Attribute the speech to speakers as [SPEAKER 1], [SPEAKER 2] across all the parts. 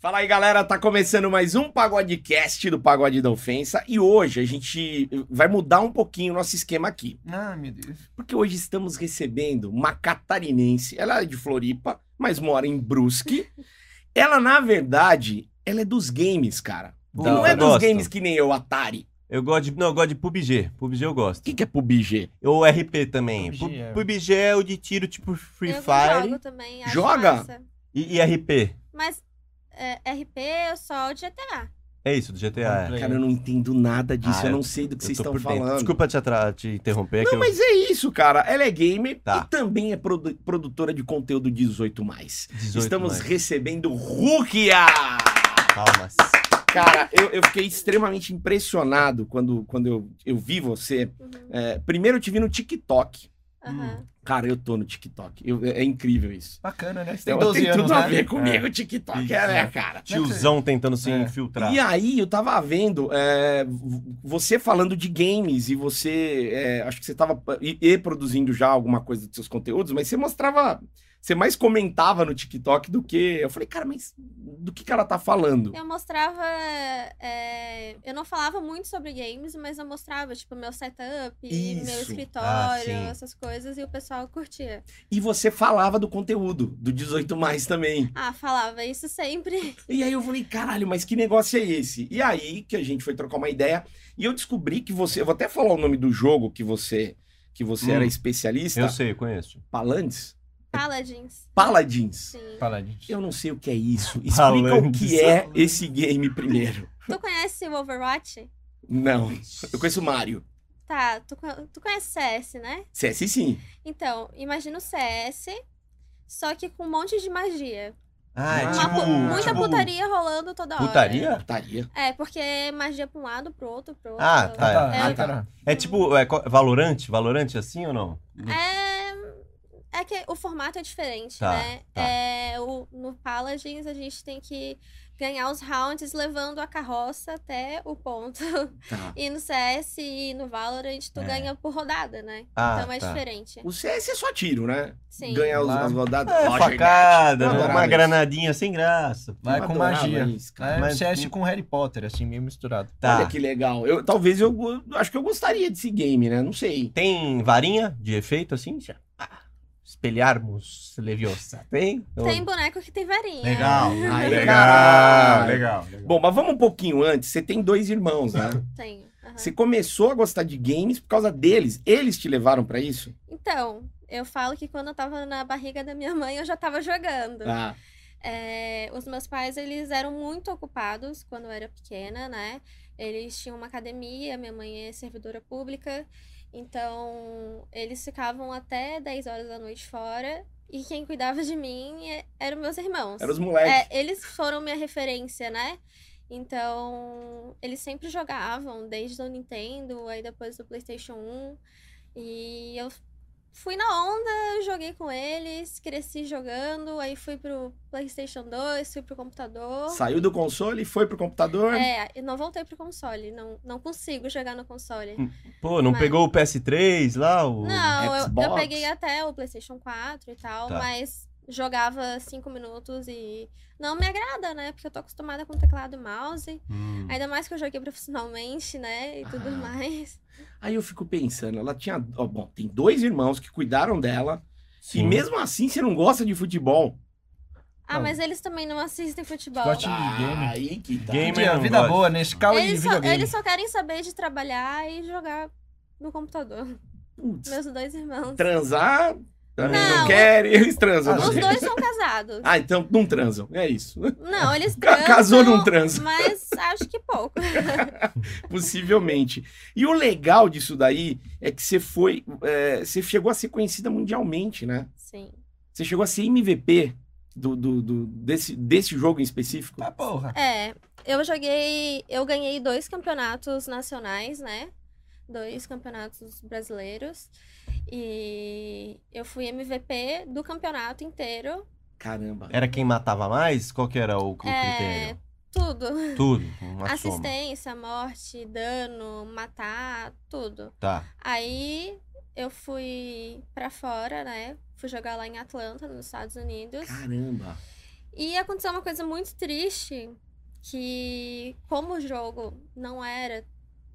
[SPEAKER 1] Fala aí, galera. Tá começando mais um Pagodecast do Pagode da Ofensa. E hoje a gente vai mudar um pouquinho o nosso esquema aqui.
[SPEAKER 2] Ah, meu Deus.
[SPEAKER 1] Porque hoje estamos recebendo uma catarinense. Ela é de Floripa, mas mora em Brusque. Ela, na verdade, ela é dos games, cara.
[SPEAKER 3] Puta,
[SPEAKER 1] não é dos
[SPEAKER 3] Então, gosto.
[SPEAKER 1] games que nem eu, Atari.
[SPEAKER 3] Eu gosto de. Não, eu gosto de PUBG. PUBG eu
[SPEAKER 1] O
[SPEAKER 3] gosto.
[SPEAKER 1] que, que é PUBG?
[SPEAKER 3] Ou RP também.
[SPEAKER 2] PUBG
[SPEAKER 3] Pu-
[SPEAKER 2] é-
[SPEAKER 3] PUBG é o de tiro tipo Free
[SPEAKER 4] eu
[SPEAKER 3] Fire
[SPEAKER 4] jogo também. acho
[SPEAKER 1] Joga?
[SPEAKER 4] massa.
[SPEAKER 3] e, e RP.
[SPEAKER 4] Mas é, RP eu só o de GTA.
[SPEAKER 3] É isso, do GTA. é.
[SPEAKER 1] Cara, eu não entendo nada disso.
[SPEAKER 3] Ah,
[SPEAKER 1] eu não
[SPEAKER 3] eu-
[SPEAKER 1] sei do que
[SPEAKER 3] Eu
[SPEAKER 1] vocês
[SPEAKER 3] tô
[SPEAKER 1] estão
[SPEAKER 3] por dentro.
[SPEAKER 1] falando.
[SPEAKER 3] Desculpa te, atra... te interromper. que
[SPEAKER 1] Não,
[SPEAKER 3] eu-
[SPEAKER 1] mas é isso, cara. Ela é gamer
[SPEAKER 3] Tá.
[SPEAKER 1] e também é produ- produtora de conteúdo 18+.
[SPEAKER 3] 18
[SPEAKER 1] Estamos
[SPEAKER 3] mais.
[SPEAKER 1] recebendo Rukia!
[SPEAKER 3] Palmas.
[SPEAKER 1] é Cara, eu, eu fiquei extremamente impressionado quando, quando eu, eu vi você.
[SPEAKER 4] Uhum.
[SPEAKER 1] É, primeiro eu te vi no TikTok.
[SPEAKER 4] aham.
[SPEAKER 3] Hum.
[SPEAKER 1] Cara, eu tô no TikTok. Eu- é é incrível isso.
[SPEAKER 2] Bacana, né? Você
[SPEAKER 1] Tem,
[SPEAKER 2] tem 12
[SPEAKER 1] tem
[SPEAKER 2] anos,
[SPEAKER 1] tudo
[SPEAKER 2] né?
[SPEAKER 1] a ver comigo, o TikTok,
[SPEAKER 3] Isso.
[SPEAKER 1] é, né, cara?
[SPEAKER 3] Tiozão tentando se
[SPEAKER 2] É.
[SPEAKER 3] infiltrar.
[SPEAKER 1] E aí, eu tava vendo é, v- você falando de games e você. é, acho que você tava e, e produzindo já alguma coisa dos seus conteúdos, mas você mostrava. Você mais comentava no TikTok do que. Eu falei, cara, mas do que, que ela tá falando?
[SPEAKER 4] Eu mostrava. é, eu não falava muito sobre games, mas eu mostrava, tipo, meu setup, meu
[SPEAKER 1] Isso.
[SPEAKER 3] Ah,
[SPEAKER 4] escritório,
[SPEAKER 3] sim.
[SPEAKER 4] essas coisas, e o pessoal curtia.
[SPEAKER 1] E você falava do conteúdo, do 18 mais também.
[SPEAKER 4] Ah, falava isso sempre.
[SPEAKER 1] E aí eu falei, caralho, mas que negócio é esse? E aí que a gente foi trocar uma ideia e eu descobri que você. Eu vou até falar o nome do jogo que você que você
[SPEAKER 3] Hum.
[SPEAKER 1] era especialista.
[SPEAKER 3] Eu sei, eu conheço.
[SPEAKER 1] Palandes?
[SPEAKER 4] Paladins.
[SPEAKER 1] Paladins.
[SPEAKER 4] Sim.
[SPEAKER 2] Paladins.
[SPEAKER 1] Eu não sei o que é isso. Explica o
[SPEAKER 3] Palandes.
[SPEAKER 1] que é esse game primeiro.
[SPEAKER 4] Tu conhece o Overwatch?
[SPEAKER 1] Não. Eu conheço o Mario.
[SPEAKER 4] Tá, tu, co- tu conhece CS, né?
[SPEAKER 1] CS sim.
[SPEAKER 4] Então, imagina o CS, só que com um monte de magia.
[SPEAKER 3] Ah, é
[SPEAKER 2] Uma
[SPEAKER 3] tipo.
[SPEAKER 4] Uma pu- muita
[SPEAKER 3] tipo-
[SPEAKER 4] putaria rolando toda hora.
[SPEAKER 3] Putaria?
[SPEAKER 1] Putaria.
[SPEAKER 4] É, porque é magia pra um lado, pro outro, pro outro.
[SPEAKER 3] Ah,
[SPEAKER 2] Ah, tá.
[SPEAKER 3] É.
[SPEAKER 2] Ah, tá.
[SPEAKER 3] É tipo. É, co- valorante? Valorante assim ou não?
[SPEAKER 4] É, é que o formato é diferente,
[SPEAKER 3] Tá,
[SPEAKER 4] né?
[SPEAKER 3] tá.
[SPEAKER 4] É, o, no Paladins a gente tem que ganhar os rounds levando a carroça até o ponto.
[SPEAKER 1] Tá.
[SPEAKER 4] E no CS e no Valorant tu
[SPEAKER 3] É.
[SPEAKER 4] ganha por rodada, né?
[SPEAKER 3] Ah,
[SPEAKER 4] então é
[SPEAKER 3] tá.
[SPEAKER 4] diferente.
[SPEAKER 1] O CS é só tiro, né?
[SPEAKER 4] Sim.
[SPEAKER 1] Ganha os,
[SPEAKER 2] Lá-
[SPEAKER 1] as rodadas.
[SPEAKER 3] É,
[SPEAKER 1] Roger
[SPEAKER 3] facada,
[SPEAKER 1] Guedes.
[SPEAKER 3] né?
[SPEAKER 1] Eu adorava
[SPEAKER 3] uma
[SPEAKER 1] isso.
[SPEAKER 3] granadinha sem graça.
[SPEAKER 2] Vai
[SPEAKER 1] Eu
[SPEAKER 2] com
[SPEAKER 1] adorava
[SPEAKER 2] magia.
[SPEAKER 1] isso, cara.
[SPEAKER 2] É
[SPEAKER 3] Mas-
[SPEAKER 2] CS com Harry Potter, assim, meio misturado.
[SPEAKER 3] Tá.
[SPEAKER 1] Olha que legal. Eu, talvez eu go- acho que eu gostaria desse game, né? Não sei.
[SPEAKER 3] Tem varinha de efeito assim? Já? Ah, Espelharmos Leviosa. Tem?
[SPEAKER 4] Tem boneco que tem varinha.
[SPEAKER 3] Legal.
[SPEAKER 2] É.
[SPEAKER 1] Aí,
[SPEAKER 3] legal,
[SPEAKER 1] caralho.
[SPEAKER 3] legal.
[SPEAKER 1] Bom, mas vamos um pouquinho antes. Você tem dois irmãos, né?
[SPEAKER 4] Tenho. aham.
[SPEAKER 1] Você começou a gostar de games por causa deles. Eles te levaram pra isso?
[SPEAKER 4] Então, eu falo que quando eu tava na barriga da minha mãe, eu já tava jogando.
[SPEAKER 1] Ah,
[SPEAKER 4] É, os meus pais, eles eram muito ocupados quando eu era pequena, né? Eles tinham uma academia, minha mãe é servidora pública, então eles ficavam até 10 horas da noite fora e quem cuidava de mim é- eram meus irmãos.
[SPEAKER 1] eram os moleques.
[SPEAKER 4] É, eles foram minha referência, né? Então, eles sempre jogavam, desde o Nintendo, aí depois do PlayStation 1. E eu fui na onda, joguei com eles, cresci jogando, aí fui pro PlayStation 2, fui pro computador.
[SPEAKER 1] Saiu do console e foi pro computador.
[SPEAKER 4] É, eu não voltei pro console, não, não consigo jogar no console.
[SPEAKER 3] Pô, não
[SPEAKER 4] Mas-
[SPEAKER 3] pegou o PS3 lá? Hum, O...
[SPEAKER 4] Não, eu- eu,
[SPEAKER 1] Xbox?
[SPEAKER 4] peguei até o PlayStation 4 e tal,
[SPEAKER 3] Tá.
[SPEAKER 4] mas jogava cinco minutos e não me agrada, né? Porque eu tô acostumada com teclado e mouse.
[SPEAKER 3] Hum.
[SPEAKER 4] Ainda mais que eu joguei profissionalmente, né? E tudo
[SPEAKER 1] Ah.
[SPEAKER 4] mais.
[SPEAKER 1] Aí eu fico pensando, ela tinha. ó, bom, tem dois irmãos que cuidaram dela.
[SPEAKER 3] Sim.
[SPEAKER 1] E mesmo assim você não gosta de futebol.
[SPEAKER 4] Ah,
[SPEAKER 2] Não.
[SPEAKER 4] mas eles também não assistem futebol.
[SPEAKER 2] Esporte
[SPEAKER 4] Eles
[SPEAKER 2] game.
[SPEAKER 1] Aí que tá.
[SPEAKER 3] Game- é um-
[SPEAKER 2] Dia,
[SPEAKER 3] não
[SPEAKER 2] vida
[SPEAKER 3] gosto.
[SPEAKER 2] boa, né? nesse carro e
[SPEAKER 4] só,
[SPEAKER 2] videogame.
[SPEAKER 4] eles só querem saber de trabalhar e jogar no computador.
[SPEAKER 1] Putz,
[SPEAKER 4] Meus dois irmãos.
[SPEAKER 1] transar. Também não,
[SPEAKER 4] Não.
[SPEAKER 1] querem, eles transam.
[SPEAKER 2] Ah,
[SPEAKER 1] não
[SPEAKER 4] Os
[SPEAKER 1] sei.
[SPEAKER 4] dois são casados.
[SPEAKER 1] Ah, então não transam. É isso.
[SPEAKER 4] Não, eles
[SPEAKER 1] Ca-
[SPEAKER 4] transam.
[SPEAKER 1] Casou, não transa.
[SPEAKER 4] Mas acho que pouco.
[SPEAKER 1] Possivelmente. E o legal disso daí é que você foi. é, você chegou a ser conhecida mundialmente, né?
[SPEAKER 4] Sim.
[SPEAKER 1] Você chegou a ser MVP do, do- do- desse, desse jogo em específico.
[SPEAKER 2] Ah, porra.
[SPEAKER 4] É, eu joguei. Eu ganhei dois campeonatos nacionais, né? Dois campeonatos brasileiros. E eu fui MVP do campeonato inteiro.
[SPEAKER 1] Caramba.
[SPEAKER 3] Era quem matava mais? Qual que era o, o
[SPEAKER 4] É,
[SPEAKER 3] critério?
[SPEAKER 4] tudo.
[SPEAKER 3] Tudo. Uma soma.
[SPEAKER 4] Assistência, morte, dano, matar, tudo.
[SPEAKER 3] Tá.
[SPEAKER 4] Aí eu fui pra fora, né? Fui jogar lá em Atlanta, nos Estados Unidos.
[SPEAKER 1] Caramba.
[SPEAKER 4] E aconteceu uma coisa muito triste, que como o jogo não era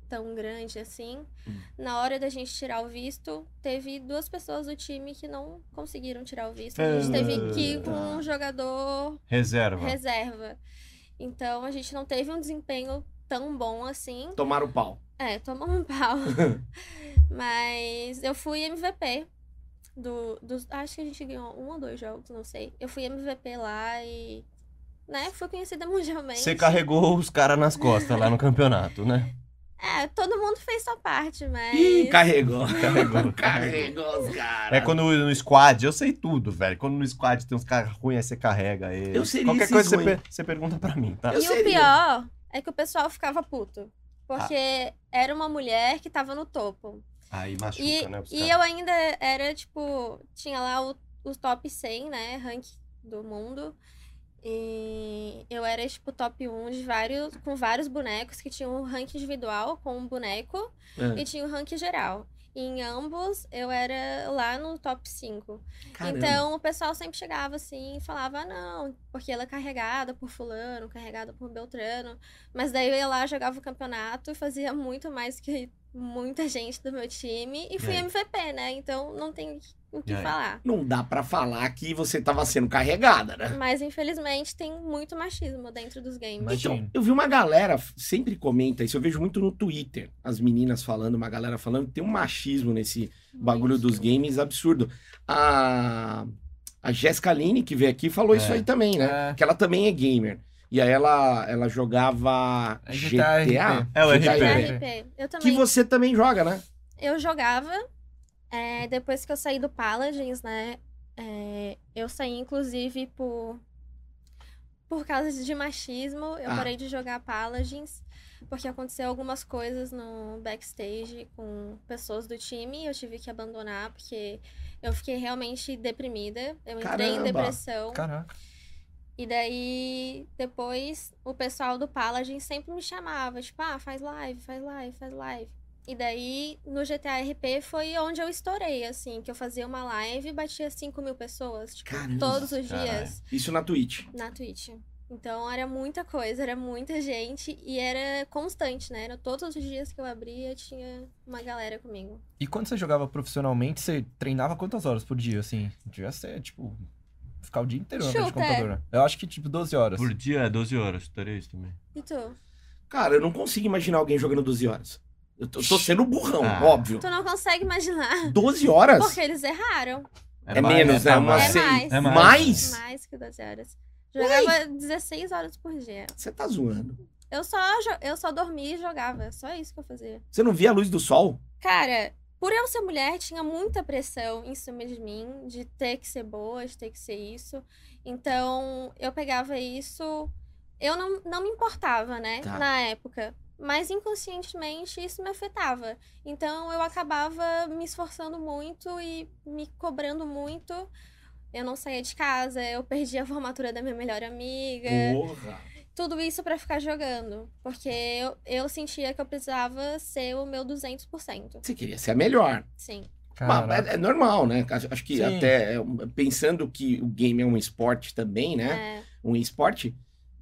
[SPEAKER 4] tão grande assim,
[SPEAKER 1] Hum.
[SPEAKER 4] na hora da gente tirar o visto, teve duas pessoas do time que não conseguiram tirar o visto. A gente teve que ir com um jogador
[SPEAKER 5] Reserva.
[SPEAKER 4] reserva. Então a gente não teve um desempenho tão bom assim.
[SPEAKER 1] Tomaram o pau.
[SPEAKER 4] É, tomou um pau. Mas eu fui MVP do, dos. Acho que a gente ganhou um ou dois jogos, não sei. Eu fui MVP lá e. Né, fui conhecida mundialmente.
[SPEAKER 3] Você carregou os caras nas costas lá no campeonato, né?
[SPEAKER 4] É, todo mundo fez sua parte, mas.
[SPEAKER 1] Ih, carregou.
[SPEAKER 3] Carregou.
[SPEAKER 1] Carregou os caras.
[SPEAKER 3] É quando no squad, eu sei tudo, velho. Quando no squad tem uns caras ruins, aí você carrega eles.
[SPEAKER 1] Eu seria
[SPEAKER 3] Qualquer
[SPEAKER 1] esses
[SPEAKER 3] coisa você,
[SPEAKER 1] ruins.
[SPEAKER 3] per- você pergunta pra mim, tá?
[SPEAKER 1] Eu
[SPEAKER 4] e
[SPEAKER 1] seria.
[SPEAKER 4] o pior é que o pessoal ficava puto. Porque
[SPEAKER 1] Ah.
[SPEAKER 4] era uma mulher que tava no topo.
[SPEAKER 3] Aí machuca,
[SPEAKER 4] E,
[SPEAKER 5] é
[SPEAKER 3] né?
[SPEAKER 4] e eu ainda era, tipo, tinha lá o, o top 100, né? Rank do mundo. E eu era, tipo, top 1 de vários, com vários bonecos que tinham um rank individual com um boneco
[SPEAKER 1] É.
[SPEAKER 4] e tinha o rank geral. E em ambos eu era lá no top 5.
[SPEAKER 1] É, Caramba.
[SPEAKER 4] Então o pessoal sempre chegava assim e falava, ah, não, porque ela é carregada por fulano, carregada por Beltrano. Mas daí eu ia lá, jogava o campeonato, fazia muito mais que muita gente do meu time e
[SPEAKER 1] É.
[SPEAKER 4] fui
[SPEAKER 3] aí?
[SPEAKER 4] MVP, né? Então não tem o que
[SPEAKER 3] E aí?
[SPEAKER 4] falar.
[SPEAKER 1] Não dá pra falar que você tava sendo carregada, né?
[SPEAKER 4] Mas infelizmente tem muito machismo dentro dos games.
[SPEAKER 2] Mas-
[SPEAKER 1] Então,
[SPEAKER 2] Sim.
[SPEAKER 1] eu vi uma galera f- sempre comenta isso, eu vejo muito no Twitter, as meninas falando, uma galera falando, tem um machismo nesse bagulho dos games absurdo. A, a Jéssica Aline, que veio aqui, falou
[SPEAKER 2] É.
[SPEAKER 1] isso aí também, né?
[SPEAKER 2] É.
[SPEAKER 1] Que ela também é gamer. E aí ela, ela jogava
[SPEAKER 2] É
[SPEAKER 1] GTA.
[SPEAKER 2] GTA.
[SPEAKER 3] É o
[SPEAKER 4] Eu
[SPEAKER 1] GTA.
[SPEAKER 3] RP.
[SPEAKER 4] RP. Eu
[SPEAKER 1] Que
[SPEAKER 4] também
[SPEAKER 1] você também joga, né?
[SPEAKER 4] eu jogava. é, depois que eu saí do Paladins, né? é, eu saí, inclusive, por, por causa de machismo. Eu
[SPEAKER 1] Ah.
[SPEAKER 4] parei de jogar Paladins. Porque aconteceu algumas coisas no backstage com pessoas do time. Eu tive que abandonar, porque eu fiquei realmente deprimida. Eu entrei
[SPEAKER 1] Caramba.
[SPEAKER 4] em depressão.
[SPEAKER 2] Caraca.
[SPEAKER 4] E daí, depois, o pessoal do Paladin sempre me chamava, tipo, ah, faz live, faz live, faz live. E daí, no GTA RP foi onde eu estourei, assim, que eu fazia uma live e batia 5 mil pessoas, tipo,
[SPEAKER 1] Caramba.
[SPEAKER 4] todos os
[SPEAKER 3] Caralho.
[SPEAKER 4] dias
[SPEAKER 1] Isso na Twitch.
[SPEAKER 4] na Twitch. Então era muita coisa, era muita gente e era constante, né? Era todos os dias que eu abria, tinha uma galera comigo.
[SPEAKER 2] E quando você jogava profissionalmente, você treinava quantas horas por dia, assim? Devia ser, tipo, ficar o dia inteiro na frente do
[SPEAKER 4] Chuta. é.
[SPEAKER 2] computador. né? Eu acho que, tipo, 12 horas.
[SPEAKER 5] Por dia é 12 horas, estaria isso também.
[SPEAKER 4] E tu?
[SPEAKER 1] Cara, eu não consigo imaginar alguém jogando 12 horas. Eu tô, eu tô sendo burrão,
[SPEAKER 5] Ah.
[SPEAKER 1] óbvio.
[SPEAKER 4] Tu não consegue imaginar,
[SPEAKER 1] 12 horas?
[SPEAKER 4] porque eles erraram.
[SPEAKER 1] É menos, né?
[SPEAKER 5] pra
[SPEAKER 1] Umas
[SPEAKER 4] mais.
[SPEAKER 5] mais.
[SPEAKER 1] seis.
[SPEAKER 4] É mais.
[SPEAKER 5] É mais.
[SPEAKER 1] Mais?
[SPEAKER 4] Mais que 12 horas. Jogava 16 horas por dia.
[SPEAKER 1] Você tá zoando.
[SPEAKER 4] Eu só, jo- eu só dormia e jogava. Só isso que eu fazia.
[SPEAKER 1] Você não via a luz do sol?
[SPEAKER 4] Cara, por eu ser mulher, tinha muita pressão em cima de mim, de ter que ser boa, de ter que ser isso. Então, eu pegava isso. Eu não, não me importava, né,
[SPEAKER 1] Tá.
[SPEAKER 4] na época. Mas inconscientemente isso me afetava. Então eu acabava me esforçando muito e me cobrando muito. Eu não saía de casa, eu perdi a formatura da minha melhor amiga
[SPEAKER 1] Porra.
[SPEAKER 4] tudo isso pra ficar jogando. Porque eu, eu sentia que eu precisava ser o meu 200%.
[SPEAKER 1] Você queria ser a melhor.
[SPEAKER 4] Sim.
[SPEAKER 2] Caraca.
[SPEAKER 1] Mas é, é normal, né? Acho acho que
[SPEAKER 2] Sim.
[SPEAKER 1] até é, um- pensando que o game é um esporte também, né?
[SPEAKER 4] É.
[SPEAKER 1] Um esporte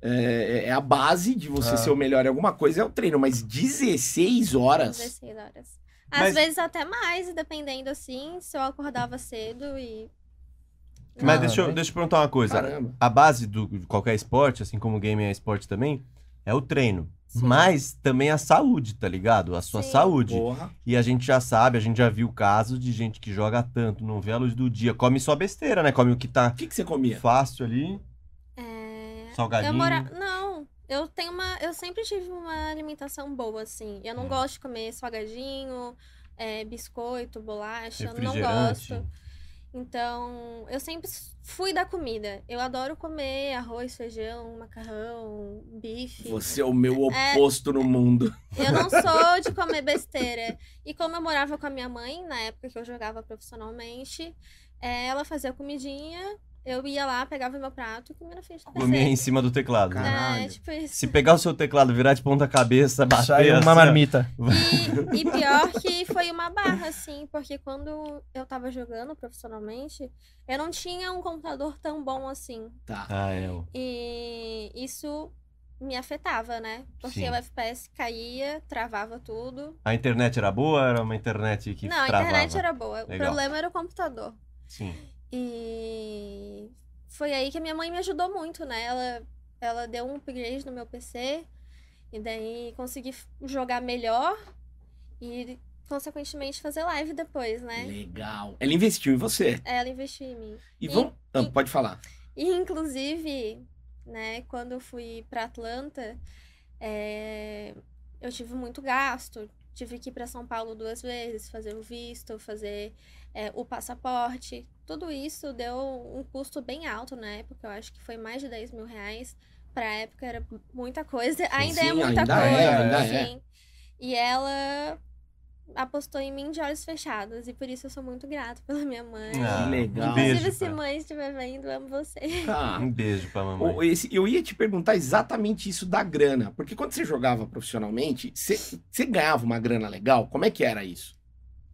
[SPEAKER 1] é, é a base de você
[SPEAKER 2] Ah.
[SPEAKER 1] ser o melhor em alguma coisa é o treino, mas 16 horas.
[SPEAKER 4] 16 horas. Às
[SPEAKER 5] Mas-
[SPEAKER 4] vezes até mais, dependendo assim, se eu acordava cedo e.
[SPEAKER 3] Mas
[SPEAKER 2] Ah,
[SPEAKER 3] deixa, eu,
[SPEAKER 2] né?
[SPEAKER 3] deixa eu perguntar uma coisa.
[SPEAKER 1] Caramba.
[SPEAKER 3] A base do, de qualquer esporte, assim como o game é esporte também, é o treino.
[SPEAKER 4] Sim.
[SPEAKER 3] Mas também a saúde, tá ligado? A sua
[SPEAKER 4] Sim.
[SPEAKER 3] saúde.
[SPEAKER 1] Porra.
[SPEAKER 3] E a gente já sabe, a gente já viu casos de gente que joga tanto, não vê a luz do dia, come só besteira, né? Come o que tá
[SPEAKER 1] O que, que você comia?
[SPEAKER 3] fácil ali,
[SPEAKER 4] É...
[SPEAKER 3] salgadinho.
[SPEAKER 4] Eu mora... Não, eu tenho uma. Eu sempre tive uma alimentação boa, assim. Eu não
[SPEAKER 3] Hum.
[SPEAKER 4] gosto de comer salgadinho, é, biscoito, bolacha. Eu não
[SPEAKER 3] refrigerante.
[SPEAKER 4] gosto. Então, eu sempre fui da comida. Eu adoro comer arroz, feijão, macarrão, bife.
[SPEAKER 1] Você é o meu
[SPEAKER 4] É.
[SPEAKER 1] oposto no mundo.
[SPEAKER 4] Eu não sou de comer besteira. E como eu morava com a minha mãe, na época que eu jogava profissionalmente, eh, ela fazia é, comidinha, Eu ia lá, pegava meu prato e comia na frente do
[SPEAKER 5] Comia
[SPEAKER 4] PC.
[SPEAKER 5] em cima do teclado.
[SPEAKER 4] É,
[SPEAKER 5] né?
[SPEAKER 2] Caralho.
[SPEAKER 4] tipo isso.
[SPEAKER 5] Se pegar o seu teclado, virar de ponta cabeça, bater
[SPEAKER 2] Saiu
[SPEAKER 5] assim,
[SPEAKER 2] uma
[SPEAKER 5] ó,
[SPEAKER 2] marmita.
[SPEAKER 4] E, e pior que foi uma barra, assim, porque quando eu tava jogando profissionalmente, eu não tinha um computador tão bom assim.
[SPEAKER 1] Tá.
[SPEAKER 5] Ah, é. ó.
[SPEAKER 4] E isso me afetava, né? Porque
[SPEAKER 5] Sim.
[SPEAKER 4] o FPS caía, travava tudo.
[SPEAKER 5] A internet era boa? Era uma internet que
[SPEAKER 4] não, a
[SPEAKER 5] travava?
[SPEAKER 4] internet era boa. O
[SPEAKER 5] Legal.
[SPEAKER 4] problema era o computador.
[SPEAKER 5] Sim.
[SPEAKER 4] E foi aí que a minha mãe me ajudou muito, né? Ela, ela deu um upgrade no meu PC e daí consegui f- jogar melhor e, consequentemente, fazer live depois, né?
[SPEAKER 1] Legal. Ela investiu em você.
[SPEAKER 4] Ela investiu em mim.
[SPEAKER 1] E
[SPEAKER 4] E-
[SPEAKER 1] vamos. Ah,
[SPEAKER 4] e-
[SPEAKER 1] pode falar.
[SPEAKER 4] E, inclusive, né, quando eu fui pra Atlanta, é, eu tive muito gasto. Tive que ir pra São Paulo duas vezes, fazer o visto, fazer é, o passaporte. Tudo isso deu um custo bem alto na época. Eu acho que foi mais de 10 mil reais. Pra época era muita coisa. ainda
[SPEAKER 1] sim,
[SPEAKER 4] é muita
[SPEAKER 1] ainda
[SPEAKER 4] coisa,
[SPEAKER 2] é, ainda
[SPEAKER 1] é.
[SPEAKER 4] sim. E ela apostou em mim de olhos fechados. E por isso eu sou muito grata pela minha mãe.
[SPEAKER 5] Ah,
[SPEAKER 1] legal.
[SPEAKER 5] Um
[SPEAKER 4] Inclusive,
[SPEAKER 5] beijo,
[SPEAKER 4] se
[SPEAKER 5] pra...
[SPEAKER 4] mãe estiver vendo, amo você.
[SPEAKER 1] Tá.
[SPEAKER 5] um beijo pra mamãe.
[SPEAKER 1] O- esse- eu ia te perguntar exatamente isso da grana. Porque quando você jogava profissionalmente, você você ganhava uma grana legal? Como é que era isso?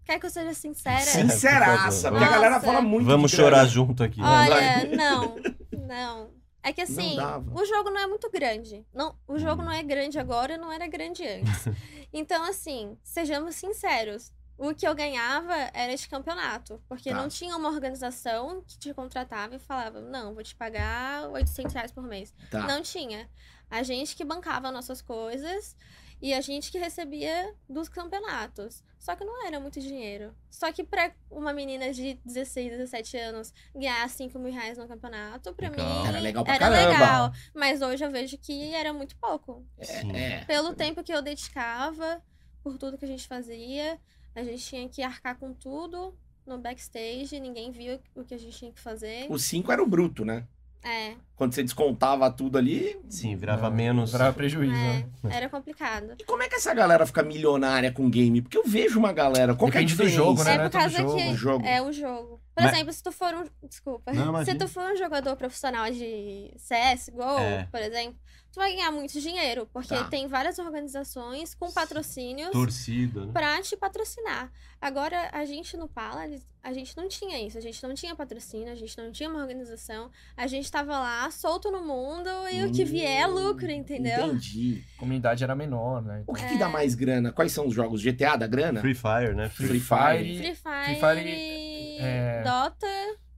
[SPEAKER 4] Quer que eu seja sincera?
[SPEAKER 5] Sim.
[SPEAKER 1] Sinceraça, porque a galera
[SPEAKER 4] Nossa.
[SPEAKER 1] fala muito. de
[SPEAKER 5] Vamos
[SPEAKER 1] grana.
[SPEAKER 5] chorar junto aqui. né?
[SPEAKER 4] Olha, não, não. É que assim,
[SPEAKER 1] Não dava. Hum.
[SPEAKER 4] o jogo não é muito grande. Não, o jogo não é grande agora, não era grande antes. Então, assim, sejamos sinceros. O que eu ganhava era de campeonato, porque
[SPEAKER 1] Tá.
[SPEAKER 4] não tinha uma organização que te contratava e falava, não, vou te pagar 800 reais por mês.
[SPEAKER 1] Tá.
[SPEAKER 4] Não tinha. A gente que bancava nossas coisas e a gente que recebia dos campeonatos. Só que não era muito dinheiro. Só que pra uma menina de 16, 17 anos ganhar 5 mil reais no campeonato, pra
[SPEAKER 5] Legal.
[SPEAKER 4] mim
[SPEAKER 1] Era legal pra
[SPEAKER 4] era
[SPEAKER 1] caramba.
[SPEAKER 4] legal. Mas hoje eu vejo que era muito pouco.
[SPEAKER 5] Sim.
[SPEAKER 1] É.
[SPEAKER 4] Pelo tempo que eu dedicava, por tudo que a gente fazia, a gente tinha que arcar com tudo no backstage, ninguém via o que a gente tinha que fazer.
[SPEAKER 1] O 5 era o bruto, né?
[SPEAKER 4] É.
[SPEAKER 1] Quando você descontava tudo ali.
[SPEAKER 5] Sim, virava
[SPEAKER 2] Não,
[SPEAKER 5] menos.
[SPEAKER 2] Virava prejuízo. né?
[SPEAKER 4] É, era complicado.
[SPEAKER 1] E como é que essa galera fica milionária com game? Porque eu vejo uma galera. Qual que é a
[SPEAKER 2] Depende do
[SPEAKER 1] diferença?
[SPEAKER 2] jogo, né?
[SPEAKER 4] É
[SPEAKER 2] Não
[SPEAKER 4] por
[SPEAKER 2] todo
[SPEAKER 4] causa
[SPEAKER 2] jogo.
[SPEAKER 4] que-
[SPEAKER 1] O jogo.
[SPEAKER 4] É o jogo. Por
[SPEAKER 5] Um Mas-
[SPEAKER 4] exemplo, se tu for um. Desculpa.
[SPEAKER 5] Não, imagina.
[SPEAKER 4] se tu for um jogador profissional de CSGO,
[SPEAKER 5] É.
[SPEAKER 4] por exemplo, tu vai ganhar muito dinheiro, porque
[SPEAKER 1] Tá.
[SPEAKER 4] tem várias organizações com patrocínios
[SPEAKER 5] Torcida, né?
[SPEAKER 4] pra te patrocinar. Agora, a gente no Paladins, a gente não tinha isso. A gente não tinha patrocínio, a gente não tinha uma organização. A gente tava lá, solto no mundo, e o que vier é lucro, entendeu?
[SPEAKER 1] Hum,
[SPEAKER 4] É.
[SPEAKER 1] Entendi.
[SPEAKER 2] A comunidade era menor, né?
[SPEAKER 1] O que, que dá mais grana? Quais são os jogos? GTA da grana?
[SPEAKER 5] Free Fire, né? Free...
[SPEAKER 1] Free Fire,
[SPEAKER 4] Free Fire,
[SPEAKER 2] é,
[SPEAKER 4] Dota,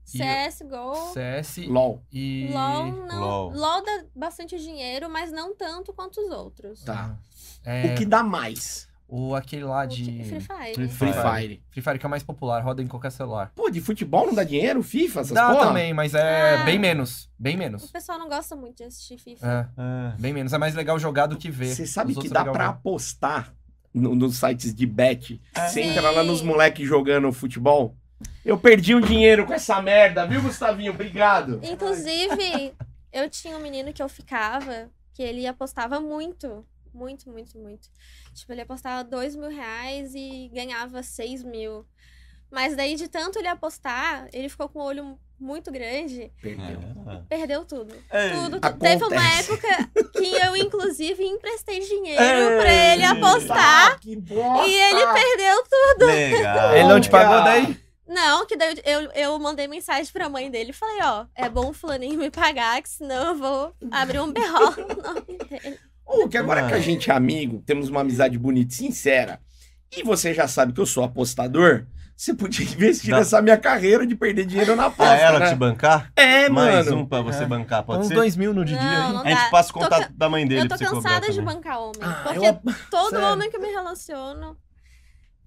[SPEAKER 4] CSGO.
[SPEAKER 2] CS
[SPEAKER 1] LOL.
[SPEAKER 2] e.
[SPEAKER 4] LOL não.
[SPEAKER 5] LOL.
[SPEAKER 4] LOL. dá bastante dinheiro, mas não tanto quanto os outros.
[SPEAKER 1] Tá.
[SPEAKER 2] É,
[SPEAKER 1] O que dá mais?
[SPEAKER 2] Ou aquele lá
[SPEAKER 4] O que-
[SPEAKER 2] de.
[SPEAKER 4] Free Fire.
[SPEAKER 5] Free
[SPEAKER 1] Free
[SPEAKER 5] Fire.
[SPEAKER 1] Fire.
[SPEAKER 2] Free Fire que é o mais popular, roda em qualquer celular.
[SPEAKER 1] Pô, de futebol não dá dinheiro? FIFA, essas
[SPEAKER 2] Dá
[SPEAKER 1] porra?
[SPEAKER 2] também, mas é
[SPEAKER 4] Ah.
[SPEAKER 2] bem menos. Bem
[SPEAKER 4] O
[SPEAKER 2] menos.
[SPEAKER 4] pessoal não gosta muito de assistir FIFA.
[SPEAKER 2] É,
[SPEAKER 5] Ah,
[SPEAKER 2] bem menos. É mais legal jogar do que ver.
[SPEAKER 1] Você sabe que
[SPEAKER 2] Os outros
[SPEAKER 1] dá
[SPEAKER 2] é legal
[SPEAKER 1] pra
[SPEAKER 2] ver.
[SPEAKER 1] apostar no- nos sites de bet? Você
[SPEAKER 4] É. Sim.
[SPEAKER 1] entra lá nos moleques jogando futebol? Eu perdi um dinheiro com essa merda, viu, Gustavinho?
[SPEAKER 4] É.
[SPEAKER 1] Obrigado.
[SPEAKER 4] Inclusive, eu tinha um menino que eu ficava, que ele apostava muito. Muito, muito, muito. Tipo, ele apostava dois mil reais e ganhava seis mil. Mas daí, de tanto ele apostar, ele ficou com o olho muito grande,
[SPEAKER 1] Perdeu.
[SPEAKER 5] ah.
[SPEAKER 4] perdeu tudo.
[SPEAKER 5] Ei,
[SPEAKER 4] Tudo.
[SPEAKER 1] acontece.
[SPEAKER 4] Teve uma época que eu, inclusive, emprestei dinheiro
[SPEAKER 5] Ei.
[SPEAKER 4] pra ele apostar.
[SPEAKER 1] Ah, que bosta.
[SPEAKER 4] E ele perdeu tudo.
[SPEAKER 5] Legal.
[SPEAKER 2] Ele não te pagou
[SPEAKER 1] Olha.
[SPEAKER 2] daí?
[SPEAKER 4] Não, que daí eu, eu, eu mandei mensagem pra mãe dele e falei, ó, é bom o fulaninho me pagar, que senão eu vou abrir um berrol no nome dele.
[SPEAKER 1] Ô, que agora que a
[SPEAKER 5] Mano.
[SPEAKER 1] gente é amigo, temos uma amizade bonita e sincera, e você já sabe que eu sou apostador, você podia investir
[SPEAKER 5] Dá-
[SPEAKER 1] nessa minha carreira de perder dinheiro na aposta,
[SPEAKER 5] Pra Ah, ela
[SPEAKER 2] tipo,
[SPEAKER 1] né?
[SPEAKER 5] te bancar?
[SPEAKER 1] É,
[SPEAKER 5] Mais
[SPEAKER 1] mano.
[SPEAKER 5] um pra você
[SPEAKER 2] É.
[SPEAKER 5] bancar, pode
[SPEAKER 2] Uns
[SPEAKER 5] ser?
[SPEAKER 2] dois mil no de dia.
[SPEAKER 4] Não,
[SPEAKER 2] hein?
[SPEAKER 4] não
[SPEAKER 5] A gente
[SPEAKER 4] dá.
[SPEAKER 5] passa o
[SPEAKER 4] Então Tá. Tô
[SPEAKER 5] contato da mãe É dele
[SPEAKER 4] Eu
[SPEAKER 5] pra
[SPEAKER 4] tô
[SPEAKER 5] você cobrar
[SPEAKER 4] cansada de
[SPEAKER 5] também.
[SPEAKER 4] bancar homem.
[SPEAKER 1] Ah,
[SPEAKER 4] porque
[SPEAKER 1] eu-
[SPEAKER 4] todo
[SPEAKER 2] Sério?
[SPEAKER 4] homem que eu me relaciono,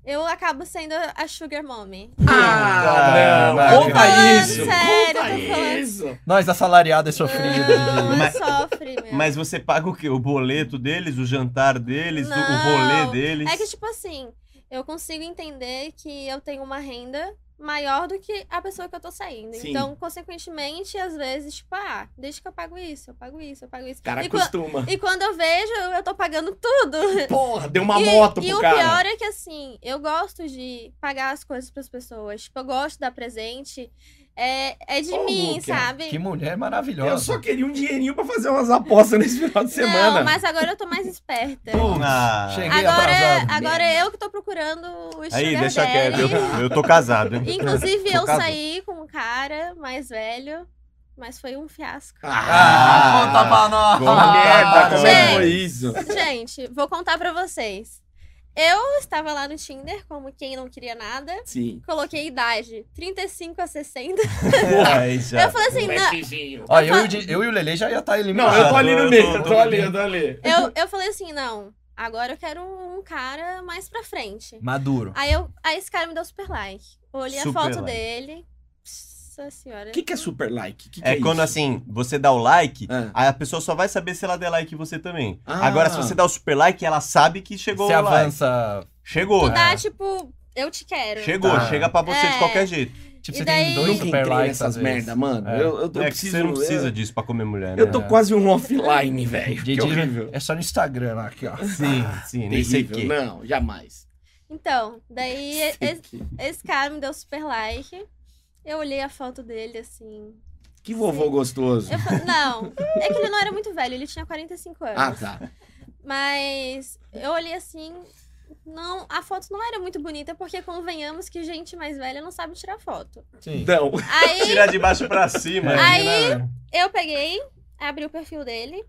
[SPEAKER 4] eu acabo sendo a sugar mommy.
[SPEAKER 2] um
[SPEAKER 1] Ah,
[SPEAKER 5] Não,
[SPEAKER 1] não.
[SPEAKER 5] não,
[SPEAKER 1] Conta
[SPEAKER 4] não.
[SPEAKER 1] isso.
[SPEAKER 4] Sério,
[SPEAKER 1] conta
[SPEAKER 4] tô falando.
[SPEAKER 1] isso.
[SPEAKER 2] Nós, é assalariadas sofridas.
[SPEAKER 4] Não,
[SPEAKER 2] de-
[SPEAKER 4] eu
[SPEAKER 5] Mas-
[SPEAKER 4] sofre, meu.
[SPEAKER 5] né? Mas você paga o quê? O boleto deles, o jantar deles, o- o rolê
[SPEAKER 4] Não.
[SPEAKER 5] deles?
[SPEAKER 4] É que, tipo assim, eu consigo entender que eu tenho uma renda maior do que a pessoa que eu tô saindo.
[SPEAKER 1] Sim.
[SPEAKER 4] Então, consequentemente, às vezes, tipo, ah, deixa que eu pago isso, eu pago isso, eu pago isso.
[SPEAKER 1] O cara
[SPEAKER 4] e, quan-
[SPEAKER 1] costuma.
[SPEAKER 4] e quando eu vejo, eu tô pagando tudo.
[SPEAKER 1] Porra, deu uma
[SPEAKER 4] e,
[SPEAKER 1] moto
[SPEAKER 4] e
[SPEAKER 1] pro
[SPEAKER 4] o
[SPEAKER 1] cara.
[SPEAKER 4] pior é que, assim, eu gosto de pagar as coisas pras pessoas. Tipo, eu gosto de dar presente. É, é de
[SPEAKER 1] Ô,
[SPEAKER 4] mim,
[SPEAKER 1] Luca,
[SPEAKER 4] sabe?
[SPEAKER 2] Que mulher maravilhosa.
[SPEAKER 1] Eu só queria um dinheirinho pra fazer umas apostas nesse final de semana.
[SPEAKER 4] Não, mas agora eu tô mais esperta.
[SPEAKER 5] Ah,
[SPEAKER 2] Chega. Cheguei
[SPEAKER 4] Agora, é,
[SPEAKER 2] atrasado.
[SPEAKER 4] agora eu que tô procurando o sugar
[SPEAKER 5] aí, deixa quieto.
[SPEAKER 4] daddy.
[SPEAKER 5] Eu, eu tô casado, hein?
[SPEAKER 4] Inclusive,
[SPEAKER 5] Tô
[SPEAKER 4] eu
[SPEAKER 5] casado.
[SPEAKER 4] saí com um cara mais velho, mas foi um fiasco.
[SPEAKER 1] Ah,
[SPEAKER 5] conta pra
[SPEAKER 2] nós.
[SPEAKER 5] Como Ah,
[SPEAKER 1] merda, como é que
[SPEAKER 4] gente.
[SPEAKER 1] foi isso?
[SPEAKER 4] Gente, vou contar pra vocês. Eu estava lá no Tinder, como quem não queria nada.
[SPEAKER 1] Sim.
[SPEAKER 4] Coloquei idade 35 a 60.
[SPEAKER 5] Aí já.
[SPEAKER 4] Eu falei assim, não,
[SPEAKER 2] Ó, eu, e o Di- eu e o Lele já ia estar
[SPEAKER 1] Não,
[SPEAKER 2] eliminado.
[SPEAKER 1] eu tô ali no
[SPEAKER 5] Eu tô-
[SPEAKER 1] meio,
[SPEAKER 5] eu
[SPEAKER 1] eu
[SPEAKER 5] tô
[SPEAKER 1] tô ali,
[SPEAKER 5] ali.
[SPEAKER 1] eu tô ali.
[SPEAKER 4] eu, eu falei assim, não, agora eu quero um cara mais pra frente.
[SPEAKER 2] Maduro.
[SPEAKER 4] Aí, eu, aí esse cara me deu super like. Eu Olhei
[SPEAKER 5] Super
[SPEAKER 4] a foto
[SPEAKER 5] like.
[SPEAKER 4] dele. Nossa senhora.
[SPEAKER 1] O que, que é super like? Que que
[SPEAKER 5] É quando
[SPEAKER 1] isso?
[SPEAKER 5] assim, você dá o like,
[SPEAKER 1] Ah.
[SPEAKER 5] aí a pessoa só vai saber se ela der like em você também.
[SPEAKER 1] Ah.
[SPEAKER 5] Agora, se você dá o super like, ela sabe que chegou
[SPEAKER 2] Você
[SPEAKER 5] o like.
[SPEAKER 2] avança.
[SPEAKER 5] Chegou.
[SPEAKER 4] Tu dá, tipo, eu te quero.
[SPEAKER 5] Chegou,
[SPEAKER 2] Tá.
[SPEAKER 5] chega pra você
[SPEAKER 4] É.
[SPEAKER 5] de qualquer jeito.
[SPEAKER 2] Tipo,
[SPEAKER 4] E
[SPEAKER 2] você
[SPEAKER 4] daí-
[SPEAKER 2] tem dois
[SPEAKER 1] Nunca
[SPEAKER 2] super
[SPEAKER 1] entrei
[SPEAKER 2] likes.
[SPEAKER 1] nessas
[SPEAKER 2] às vezes.
[SPEAKER 1] merda, mano.
[SPEAKER 2] É.
[SPEAKER 1] Eu, eu, eu
[SPEAKER 5] é que
[SPEAKER 1] preciso.
[SPEAKER 5] você não precisa
[SPEAKER 1] eu,
[SPEAKER 5] disso pra comer mulher, né?
[SPEAKER 1] eu tô quase um offline, velho. Que
[SPEAKER 2] Didi-
[SPEAKER 1] horrível.
[SPEAKER 2] É só no Instagram lá, aqui, ó.
[SPEAKER 5] Sim, sim, nem sei o
[SPEAKER 1] Terrível. né?
[SPEAKER 5] quê.
[SPEAKER 1] Não, jamais.
[SPEAKER 4] Então, daí e-
[SPEAKER 1] Sei
[SPEAKER 4] esse,
[SPEAKER 1] que-
[SPEAKER 4] esse cara me deu super like. Eu olhei a foto dele assim.
[SPEAKER 1] Que vovô gostoso.
[SPEAKER 4] Eu falei, não, é que ele não era muito velho, ele tinha 45 anos.
[SPEAKER 1] Ah, tá.
[SPEAKER 4] Mas eu olhei assim. Não, a foto não era muito bonita, porque convenhamos que gente mais velha não sabe tirar foto.
[SPEAKER 2] Sim.
[SPEAKER 1] Não.
[SPEAKER 4] Aí
[SPEAKER 5] Tirar de baixo pra cima.
[SPEAKER 1] É.
[SPEAKER 4] Aí-
[SPEAKER 5] né, velho?
[SPEAKER 4] eu peguei, abri o perfil dele,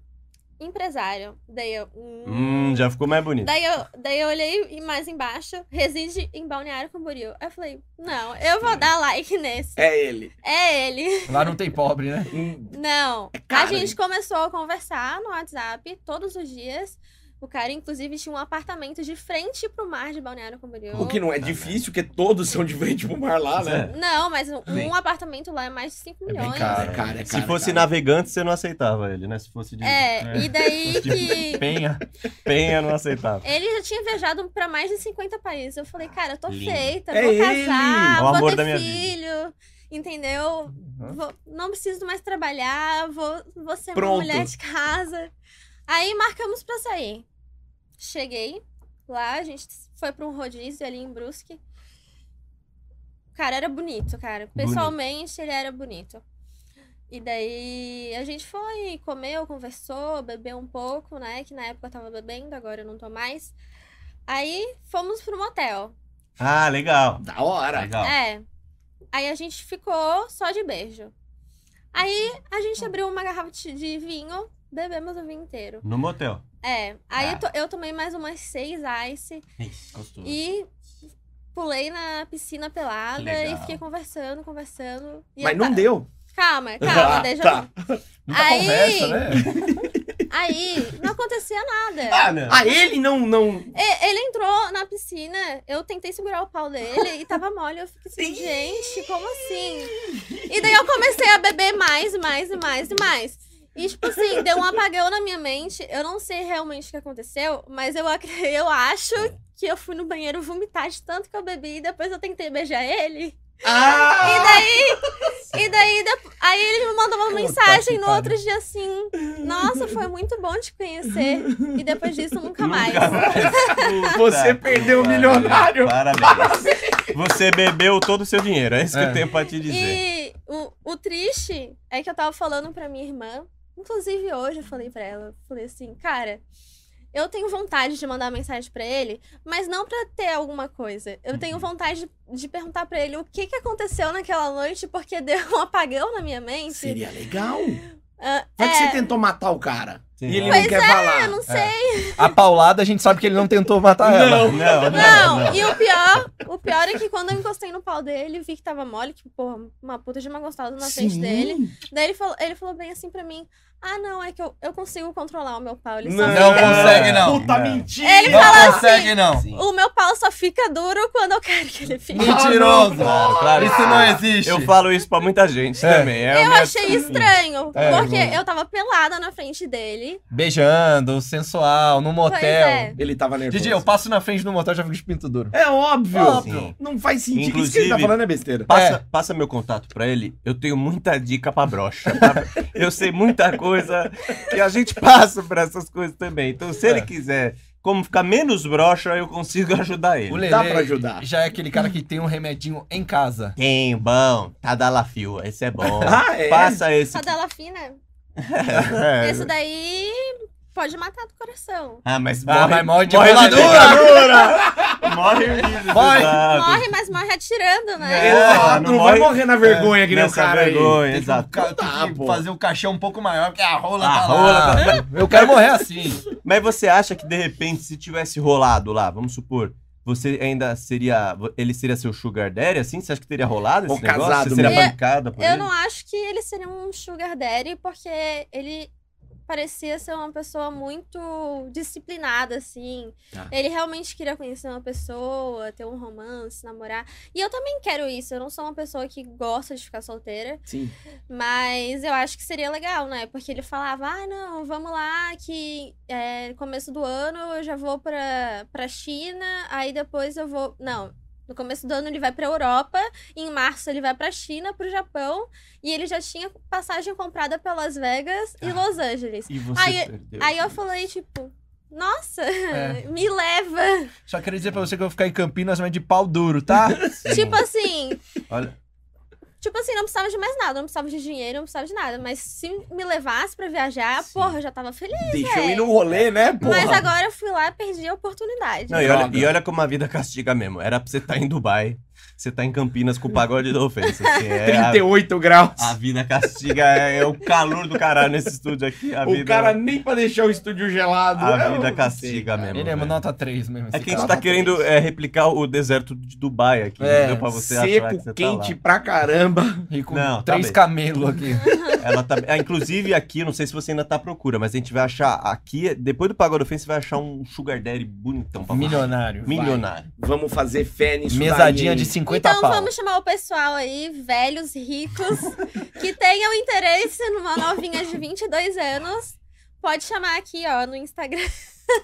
[SPEAKER 4] empresário. Daí eu. hum.
[SPEAKER 5] Hum, já ficou mais bonito.
[SPEAKER 4] Daí eu, daí eu olhei e mais embaixo, reside em Balneário Camboriú. Aí eu falei, não, eu vou dar like nesse.
[SPEAKER 1] É ele.
[SPEAKER 4] É ele.
[SPEAKER 2] Lá não tem pobre, né?
[SPEAKER 1] Hum,
[SPEAKER 4] Não. a
[SPEAKER 1] caro,
[SPEAKER 4] gente
[SPEAKER 1] hein?
[SPEAKER 4] começou a conversar no WhatsApp todos os dias. O cara, inclusive, tinha um apartamento de frente pro mar de Balneário Camboriú.
[SPEAKER 1] O que não é difícil, porque todos são de frente pro mar lá, né?
[SPEAKER 4] Não, mas um,
[SPEAKER 5] Sim.
[SPEAKER 4] um apartamento lá é mais de 5
[SPEAKER 2] bem
[SPEAKER 4] milhões.
[SPEAKER 2] caro.
[SPEAKER 1] É, cara, é
[SPEAKER 5] Se
[SPEAKER 1] cara,
[SPEAKER 5] fosse
[SPEAKER 1] cara.
[SPEAKER 5] navegante, você não aceitava ele, né? Se fosse de
[SPEAKER 4] É, e daí que.
[SPEAKER 2] Penha.
[SPEAKER 5] penha, não aceitava.
[SPEAKER 4] Ele já tinha viajado pra mais de 50 países. Eu falei, cara, eu tô
[SPEAKER 5] Lindo.
[SPEAKER 4] feita,
[SPEAKER 1] É
[SPEAKER 4] vou
[SPEAKER 1] ele!
[SPEAKER 5] É
[SPEAKER 4] casar,
[SPEAKER 5] o
[SPEAKER 4] vou
[SPEAKER 5] amor
[SPEAKER 4] ter
[SPEAKER 5] da minha vida.
[SPEAKER 4] filho, entendeu? Vou- não preciso mais trabalhar, vou, vou ser
[SPEAKER 1] Pronto.
[SPEAKER 4] uma mulher de casa. Aí marcamos pra sair. Cheguei lá, a gente foi pra um rodízio ali em Brusque. O cara era bonito, cara. Pessoalmente, ele era bonito. E daí a gente foi, comeu, conversou, bebeu um pouco, né? Que na época eu tava bebendo, agora eu não tô mais. Aí fomos pro motel.
[SPEAKER 5] Ah, legal.
[SPEAKER 1] Da hora.
[SPEAKER 5] Legal.
[SPEAKER 4] É. Aí a gente ficou só de beijo. Aí a gente abriu uma garrafa de de vinho, bebemos o vinho inteiro.
[SPEAKER 5] No motel.
[SPEAKER 4] É. Aí
[SPEAKER 5] Ah.
[SPEAKER 4] eu, to- eu tomei mais umas seis ice
[SPEAKER 5] Gostoso.
[SPEAKER 4] e pulei na piscina pelada
[SPEAKER 5] Legal.
[SPEAKER 4] e fiquei conversando, conversando. E é
[SPEAKER 1] Mas
[SPEAKER 4] eu
[SPEAKER 1] não
[SPEAKER 4] ta-
[SPEAKER 1] deu.
[SPEAKER 4] Calma, calma,
[SPEAKER 1] Ah,
[SPEAKER 4] deixa
[SPEAKER 1] tá.
[SPEAKER 4] eu.
[SPEAKER 2] Nunca
[SPEAKER 4] Aí-
[SPEAKER 2] conversa, né?
[SPEAKER 4] Aí não acontecia nada.
[SPEAKER 5] Ah, não.
[SPEAKER 1] Ah, ele não. não...
[SPEAKER 4] E- Ele entrou na piscina, eu tentei segurar o pau dele e tava mole. Eu fiquei assim, gente, como assim? E daí eu comecei a beber mais, mais, e mais e mais. E, tipo assim, deu um apagão na minha mente. Eu não sei realmente o que aconteceu, mas eu, ac- eu acho
[SPEAKER 1] É.
[SPEAKER 4] que eu fui no banheiro vomitar de tanto que eu bebi e depois eu tentei beijar ele.
[SPEAKER 1] Ah!
[SPEAKER 4] E daí, depo- aí ele me mandou uma
[SPEAKER 2] Puta
[SPEAKER 4] mensagem
[SPEAKER 2] que
[SPEAKER 4] no
[SPEAKER 2] pariu.
[SPEAKER 4] outro dia assim: Nossa, foi muito bom te conhecer. E depois disso, nunca mais.
[SPEAKER 5] Puta
[SPEAKER 1] Você
[SPEAKER 5] que
[SPEAKER 1] perdeu o
[SPEAKER 5] pariu.
[SPEAKER 1] um milionário.
[SPEAKER 5] Parabéns. Você bebeu todo o seu dinheiro. É isso que
[SPEAKER 2] É.
[SPEAKER 5] eu tenho pra te dizer.
[SPEAKER 4] E o, o triste é que eu tava falando pra minha irmã, inclusive hoje eu falei pra ela, eu falei assim, cara, eu tenho vontade de mandar mensagem pra ele, mas não pra ter alguma coisa. Eu tenho vontade de, de perguntar pra ele o que que aconteceu naquela noite, porque deu um apagão na minha mente.
[SPEAKER 1] Seria legal.
[SPEAKER 4] Ah,
[SPEAKER 1] Vai que
[SPEAKER 4] é,
[SPEAKER 1] você tentou matar o cara.
[SPEAKER 5] Sim.
[SPEAKER 1] E ele
[SPEAKER 5] Pois
[SPEAKER 1] não quer falar.
[SPEAKER 4] eu não sei.
[SPEAKER 2] A paulada, a gente sabe que ele não tentou matar ela.
[SPEAKER 5] Não, não,
[SPEAKER 4] Não,
[SPEAKER 5] não.
[SPEAKER 4] e o pior, o pior é que quando eu encostei no pau dele, vi que tava mole, que, porra, uma puta de uma gostosa na frente dele. Daí ele falou, ele falou bem assim pra mim: Ah, não, é que eu, eu consigo controlar o meu pau. Ele só
[SPEAKER 2] Não consegue, não.
[SPEAKER 1] Puta
[SPEAKER 5] Não.
[SPEAKER 1] mentira.
[SPEAKER 4] Ele
[SPEAKER 2] Não
[SPEAKER 4] fala
[SPEAKER 2] consegue, não.
[SPEAKER 4] fica- O meu pau só fica duro quando eu quero que ele fique.
[SPEAKER 1] Não.
[SPEAKER 2] Mentiroso.
[SPEAKER 5] Claro, claro.
[SPEAKER 2] Isso não existe.
[SPEAKER 5] Eu falo isso pra muita gente
[SPEAKER 2] É.
[SPEAKER 5] também. É o
[SPEAKER 4] Eu
[SPEAKER 5] meu-
[SPEAKER 4] achei estranho,
[SPEAKER 2] É,
[SPEAKER 4] porque
[SPEAKER 2] mano.
[SPEAKER 4] eu tava pelada na frente dele.
[SPEAKER 2] Beijando, sensual, num motel.
[SPEAKER 4] é.
[SPEAKER 1] Ele tava nervoso.
[SPEAKER 2] Didi, eu passo na frente do motel e já fico de pinto duro.
[SPEAKER 1] É óbvio.
[SPEAKER 2] Óbvio.
[SPEAKER 1] Não faz sentido. Isso que
[SPEAKER 5] Inclusive-
[SPEAKER 1] ele tá falando é besteira.
[SPEAKER 5] Passa, passa meu contato pra ele. Eu tenho muita dica pra brocha. pra- Eu sei muita coisa que a gente passa pra essas coisas também. Então, se ele
[SPEAKER 2] É.
[SPEAKER 5] quiser como ficar menos broxa, eu consigo ajudar
[SPEAKER 2] O
[SPEAKER 5] ele.
[SPEAKER 2] Lelê
[SPEAKER 1] Dá pra ajudar.
[SPEAKER 2] já é aquele cara que tem um remedinho em casa.
[SPEAKER 5] Tem, bom. Tadalafil, esse é bom.
[SPEAKER 1] Ah, é?
[SPEAKER 5] Passa esse.
[SPEAKER 4] Só dela fina.
[SPEAKER 5] É.
[SPEAKER 4] Tá Esse daí pode matar do coração.
[SPEAKER 5] Ah, mas morre,
[SPEAKER 2] Ah, mas morre de
[SPEAKER 5] morre
[SPEAKER 2] bola
[SPEAKER 5] de picadura. morre livre,
[SPEAKER 2] Vai.
[SPEAKER 5] exato.
[SPEAKER 4] Morre, mas morre atirando, né?
[SPEAKER 5] É,
[SPEAKER 1] Exato,
[SPEAKER 5] não
[SPEAKER 1] não, vai
[SPEAKER 5] morre-
[SPEAKER 1] morrer na vergonha que nem o
[SPEAKER 5] Nessa
[SPEAKER 1] cara aí.
[SPEAKER 5] vergonha,
[SPEAKER 2] Tem que
[SPEAKER 5] exato.
[SPEAKER 2] ca- tem
[SPEAKER 1] Tá,
[SPEAKER 2] que
[SPEAKER 1] pô.
[SPEAKER 2] fazer um caixão um pouco maior, porque a rola
[SPEAKER 5] A
[SPEAKER 2] tá
[SPEAKER 5] rola
[SPEAKER 2] lá. Eu quero morrer assim.
[SPEAKER 5] Mas você acha que de repente, se tivesse rolado lá, vamos supor, você ainda seria. Ele seria seu sugar daddy, assim? Você acha que teria rolado esse
[SPEAKER 1] Ou
[SPEAKER 5] negócio?
[SPEAKER 1] casado
[SPEAKER 5] você seria
[SPEAKER 4] mesmo.
[SPEAKER 5] bancada por
[SPEAKER 4] Eu
[SPEAKER 5] ele?
[SPEAKER 4] não acho que ele seria um sugar daddy, porque ele parecia ser uma pessoa muito disciplinada, assim.
[SPEAKER 5] Tá.
[SPEAKER 4] Ele realmente queria conhecer uma pessoa, ter um romance, namorar. E eu também quero isso. Eu não sou uma pessoa que gosta de ficar solteira,
[SPEAKER 1] Sim.
[SPEAKER 4] mas eu acho que seria legal, né? Porque ele falava, ah, não, vamos lá, que é, no começo do ano eu já vou pra, pra China, aí depois eu vou... Não, no começo do ano ele vai pra Europa, em março ele vai pra China, pro Japão, e ele já tinha passagem comprada pra Las Vegas e Los Angeles.
[SPEAKER 5] E você
[SPEAKER 4] Aí-
[SPEAKER 5] perdeu.
[SPEAKER 4] Aí eu falei, tipo, nossa,
[SPEAKER 2] É.
[SPEAKER 4] me leva.
[SPEAKER 2] Só queria dizer pra você que eu vou ficar em Campinas, mas de pau duro, tá?
[SPEAKER 4] Tipo assim,
[SPEAKER 5] Olha,
[SPEAKER 4] Tipo assim, não precisava de mais nada, não precisava de dinheiro, não precisava de nada. Mas se me levasse pra viajar,
[SPEAKER 5] Sim.
[SPEAKER 4] porra, eu já tava feliz.
[SPEAKER 1] Deixa eu
[SPEAKER 4] velho.
[SPEAKER 1] ir no rolê, né, porra?
[SPEAKER 4] Mas agora eu fui lá e perdi a oportunidade.
[SPEAKER 5] não, e, olha,
[SPEAKER 1] Droga.
[SPEAKER 5] e olha como a vida castiga mesmo. Era pra você estar em Dubai, você tá em Campinas com o pagode da ofensa. assim, é a,
[SPEAKER 1] 38 graus.
[SPEAKER 5] a vida castiga, é, é o calor do caralho nesse estúdio aqui. A
[SPEAKER 1] o
[SPEAKER 5] vida, é
[SPEAKER 1] cara nem pra deixar o estúdio gelado. É um
[SPEAKER 5] a
[SPEAKER 1] Eu
[SPEAKER 5] vida
[SPEAKER 1] não sei.
[SPEAKER 5] castiga mesmo.
[SPEAKER 2] Ele é
[SPEAKER 5] velho.
[SPEAKER 2] nota 3 mesmo.
[SPEAKER 5] É
[SPEAKER 2] esse
[SPEAKER 5] que a gente
[SPEAKER 2] cara.
[SPEAKER 5] tá querendo é, replicar o deserto de Dubai aqui.
[SPEAKER 2] É,
[SPEAKER 5] Deu pra você achar que
[SPEAKER 1] Seco,
[SPEAKER 5] você tá lá.
[SPEAKER 1] quente pra caramba.
[SPEAKER 2] E com
[SPEAKER 5] Não, tá
[SPEAKER 2] três
[SPEAKER 5] bem.
[SPEAKER 2] camelos aqui.
[SPEAKER 5] Ela tá. Ah, inclusive aqui, não sei se você ainda tá à procura, mas a gente vai achar aqui, depois do Pagode Ofensa, você vai achar um Sugar Daddy bonitão pra você.
[SPEAKER 2] Milionário.
[SPEAKER 5] Milionário.
[SPEAKER 1] Vamos fazer fé nisso
[SPEAKER 2] Mesadinha
[SPEAKER 1] daí,
[SPEAKER 2] de
[SPEAKER 1] hein?
[SPEAKER 2] 50
[SPEAKER 4] Então
[SPEAKER 2] pau.
[SPEAKER 4] vamos chamar o pessoal aí, velhos, ricos, que tenham interesse numa novinha de 22 anos. Pode chamar aqui, ó, no Instagram.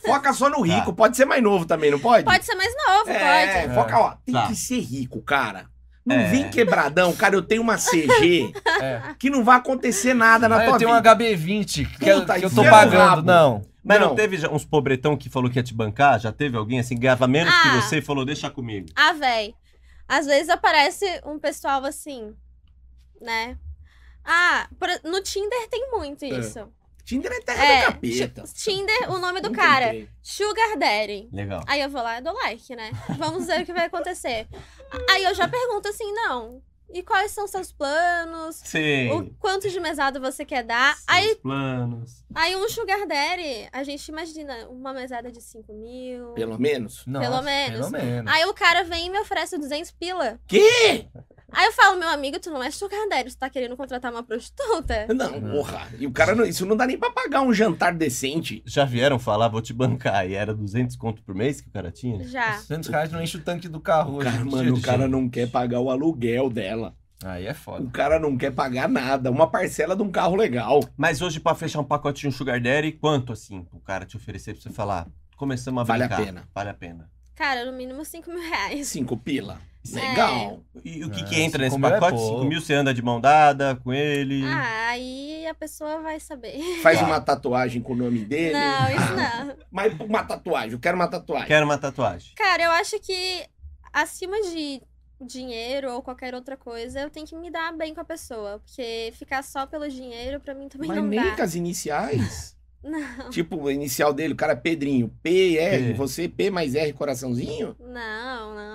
[SPEAKER 1] Foca só
[SPEAKER 5] Tá.
[SPEAKER 1] no rico. Pode ser mais novo também, não pode?
[SPEAKER 4] Pode ser mais novo,
[SPEAKER 1] É,
[SPEAKER 4] pode.
[SPEAKER 1] foca, ó. Tem
[SPEAKER 5] Tá.
[SPEAKER 1] que ser rico, cara. Não
[SPEAKER 5] É.
[SPEAKER 1] vem quebradão, cara. Eu tenho uma CG
[SPEAKER 2] É.
[SPEAKER 1] que não vai acontecer nada na
[SPEAKER 2] Ah, eu
[SPEAKER 1] tua
[SPEAKER 2] tenho um
[SPEAKER 1] vida.
[SPEAKER 2] HB20 que, eu-
[SPEAKER 1] Puta,
[SPEAKER 2] que eu tô
[SPEAKER 1] enfia no
[SPEAKER 2] pagando.
[SPEAKER 1] rabo.
[SPEAKER 2] Não.
[SPEAKER 5] Mas não. teve já uns pobretão que falou que ia te bancar? Já teve alguém assim que ganhava menos que
[SPEAKER 4] Ah.
[SPEAKER 5] você e falou, deixa comigo?
[SPEAKER 4] Ah, véi. Às vezes aparece um pessoal assim, né? Ah, por- no Tinder tem
[SPEAKER 1] É.
[SPEAKER 4] muito isso.
[SPEAKER 1] Tinder é terra
[SPEAKER 4] É,
[SPEAKER 1] do capeta.
[SPEAKER 4] Ti- Tinder, o nome do
[SPEAKER 1] Não
[SPEAKER 4] cara,
[SPEAKER 1] tem jeito.
[SPEAKER 4] Sugar Daddy.
[SPEAKER 5] Legal.
[SPEAKER 4] Aí eu vou lá e dou like, né? Vamos ver o que vai acontecer. Aí eu já pergunto assim, não, e quais são seus planos?
[SPEAKER 5] Sim.
[SPEAKER 4] O quanto de mesada você quer dar?
[SPEAKER 5] Seus
[SPEAKER 4] Aí,
[SPEAKER 5] planos.
[SPEAKER 4] aí um Sugar Daddy, a gente imagina uma mesada de 5 mil.
[SPEAKER 1] Pelo menos.
[SPEAKER 2] Nossa,
[SPEAKER 4] menos.
[SPEAKER 2] Pelo menos.
[SPEAKER 4] Aí o cara vem e me oferece 200 pila.
[SPEAKER 1] Quê?
[SPEAKER 4] Aí eu falo, meu amigo, tu não é Sugar Daddy, tu tá querendo contratar uma prostituta?
[SPEAKER 1] Não, porra. E o cara, não, isso não dá nem pra pagar um jantar decente.
[SPEAKER 5] Já vieram falar, vou te bancar, e era 200 conto por mês que o cara tinha?
[SPEAKER 4] Já.
[SPEAKER 2] 200 reais não enche o tanque do carro hoje.
[SPEAKER 1] Cara,
[SPEAKER 2] em dia,
[SPEAKER 1] mano, o
[SPEAKER 2] gente.
[SPEAKER 1] cara não quer pagar o aluguel dela.
[SPEAKER 2] Aí é
[SPEAKER 1] O
[SPEAKER 2] foda.
[SPEAKER 1] cara não quer pagar nada. Uma parcela de um carro legal.
[SPEAKER 5] Mas hoje, pra fechar um pacotinho Sugar Daddy, quanto assim o cara te oferecer pra você falar? Começamos a
[SPEAKER 1] Vale a
[SPEAKER 5] brincar.
[SPEAKER 1] pena.
[SPEAKER 5] Vale a pena.
[SPEAKER 4] Cara, no mínimo 5 mil reais.
[SPEAKER 1] Cinco pila. Legal.
[SPEAKER 5] E o que,
[SPEAKER 2] É,
[SPEAKER 5] que entra nesse
[SPEAKER 2] cinco mil é
[SPEAKER 5] pacote?
[SPEAKER 2] pouco.
[SPEAKER 5] 5 mil você anda de mão dada com ele.
[SPEAKER 4] Ah, aí a pessoa vai saber.
[SPEAKER 1] Faz
[SPEAKER 5] Tá.
[SPEAKER 1] uma tatuagem com o nome dele.
[SPEAKER 4] É. Não, isso não.
[SPEAKER 1] Mas uma tatuagem. Eu quero uma tatuagem.
[SPEAKER 5] Quero uma tatuagem.
[SPEAKER 4] Cara, eu acho que acima de dinheiro ou qualquer outra coisa, eu tenho que me dar bem com a pessoa. Porque ficar só pelo dinheiro, pra mim também
[SPEAKER 1] Mas
[SPEAKER 4] não
[SPEAKER 1] nem
[SPEAKER 4] dá.
[SPEAKER 1] com as iniciais.
[SPEAKER 4] Não,
[SPEAKER 1] tipo, a inicial dele, o cara é Pedrinho. P, R,
[SPEAKER 5] P.
[SPEAKER 1] você P mais R, coraçãozinho?
[SPEAKER 4] não, não.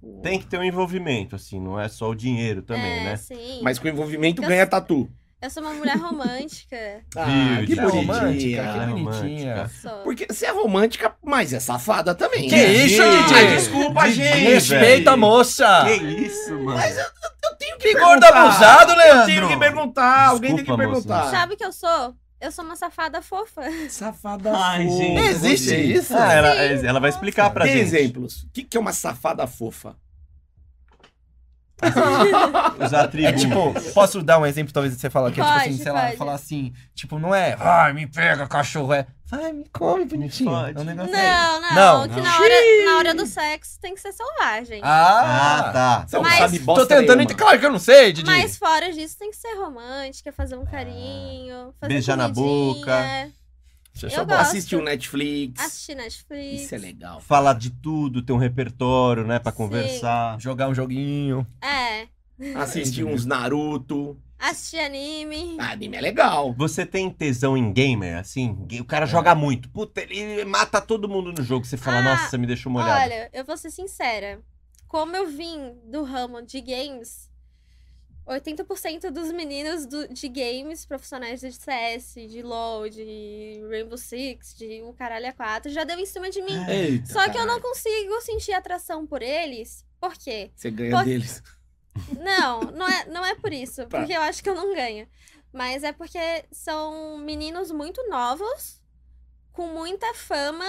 [SPEAKER 5] Não. Tem que ter um envolvimento, assim, não é só o dinheiro também,
[SPEAKER 4] é,
[SPEAKER 5] né?
[SPEAKER 4] sim.
[SPEAKER 1] Mas com envolvimento
[SPEAKER 4] Eu-
[SPEAKER 1] ganha tatu.
[SPEAKER 4] Eu sou uma mulher romântica.
[SPEAKER 1] Ah, que
[SPEAKER 5] Viu,
[SPEAKER 2] Ela é
[SPEAKER 5] bonitinha,
[SPEAKER 2] romântica,
[SPEAKER 1] bonitinha.
[SPEAKER 5] ela é
[SPEAKER 2] que bonitinha.
[SPEAKER 5] romântica.
[SPEAKER 4] sou.
[SPEAKER 1] Porque você é romântica, mas é safada também.
[SPEAKER 2] Que
[SPEAKER 1] né?
[SPEAKER 2] isso,
[SPEAKER 1] Ai,
[SPEAKER 2] DJ?
[SPEAKER 1] desculpa,
[SPEAKER 5] DJ,
[SPEAKER 1] gente.
[SPEAKER 5] velho.
[SPEAKER 2] Respeita a moça!
[SPEAKER 5] Que isso, mano?
[SPEAKER 1] Eu tenho que
[SPEAKER 2] Que gordo
[SPEAKER 1] perguntar.
[SPEAKER 2] abusado,
[SPEAKER 1] Eu
[SPEAKER 2] Leandro!
[SPEAKER 1] tenho que perguntar. Alguém tem que
[SPEAKER 5] Desculpa, moça.
[SPEAKER 1] perguntar.
[SPEAKER 4] Sabe o que eu sou? Eu sou uma safada fofa.
[SPEAKER 1] Safada
[SPEAKER 5] Ai,
[SPEAKER 1] fofa.
[SPEAKER 5] gente.
[SPEAKER 2] Existe
[SPEAKER 1] Existe
[SPEAKER 2] isso?
[SPEAKER 5] Ah, ela,
[SPEAKER 4] Sim,
[SPEAKER 5] ela vai explicar pra
[SPEAKER 1] Dê
[SPEAKER 5] gente.
[SPEAKER 1] exemplos. O que, que é uma safada fofa?
[SPEAKER 5] Os
[SPEAKER 2] É
[SPEAKER 5] atributos.
[SPEAKER 2] tipo, posso dar um exemplo, talvez, de você falar que é tipo
[SPEAKER 4] Pode,
[SPEAKER 2] assim, sei lá,
[SPEAKER 4] pode.
[SPEAKER 2] falar assim, tipo, não é, vai, me pega, cachorro, é, vai, me come, bonitinho.
[SPEAKER 5] fode.
[SPEAKER 2] É um negócio aí.
[SPEAKER 4] Não, não.
[SPEAKER 2] Não,
[SPEAKER 4] que
[SPEAKER 5] não.
[SPEAKER 4] Na, hora, na hora do sexo tem que ser selvagem.
[SPEAKER 2] Ah,
[SPEAKER 5] Ah, tá.
[SPEAKER 1] Você não
[SPEAKER 4] Mas-
[SPEAKER 1] é um sabe
[SPEAKER 2] Tô
[SPEAKER 1] bosta
[SPEAKER 2] tentando,
[SPEAKER 1] nenhuma.
[SPEAKER 2] ent- claro que eu não sei, Didi.
[SPEAKER 4] Mas fora disso, tem que ser romântica, fazer um carinho, fazer
[SPEAKER 5] Ah. Beijar na
[SPEAKER 4] comidinha.
[SPEAKER 5] boca.
[SPEAKER 3] Isso é
[SPEAKER 4] Eu
[SPEAKER 3] só bom.
[SPEAKER 4] gosto.
[SPEAKER 1] Assistir o Netflix.
[SPEAKER 4] Assistir Netflix.
[SPEAKER 1] Isso é legal.
[SPEAKER 5] Falar de tudo, ter um repertório, né? Pra
[SPEAKER 4] Sim.
[SPEAKER 5] conversar.
[SPEAKER 2] Jogar um joguinho.
[SPEAKER 4] É.
[SPEAKER 1] Assistir uns Naruto.
[SPEAKER 4] Assistir anime.
[SPEAKER 1] Ah, anime é legal.
[SPEAKER 5] Você tem tesão em gamer, assim? O cara
[SPEAKER 2] É.
[SPEAKER 5] joga muito. Puta, ele mata todo mundo no jogo. Você fala,
[SPEAKER 4] Ah,
[SPEAKER 5] nossa, me deixou molhado.
[SPEAKER 4] Olha, eu vou ser sincera. Como eu vim do ramo de games, 80% dos meninos do- de games profissionais de CS, de LoL, de Rainbow Six, de o caralho a 4, já deu em cima de mim.
[SPEAKER 1] Eita,
[SPEAKER 4] Só que eu não
[SPEAKER 1] É, caralho.
[SPEAKER 4] consigo sentir atração por eles. Por quê?
[SPEAKER 1] Você ganha
[SPEAKER 4] Só-
[SPEAKER 1] deles.
[SPEAKER 4] Não, não é, não é por isso.
[SPEAKER 1] Tá.
[SPEAKER 4] Porque eu acho que eu não ganho. Mas é porque são meninos muito novos, com muita fama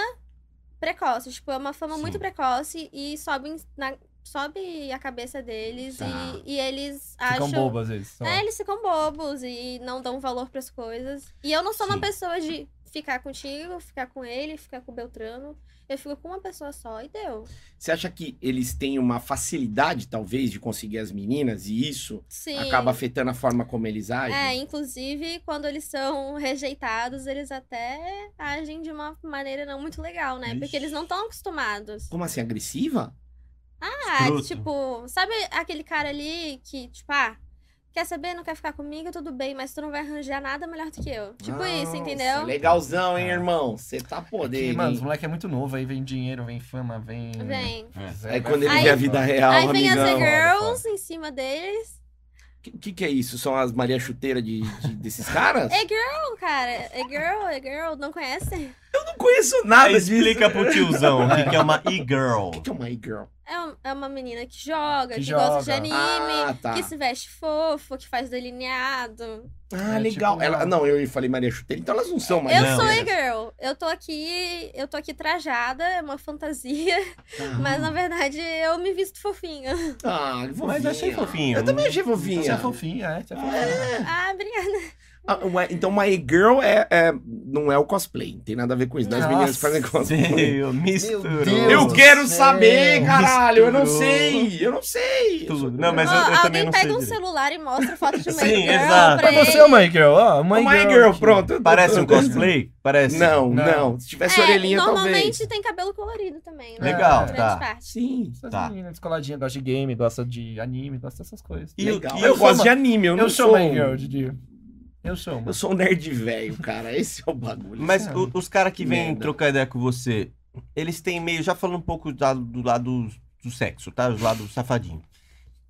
[SPEAKER 4] precoce. Tipo, é uma fama
[SPEAKER 5] Sim.
[SPEAKER 4] muito precoce e sobem na- sobe a cabeça deles
[SPEAKER 1] Tá.
[SPEAKER 4] e, e eles
[SPEAKER 2] Ficam então.
[SPEAKER 4] acham.
[SPEAKER 2] um bobo às vezes. só.
[SPEAKER 4] É, eles ficam bobos e não dão valor pras coisas. E eu não sou
[SPEAKER 5] Sim.
[SPEAKER 4] uma pessoa de ficar contigo, ficar com ele, ficar com o Beltrano. Eu fico com uma pessoa só e deu.
[SPEAKER 1] Você acha que eles têm uma facilidade, talvez, de conseguir as meninas e isso
[SPEAKER 4] Sim.
[SPEAKER 1] acaba afetando a forma como eles agem?
[SPEAKER 4] É, inclusive, quando eles são rejeitados, eles até agem de uma maneira não muito legal, né? Porque eles não estão acostumados.
[SPEAKER 1] Como assim, agressiva?
[SPEAKER 4] Ah,
[SPEAKER 5] Escroto.
[SPEAKER 4] tipo, sabe aquele cara ali que, tipo, ah, quer saber, não quer ficar comigo, tudo bem, mas tu não vai arranjar nada melhor do que eu. Tipo isso,
[SPEAKER 1] Nossa,
[SPEAKER 4] entendeu?
[SPEAKER 1] Legalzão, hein, irmão? Você tá
[SPEAKER 2] Porque,
[SPEAKER 1] podendo.
[SPEAKER 2] mano, os
[SPEAKER 1] hein?
[SPEAKER 2] moleque é muito novo, aí vem dinheiro, vem fama, vem. É,
[SPEAKER 4] Vem.
[SPEAKER 2] Zé,
[SPEAKER 1] né? Aí
[SPEAKER 2] vai
[SPEAKER 1] quando ele
[SPEAKER 2] fora.
[SPEAKER 1] vê a vida real,
[SPEAKER 4] Aí vem as
[SPEAKER 1] é amigão.
[SPEAKER 2] Foda,
[SPEAKER 4] girls em cima deles.
[SPEAKER 1] O que, que é isso? São as Maria Chuteira de, de- desses caras?
[SPEAKER 4] É girl, cara. É girl, é girl. Não conhece?
[SPEAKER 1] Eu não conheço nada
[SPEAKER 5] Aí explica pro tiozão o que que é uma e-girl.
[SPEAKER 1] O que, que é uma e-girl?
[SPEAKER 4] É, um- é uma menina que joga,
[SPEAKER 2] Que
[SPEAKER 4] que, gosta de
[SPEAKER 2] joga.
[SPEAKER 4] anime.
[SPEAKER 1] Ah, tá.
[SPEAKER 4] Que se veste fofo, que faz delineado.
[SPEAKER 1] Ah,
[SPEAKER 2] É,
[SPEAKER 1] legal.
[SPEAKER 2] tipo,
[SPEAKER 1] Ela...
[SPEAKER 2] uma-
[SPEAKER 1] Não, eu falei Maria Chuteira, então elas não são Maria
[SPEAKER 4] eu
[SPEAKER 5] não,
[SPEAKER 4] sou
[SPEAKER 1] Chuteira.
[SPEAKER 4] e-girl. Eu tô aqui, eu tô aqui trajada, é uma fantasia, mas
[SPEAKER 5] Uhum.
[SPEAKER 4] na verdade eu me visto fofinha.
[SPEAKER 1] Ah, fofinha.
[SPEAKER 5] Mas eu achei fofinho.
[SPEAKER 1] Eu também achei
[SPEAKER 2] Você é
[SPEAKER 1] fofinha.
[SPEAKER 2] fofinha, é. Você é fofinha.
[SPEAKER 4] ah, obrigada.
[SPEAKER 1] Ah, uma- então, uma e-girl é, é- não é o cosplay. Não tem nada a ver com isso. Não, as
[SPEAKER 2] Nossa.
[SPEAKER 1] meninas fazem cosplay.
[SPEAKER 5] Meu, misturou.
[SPEAKER 2] Deus.
[SPEAKER 1] Eu
[SPEAKER 2] Meu
[SPEAKER 1] quero
[SPEAKER 2] céu.
[SPEAKER 1] saber, caralho. Eu não
[SPEAKER 5] Misturou.
[SPEAKER 1] sei. Eu não sei. Eu sou-
[SPEAKER 5] Tudo. Não, mas
[SPEAKER 4] Ó,
[SPEAKER 5] eu, eu também
[SPEAKER 4] alguém
[SPEAKER 5] não
[SPEAKER 4] pega
[SPEAKER 5] sei.
[SPEAKER 4] um
[SPEAKER 5] direito.
[SPEAKER 4] celular e mostra foto de uma
[SPEAKER 5] Sim,
[SPEAKER 4] e-girl
[SPEAKER 5] exato.
[SPEAKER 4] pra
[SPEAKER 2] Mas você é
[SPEAKER 4] ele.
[SPEAKER 2] uma girl, ó. Uma
[SPEAKER 1] Uma
[SPEAKER 2] girl, tipo,
[SPEAKER 1] e-girl,
[SPEAKER 2] aqui.
[SPEAKER 1] Oh, pronto. eu-
[SPEAKER 5] Parece
[SPEAKER 1] eu-
[SPEAKER 5] um cosplay? Parece.
[SPEAKER 1] Não, não.
[SPEAKER 2] Não.
[SPEAKER 1] Se tivesse
[SPEAKER 4] É,
[SPEAKER 1] orelhinha,
[SPEAKER 4] normalmente
[SPEAKER 1] talvez.
[SPEAKER 4] tem cabelo colorido também, né?
[SPEAKER 5] Legal,
[SPEAKER 4] Grande
[SPEAKER 5] tá.
[SPEAKER 4] parte.
[SPEAKER 1] Sim.
[SPEAKER 2] Essas
[SPEAKER 5] Tá.
[SPEAKER 2] meninas descoladinhas, gosta de game, gosta de anime, gosta dessas coisas.
[SPEAKER 5] E o-
[SPEAKER 1] legal.
[SPEAKER 5] e
[SPEAKER 1] eu
[SPEAKER 5] eu
[SPEAKER 1] gosto
[SPEAKER 2] sou
[SPEAKER 1] de anime. Eu,
[SPEAKER 2] Eu,
[SPEAKER 1] não
[SPEAKER 2] sou
[SPEAKER 1] sou um
[SPEAKER 2] uma girl, Didi. Eu sou uma.
[SPEAKER 1] Eu sou um nerd velho, cara. Esse é o bagulho.
[SPEAKER 5] Mas o- os caras que vêm
[SPEAKER 1] Merda.
[SPEAKER 5] trocar ideia com você, eles têm meio. Já falando um pouco da- do lado do sexo, tá? Do lado safadinho.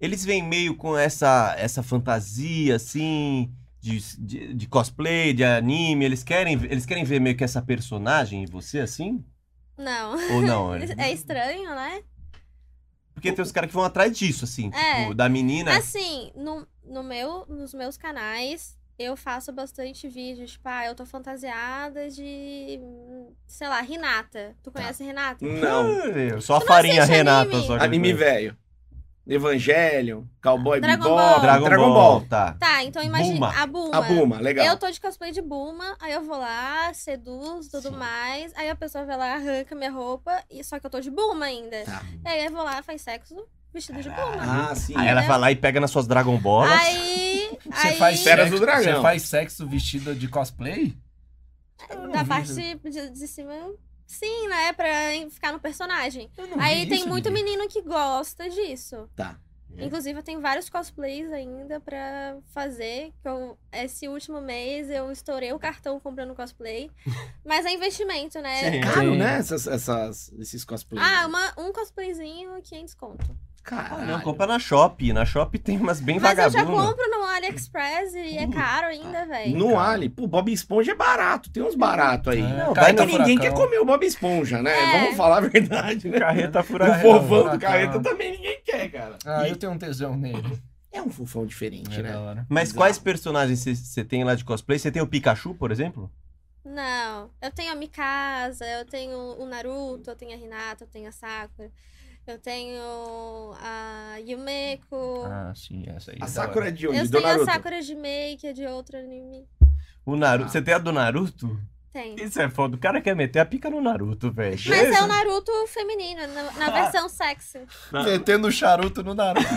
[SPEAKER 5] Eles vêm meio com essa, essa fantasia, assim, de, de, de cosplay, de anime. Eles querem, eles querem ver meio que essa personagem em você, assim?
[SPEAKER 4] Não.
[SPEAKER 5] Ou não?
[SPEAKER 4] É estranho, né?
[SPEAKER 5] Porque tem os caras que vão atrás disso, assim,
[SPEAKER 4] É.
[SPEAKER 5] tipo, da menina.
[SPEAKER 4] Assim, no, no meu, nos meus canais, eu faço bastante vídeos. Tipo, ah, eu tô fantasiada de. sei lá, Renata. Tu
[SPEAKER 5] Tá.
[SPEAKER 4] conhece Renata?
[SPEAKER 5] Hum.
[SPEAKER 1] Não.
[SPEAKER 5] Eu é, Só a farinha
[SPEAKER 4] assiste
[SPEAKER 5] Renata,
[SPEAKER 4] é anime?
[SPEAKER 5] só que
[SPEAKER 1] Anime velho. Evangelho, Cowboy
[SPEAKER 4] Dragon
[SPEAKER 1] Bebop,
[SPEAKER 4] Ball.
[SPEAKER 5] Dragon, Ball, tá.
[SPEAKER 4] Tá, então imagina.
[SPEAKER 5] Bulma.
[SPEAKER 4] A Bulma.
[SPEAKER 1] A Buma, legal.
[SPEAKER 4] Eu tô de cosplay de Bulma, aí eu vou lá, seduzo, tudo
[SPEAKER 5] Sim.
[SPEAKER 4] mais. Aí a pessoa vai lá, arranca minha roupa, e só que eu tô de Bulma ainda.
[SPEAKER 1] Tá.
[SPEAKER 4] E aí eu vou lá, faz sexo, vestido de Bulma.
[SPEAKER 1] Ah, sim.
[SPEAKER 5] Aí ela
[SPEAKER 4] Entendeu?
[SPEAKER 5] vai lá e pega nas suas Dragon Balls.
[SPEAKER 4] Aí.
[SPEAKER 2] Você
[SPEAKER 4] aí
[SPEAKER 2] faz
[SPEAKER 1] Feras
[SPEAKER 2] sexo-
[SPEAKER 1] do Dragão.
[SPEAKER 2] Você faz sexo vestido de cosplay?
[SPEAKER 4] Da parte de, de cima, sim, né? Pra ficar no personagem. Aí tem muito menino que gosta disso.
[SPEAKER 1] Tá.
[SPEAKER 4] Inclusive, eu tenho vários cosplays ainda pra fazer. Que eu, esse último mês eu estourei o cartão comprando cosplay. Mas é investimento, né?
[SPEAKER 5] Sim.
[SPEAKER 1] Caro,
[SPEAKER 2] Sim.
[SPEAKER 1] né? Essas, essas- esses cosplays.
[SPEAKER 4] Ah, uma- um cosplayzinho, 500 conto.
[SPEAKER 5] Ah,
[SPEAKER 1] Caralho.
[SPEAKER 5] não, compra na Shop. Na Shop tem umas bem
[SPEAKER 4] Mas eu já
[SPEAKER 5] vagabundas.
[SPEAKER 4] compro no AliExpress e é
[SPEAKER 5] Um Hum.
[SPEAKER 4] caro ainda, velho.
[SPEAKER 1] No Ali, pô, Bob Esponja é barato, tem uns barato aí.
[SPEAKER 2] É,
[SPEAKER 1] Não,
[SPEAKER 2] Carreta
[SPEAKER 1] vai que ninguém quer
[SPEAKER 2] Furacão.
[SPEAKER 1] comer o Bob Esponja, né?
[SPEAKER 4] É.
[SPEAKER 1] Vamos falar a verdade, né?
[SPEAKER 5] Carreta
[SPEAKER 1] O
[SPEAKER 5] furada.
[SPEAKER 2] Carreta
[SPEAKER 1] fofão do
[SPEAKER 2] Furacão.
[SPEAKER 1] carreta também ninguém quer, cara.
[SPEAKER 2] Ah,
[SPEAKER 1] E
[SPEAKER 2] eu tenho um tesão nele.
[SPEAKER 1] É um fofão diferente,
[SPEAKER 2] É da
[SPEAKER 1] né?
[SPEAKER 2] hora.
[SPEAKER 5] Mas quais personagens você tem lá de cosplay? Você tem o Pikachu, por exemplo?
[SPEAKER 4] Não, eu tenho a Mikasa, eu tenho o Naruto, eu tenho a Hinata, eu tenho a Sakura, eu tenho a Yumeko,
[SPEAKER 2] Ah, sim, essa aí. é
[SPEAKER 1] A
[SPEAKER 2] da
[SPEAKER 1] Sakura
[SPEAKER 2] hora.
[SPEAKER 1] é de
[SPEAKER 4] eu
[SPEAKER 1] onde?
[SPEAKER 4] tenho
[SPEAKER 1] Do
[SPEAKER 4] a
[SPEAKER 1] Naruto.
[SPEAKER 4] Sakura Jimei, que é de outro anime.
[SPEAKER 5] O Naruto.
[SPEAKER 1] Ah.
[SPEAKER 5] Você tem a do Naruto?
[SPEAKER 4] Tem.
[SPEAKER 5] Isso é foda. O cara quer meter a pica no Naruto, velho.
[SPEAKER 4] Mas é o Naruto feminino, na, na versão sexy.
[SPEAKER 2] Metendo charuto no Naruto.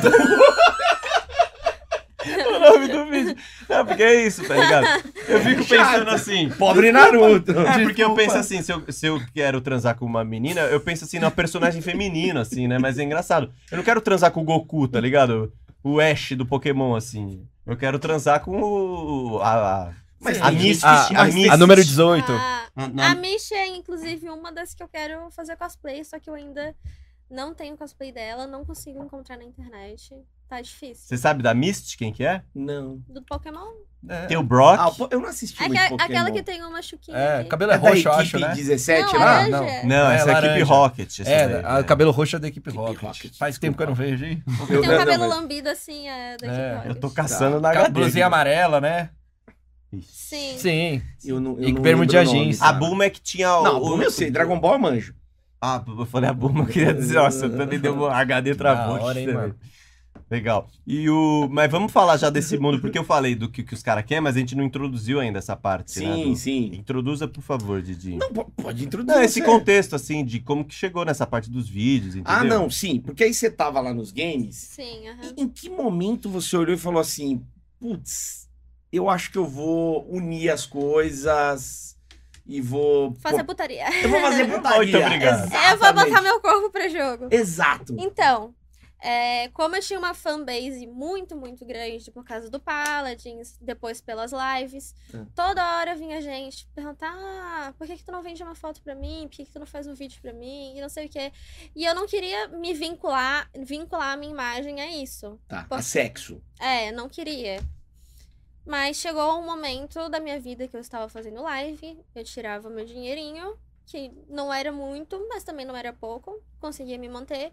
[SPEAKER 5] é nome do vídeo. Não, porque é isso, tá ligado? Eu fico pensando assim.
[SPEAKER 1] Pobre Naruto.
[SPEAKER 5] É, porque eu penso assim, se eu, se eu quero transar com uma menina, eu penso assim, na personagem feminina, assim, né? Mas é engraçado. Eu não quero transar com o Goku, tá ligado? O Ash do Pokémon, assim. Eu quero transar com o. A, a,
[SPEAKER 1] Mas
[SPEAKER 5] a
[SPEAKER 1] tem gente
[SPEAKER 5] Misty.
[SPEAKER 1] que
[SPEAKER 5] A, a
[SPEAKER 1] mas tem-
[SPEAKER 5] Misty.
[SPEAKER 2] A número 18.
[SPEAKER 4] A,
[SPEAKER 5] Na- na-
[SPEAKER 4] a Mish é, inclusive, uma das que eu quero fazer cosplay, só que eu ainda não tenho cosplay dela, não consigo encontrar na internet. Tá difícil.
[SPEAKER 5] Você sabe da Misty, quem que é?
[SPEAKER 1] Não.
[SPEAKER 4] Do Pokémon?
[SPEAKER 2] É,
[SPEAKER 5] Tem o Brock.
[SPEAKER 1] Ah, pô, eu não assisti muito
[SPEAKER 4] Aque-
[SPEAKER 1] Pokémon.
[SPEAKER 4] aquela que tem uma chuquinha.
[SPEAKER 2] é,
[SPEAKER 4] aqui.
[SPEAKER 2] cabelo
[SPEAKER 1] é
[SPEAKER 2] é
[SPEAKER 1] da
[SPEAKER 2] roxo, eu acho,
[SPEAKER 1] equipe
[SPEAKER 2] né?
[SPEAKER 1] 17
[SPEAKER 4] Não,
[SPEAKER 1] lá?
[SPEAKER 2] é-
[SPEAKER 4] laranja.
[SPEAKER 2] não.
[SPEAKER 5] Não,
[SPEAKER 2] É,
[SPEAKER 5] essa é a equipe
[SPEAKER 2] laranja.
[SPEAKER 5] Rocket. Essa
[SPEAKER 2] É,
[SPEAKER 5] daí,
[SPEAKER 2] a- o cabelo roxo é da equipe
[SPEAKER 1] Equipe
[SPEAKER 2] Rocket.
[SPEAKER 1] Rocket,
[SPEAKER 2] Faz tempo que eu não vejo, hein?
[SPEAKER 4] Tem um
[SPEAKER 1] não, não,
[SPEAKER 4] cabelo
[SPEAKER 1] mas-
[SPEAKER 4] lambido assim, é, da
[SPEAKER 2] É,
[SPEAKER 4] Kid
[SPEAKER 5] Eu tô
[SPEAKER 4] Rock.
[SPEAKER 5] caçando na
[SPEAKER 2] Com a
[SPEAKER 5] HD.
[SPEAKER 2] blusinha amarela, né?
[SPEAKER 4] Sim.
[SPEAKER 2] Sim.
[SPEAKER 1] Eu não, eu
[SPEAKER 2] E
[SPEAKER 1] não
[SPEAKER 2] Bermuda
[SPEAKER 1] lembro
[SPEAKER 2] de
[SPEAKER 1] o nome,
[SPEAKER 2] agência.
[SPEAKER 5] A
[SPEAKER 1] cara.
[SPEAKER 5] Bulma é que tinha o.
[SPEAKER 1] Não, Bulma eu sei. Dragon Ball eu manjo.
[SPEAKER 5] Ah, eu falei a Bulma, eu queria dizer, nossa, eu também deu uma HD travou. né?
[SPEAKER 2] Da hora, hein,
[SPEAKER 5] você vê.
[SPEAKER 2] mano?
[SPEAKER 5] Legal. E o. Mas vamos falar já desse mundo, porque eu falei do que, que os caras querem, mas a gente não introduziu ainda essa parte, né?
[SPEAKER 1] Sim,
[SPEAKER 5] do-
[SPEAKER 1] sim.
[SPEAKER 5] Introduza, por favor, Didi.
[SPEAKER 1] Não, po- pode introduzir.
[SPEAKER 5] Não, esse
[SPEAKER 1] você.
[SPEAKER 5] contexto, assim, de como que chegou nessa parte dos vídeos, entendeu?
[SPEAKER 1] Ah, não, sim. Porque aí você tava lá nos games.
[SPEAKER 4] Sim, aham.
[SPEAKER 1] E em que momento você olhou e falou assim, putz, eu acho que eu vou unir as coisas e vou...
[SPEAKER 4] Fazer
[SPEAKER 1] pô,
[SPEAKER 4] putaria.
[SPEAKER 1] eu vou fazer putaria.
[SPEAKER 5] Muito obrigado.
[SPEAKER 4] Eu vou botar
[SPEAKER 1] Exatamente.
[SPEAKER 4] meu corpo pra jogo.
[SPEAKER 1] Exato.
[SPEAKER 4] Então, é, como eu tinha uma fanbase muito, muito grande por causa do Paladins, depois pelas lives,
[SPEAKER 1] Tá.
[SPEAKER 4] toda hora vinha gente perguntar: ah, por que, que tu não vende uma foto pra mim? Por que, que tu não faz um vídeo pra mim? E não sei o quê. E eu não queria me vincular, vincular a minha imagem a isso.
[SPEAKER 1] Tá,
[SPEAKER 4] Pô.
[SPEAKER 1] a sexo.
[SPEAKER 4] É, não queria. Mas chegou um momento da minha vida que eu estava fazendo live, eu tirava meu dinheirinho, que não era muito, mas também não era pouco, conseguia me manter.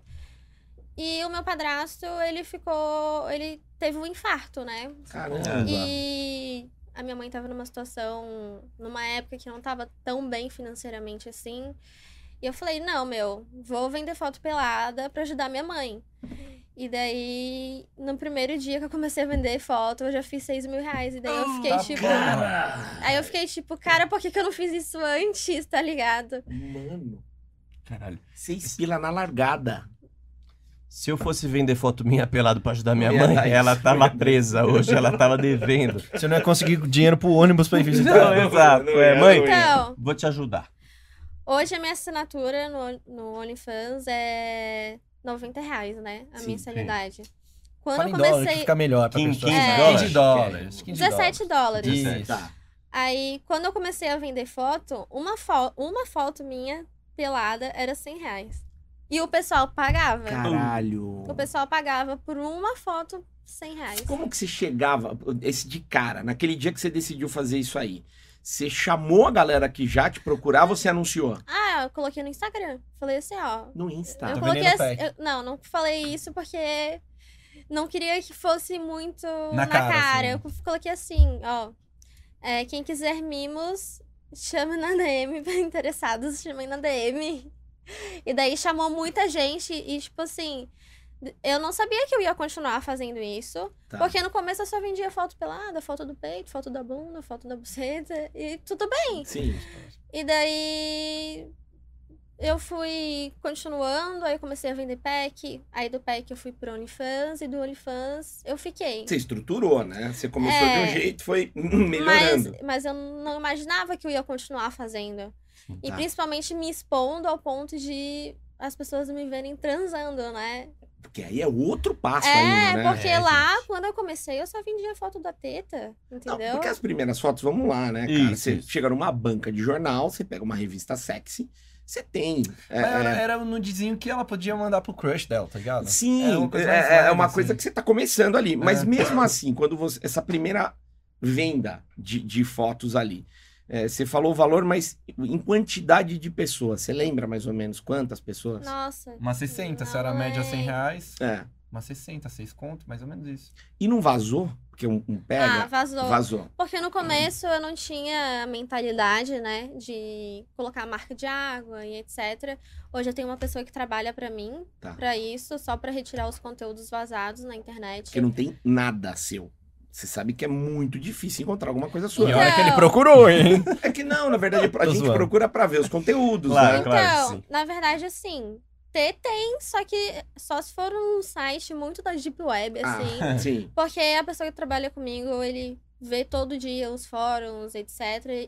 [SPEAKER 4] E o meu padrasto, ele ficou. Ele teve um infarto, né?
[SPEAKER 1] Caramba.
[SPEAKER 4] E a minha mãe tava numa situação, numa época que não tava tão bem financeiramente assim. E eu falei, não, meu, vou vender foto pelada pra ajudar minha mãe. E daí, no primeiro dia que eu comecei a vender foto, eu já fiz 6 mil reais. E daí eu fiquei
[SPEAKER 2] tá
[SPEAKER 4] tipo.
[SPEAKER 2] bom.
[SPEAKER 1] Cara,
[SPEAKER 4] Aí eu fiquei tipo, cara, por que, que eu não fiz isso antes, tá ligado?
[SPEAKER 1] Mano,
[SPEAKER 5] Caralho.
[SPEAKER 1] seis pila na largada.
[SPEAKER 5] Se eu fosse vender foto minha pelado pra ajudar minha
[SPEAKER 1] Ia dar
[SPEAKER 5] mãe,
[SPEAKER 1] isso.
[SPEAKER 5] ela tava presa hoje, ela tava devendo.
[SPEAKER 2] Você não ia conseguir dinheiro pro ônibus pra ir
[SPEAKER 5] Não,
[SPEAKER 2] visitar.
[SPEAKER 5] exato. É,
[SPEAKER 1] não,
[SPEAKER 5] mãe,
[SPEAKER 1] não.
[SPEAKER 4] Então,
[SPEAKER 5] vou te ajudar.
[SPEAKER 4] hoje a minha assinatura no, no OnlyFans é 90 reais, né? A
[SPEAKER 5] Sim,
[SPEAKER 4] minha insanidade. Quando
[SPEAKER 2] Fala
[SPEAKER 4] eu
[SPEAKER 2] em dólar que
[SPEAKER 4] comecei.
[SPEAKER 2] fica melhor pra
[SPEAKER 5] 15
[SPEAKER 2] pessoa.
[SPEAKER 4] É.
[SPEAKER 5] dólares?
[SPEAKER 2] 15 dólares. 15
[SPEAKER 4] 17 dólares.
[SPEAKER 2] Isso.
[SPEAKER 1] Tá.
[SPEAKER 4] Aí, quando eu comecei a vender foto, uma, fo uma foto minha pelada era 100 reais. E o pessoal pagava.
[SPEAKER 1] Caralho.
[SPEAKER 4] O pessoal pagava por uma foto 100 reais.
[SPEAKER 1] Como que você chegava, esse de cara, naquele dia que você decidiu fazer isso aí? Você chamou a galera que já te procurava ou você anunciou?
[SPEAKER 4] Ah, eu coloquei no Instagram. Falei assim, ó.
[SPEAKER 1] No
[SPEAKER 4] Eu
[SPEAKER 1] Insta.
[SPEAKER 2] Tá
[SPEAKER 4] coloquei
[SPEAKER 2] vendendo
[SPEAKER 4] assim.
[SPEAKER 2] pack.
[SPEAKER 4] eu- não, não falei isso porque não queria que fosse muito na,
[SPEAKER 2] cara,
[SPEAKER 4] cara.
[SPEAKER 2] assim.
[SPEAKER 4] Eu coloquei assim, ó. é, quem quiser mimos, chame na DM. Interessados, chamem na DM. E daí chamou muita gente e, tipo assim, eu não sabia que eu ia continuar fazendo isso.
[SPEAKER 1] Tá.
[SPEAKER 4] Porque no começo eu só vendia foto pelada, foto do peito, foto da bunda, foto da buceta. E tudo bem.
[SPEAKER 1] Sim.
[SPEAKER 4] E daí eu fui continuando, aí eu comecei a vender pack, aí do pack eu fui pro OnlyFans e do OnlyFans eu fiquei.
[SPEAKER 1] Você estruturou, né? Você começou
[SPEAKER 4] É.
[SPEAKER 1] de um jeito, foi hum, melhorando.
[SPEAKER 4] Mas, mas eu não imaginava que eu ia continuar fazendo. E
[SPEAKER 1] Tá.
[SPEAKER 4] principalmente me expondo ao ponto de as pessoas me verem transando, né?
[SPEAKER 1] Porque aí é outro passo
[SPEAKER 4] é,
[SPEAKER 1] ainda, né?
[SPEAKER 4] porque
[SPEAKER 5] É,
[SPEAKER 4] lá, quando eu comecei, eu só vendia foto da teta,
[SPEAKER 1] Não,
[SPEAKER 4] entendeu?
[SPEAKER 1] porque as primeiras fotos, vamos lá, né, cara?
[SPEAKER 5] Isso,
[SPEAKER 1] você
[SPEAKER 5] isso.
[SPEAKER 1] chega numa banca de jornal, você pega uma revista sexy, você tem. é,
[SPEAKER 2] Mas era,
[SPEAKER 1] é,
[SPEAKER 2] era um nudezinho que ela podia mandar pro crush dela, tá ligado?
[SPEAKER 1] Sim,
[SPEAKER 2] era uma
[SPEAKER 1] é-
[SPEAKER 2] coisa mais
[SPEAKER 1] é,
[SPEAKER 2] leve,
[SPEAKER 1] uma
[SPEAKER 2] assim.
[SPEAKER 1] coisa que você tá começando ali. Mas
[SPEAKER 2] É.
[SPEAKER 1] mesmo assim, quando você. Essa primeira venda de, de fotos ali. é, você falou o valor, mas em quantidade de pessoas. Você lembra mais ou menos quantas pessoas?
[SPEAKER 4] Nossa.
[SPEAKER 2] Umas 60, se era a
[SPEAKER 4] Não,
[SPEAKER 2] média 100
[SPEAKER 4] é.
[SPEAKER 2] reais.
[SPEAKER 1] É.
[SPEAKER 2] Umas 60, 6 conto, mais ou menos isso.
[SPEAKER 1] E não vazou? Porque um, um
[SPEAKER 4] Ah,
[SPEAKER 1] pega.
[SPEAKER 4] vazou.
[SPEAKER 1] vazou.
[SPEAKER 4] Porque no começo eu não tinha a mentalidade, né, de colocar a marca de água e etc. Hoje eu tenho uma pessoa que trabalha pra mim,
[SPEAKER 1] Tá.
[SPEAKER 4] pra isso, só pra retirar os conteúdos vazados na internet.
[SPEAKER 1] Porque não tem nada seu. Você sabe que é muito difícil encontrar alguma coisa
[SPEAKER 2] E
[SPEAKER 1] sua.
[SPEAKER 2] a
[SPEAKER 4] Então-
[SPEAKER 2] hora que ele procurou, hein?
[SPEAKER 1] É que não, na verdade, a
[SPEAKER 2] Tô
[SPEAKER 1] gente
[SPEAKER 2] zoando.
[SPEAKER 1] procura pra ver os conteúdos,
[SPEAKER 5] Claro.
[SPEAKER 1] né?
[SPEAKER 4] Então,
[SPEAKER 5] sim.
[SPEAKER 4] na verdade, assim, Ter tem, só que só se for um site muito da Deep Web, assim.
[SPEAKER 1] Ah, sim.
[SPEAKER 4] Porque a pessoa que trabalha comigo, ele vê todo dia os fóruns, etc.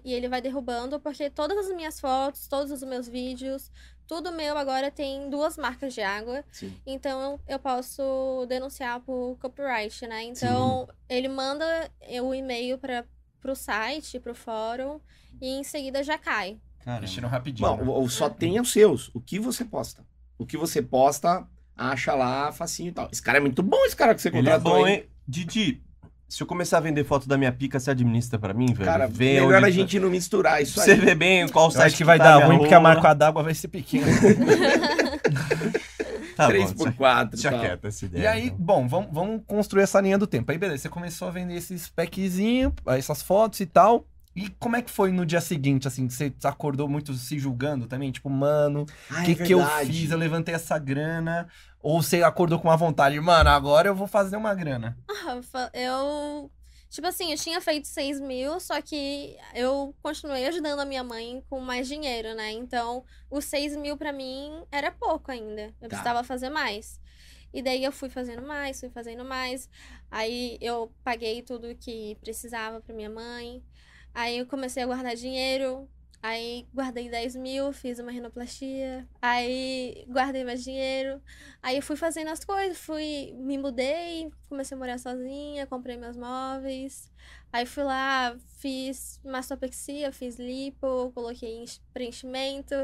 [SPEAKER 4] E ele vai derrubando, porque todas as minhas fotos, todos os meus vídeos, tudo meu agora tem duas marcas de água.
[SPEAKER 1] Sim.
[SPEAKER 4] Então eu posso denunciar por copyright, né? Então ele manda o e-mail para pro site, pro fórum, e em seguida já cai.
[SPEAKER 5] Cara,
[SPEAKER 2] Mexendo rapidinho.
[SPEAKER 1] Não,
[SPEAKER 2] né?
[SPEAKER 1] o- o- só tem os seus. O que você posta. O que você posta, acha lá facinho e tal. Esse cara é muito bom, esse cara que você
[SPEAKER 5] ele é
[SPEAKER 1] contratou,
[SPEAKER 5] bom,
[SPEAKER 1] hein?
[SPEAKER 5] hein? Didi, se eu começar a vender foto da minha pica, você administra pra mim, velho?
[SPEAKER 1] Cara,
[SPEAKER 5] Vê
[SPEAKER 1] melhor
[SPEAKER 5] onde- tá.
[SPEAKER 1] a gente não misturar isso
[SPEAKER 5] Você
[SPEAKER 1] aí.
[SPEAKER 5] vê bem qual
[SPEAKER 2] É Eu
[SPEAKER 5] site
[SPEAKER 2] acho que vai
[SPEAKER 5] tá
[SPEAKER 2] dar
[SPEAKER 5] minha
[SPEAKER 2] ruim, porque a
[SPEAKER 5] rola.
[SPEAKER 2] marca d'água vai ser pequena.
[SPEAKER 5] Tá bom, deixa-
[SPEAKER 1] 3x4.
[SPEAKER 5] deixa
[SPEAKER 1] tal.
[SPEAKER 5] quieto essa ideia.
[SPEAKER 2] Tá. E aí,
[SPEAKER 5] então.
[SPEAKER 2] bom, vamos, vamos construir essa linha do tempo. Aí, beleza, você começou a vender esses packzinhos, essas fotos e tal. E como é que foi no dia seguinte, assim? Você acordou muito se julgando também? Tipo, mano, o
[SPEAKER 1] Ah, é
[SPEAKER 2] que, que eu
[SPEAKER 1] verdade.
[SPEAKER 2] fiz? Eu levantei essa grana? Ou você acordou com uma vontade, mano, agora eu vou fazer uma grana?
[SPEAKER 4] Ah, fa- Eu. Tipo assim, eu tinha feito 6 mil, só que eu continuei ajudando a minha mãe com mais dinheiro, né? Então, os 6 mil pra mim era pouco ainda. Eu precisava fazer mais. E daí eu fui fazendo mais, fui fazendo mais. Aí eu paguei tudo que precisava pra minha mãe. Aí eu comecei a guardar dinheiro. Aí guardei 10 mil, fiz uma rinoplastia. Aí guardei mais dinheiro. Aí eu fui fazendo as coisas, fui, me mudei, comecei a morar sozinha, comprei meus móveis. Aí fui lá, fiz mastopexia, fiz lipo, coloquei enche- preenchimento.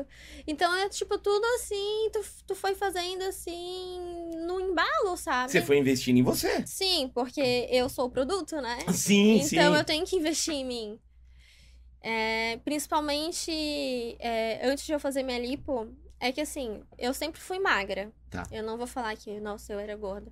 [SPEAKER 4] Então é tipo tudo assim, tu, tu foi fazendo assim, no embalo, sabe?
[SPEAKER 1] Você foi investindo em você.
[SPEAKER 4] Sim, porque eu sou o produto, né?
[SPEAKER 1] Sim,
[SPEAKER 4] Então eu tenho que investir em mim. É, principalmente é, antes de eu fazer minha lipo, é que assim, eu sempre fui magra.
[SPEAKER 1] Tá.
[SPEAKER 4] Eu não vou falar que, nossa, eu era gorda.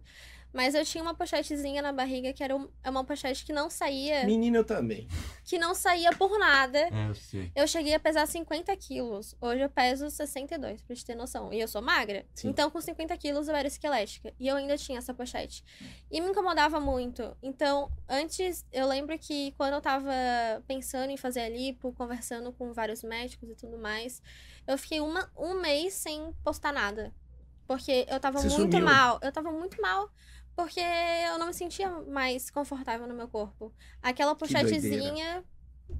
[SPEAKER 4] Mas eu tinha uma pochetezinha na barriga que era um- é uma pochete que não saía,
[SPEAKER 1] Menino, eu também.
[SPEAKER 4] que não saía por nada.
[SPEAKER 5] É, eu sei.
[SPEAKER 4] Eu cheguei a pesar 50 quilos. Hoje eu peso 62, pra te ter noção. E eu sou magra.
[SPEAKER 1] Sim.
[SPEAKER 4] Então, com 50 quilos, eu era esquelética. E eu ainda tinha essa pochete. E me incomodava muito. Então, antes, eu lembro que quando eu tava pensando em fazer a lipo, conversando com vários médicos e tudo mais, eu fiquei uma, um mês sem postar nada. Porque eu tava
[SPEAKER 1] Você
[SPEAKER 4] muito
[SPEAKER 1] sumiu.
[SPEAKER 4] mal. Eu tava muito mal. Porque eu não me sentia mais confortável no meu corpo. Aquela pochetezinha,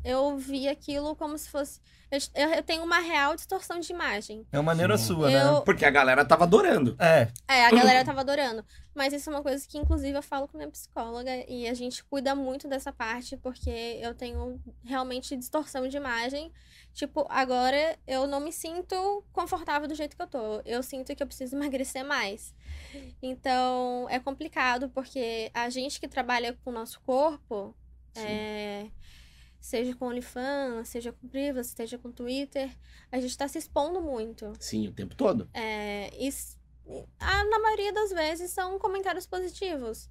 [SPEAKER 4] eu vi aquilo como se fosse. Eu, eu- eu tenho uma real distorção de imagem.
[SPEAKER 2] É uma maneira
[SPEAKER 5] Sim.
[SPEAKER 2] sua, né?
[SPEAKER 4] Eu,
[SPEAKER 1] Porque a galera tava adorando.
[SPEAKER 2] É,
[SPEAKER 4] é, a galera tava adorando. Mas isso é uma coisa que, inclusive, eu falo com minha psicóloga e a gente cuida muito dessa parte, porque eu tenho realmente distorção de imagem. Tipo, agora eu não me sinto confortável do jeito que eu tô. Eu sinto que eu preciso emagrecer mais. Então, é complicado, porque a gente que trabalha com o nosso corpo. é, Seja com OnlyFans, seja com Privas, seja com Twitter, a gente tá se expondo muito.
[SPEAKER 1] Sim, o tempo todo.
[SPEAKER 4] É, is- ah, na maioria das vezes são comentários positivos.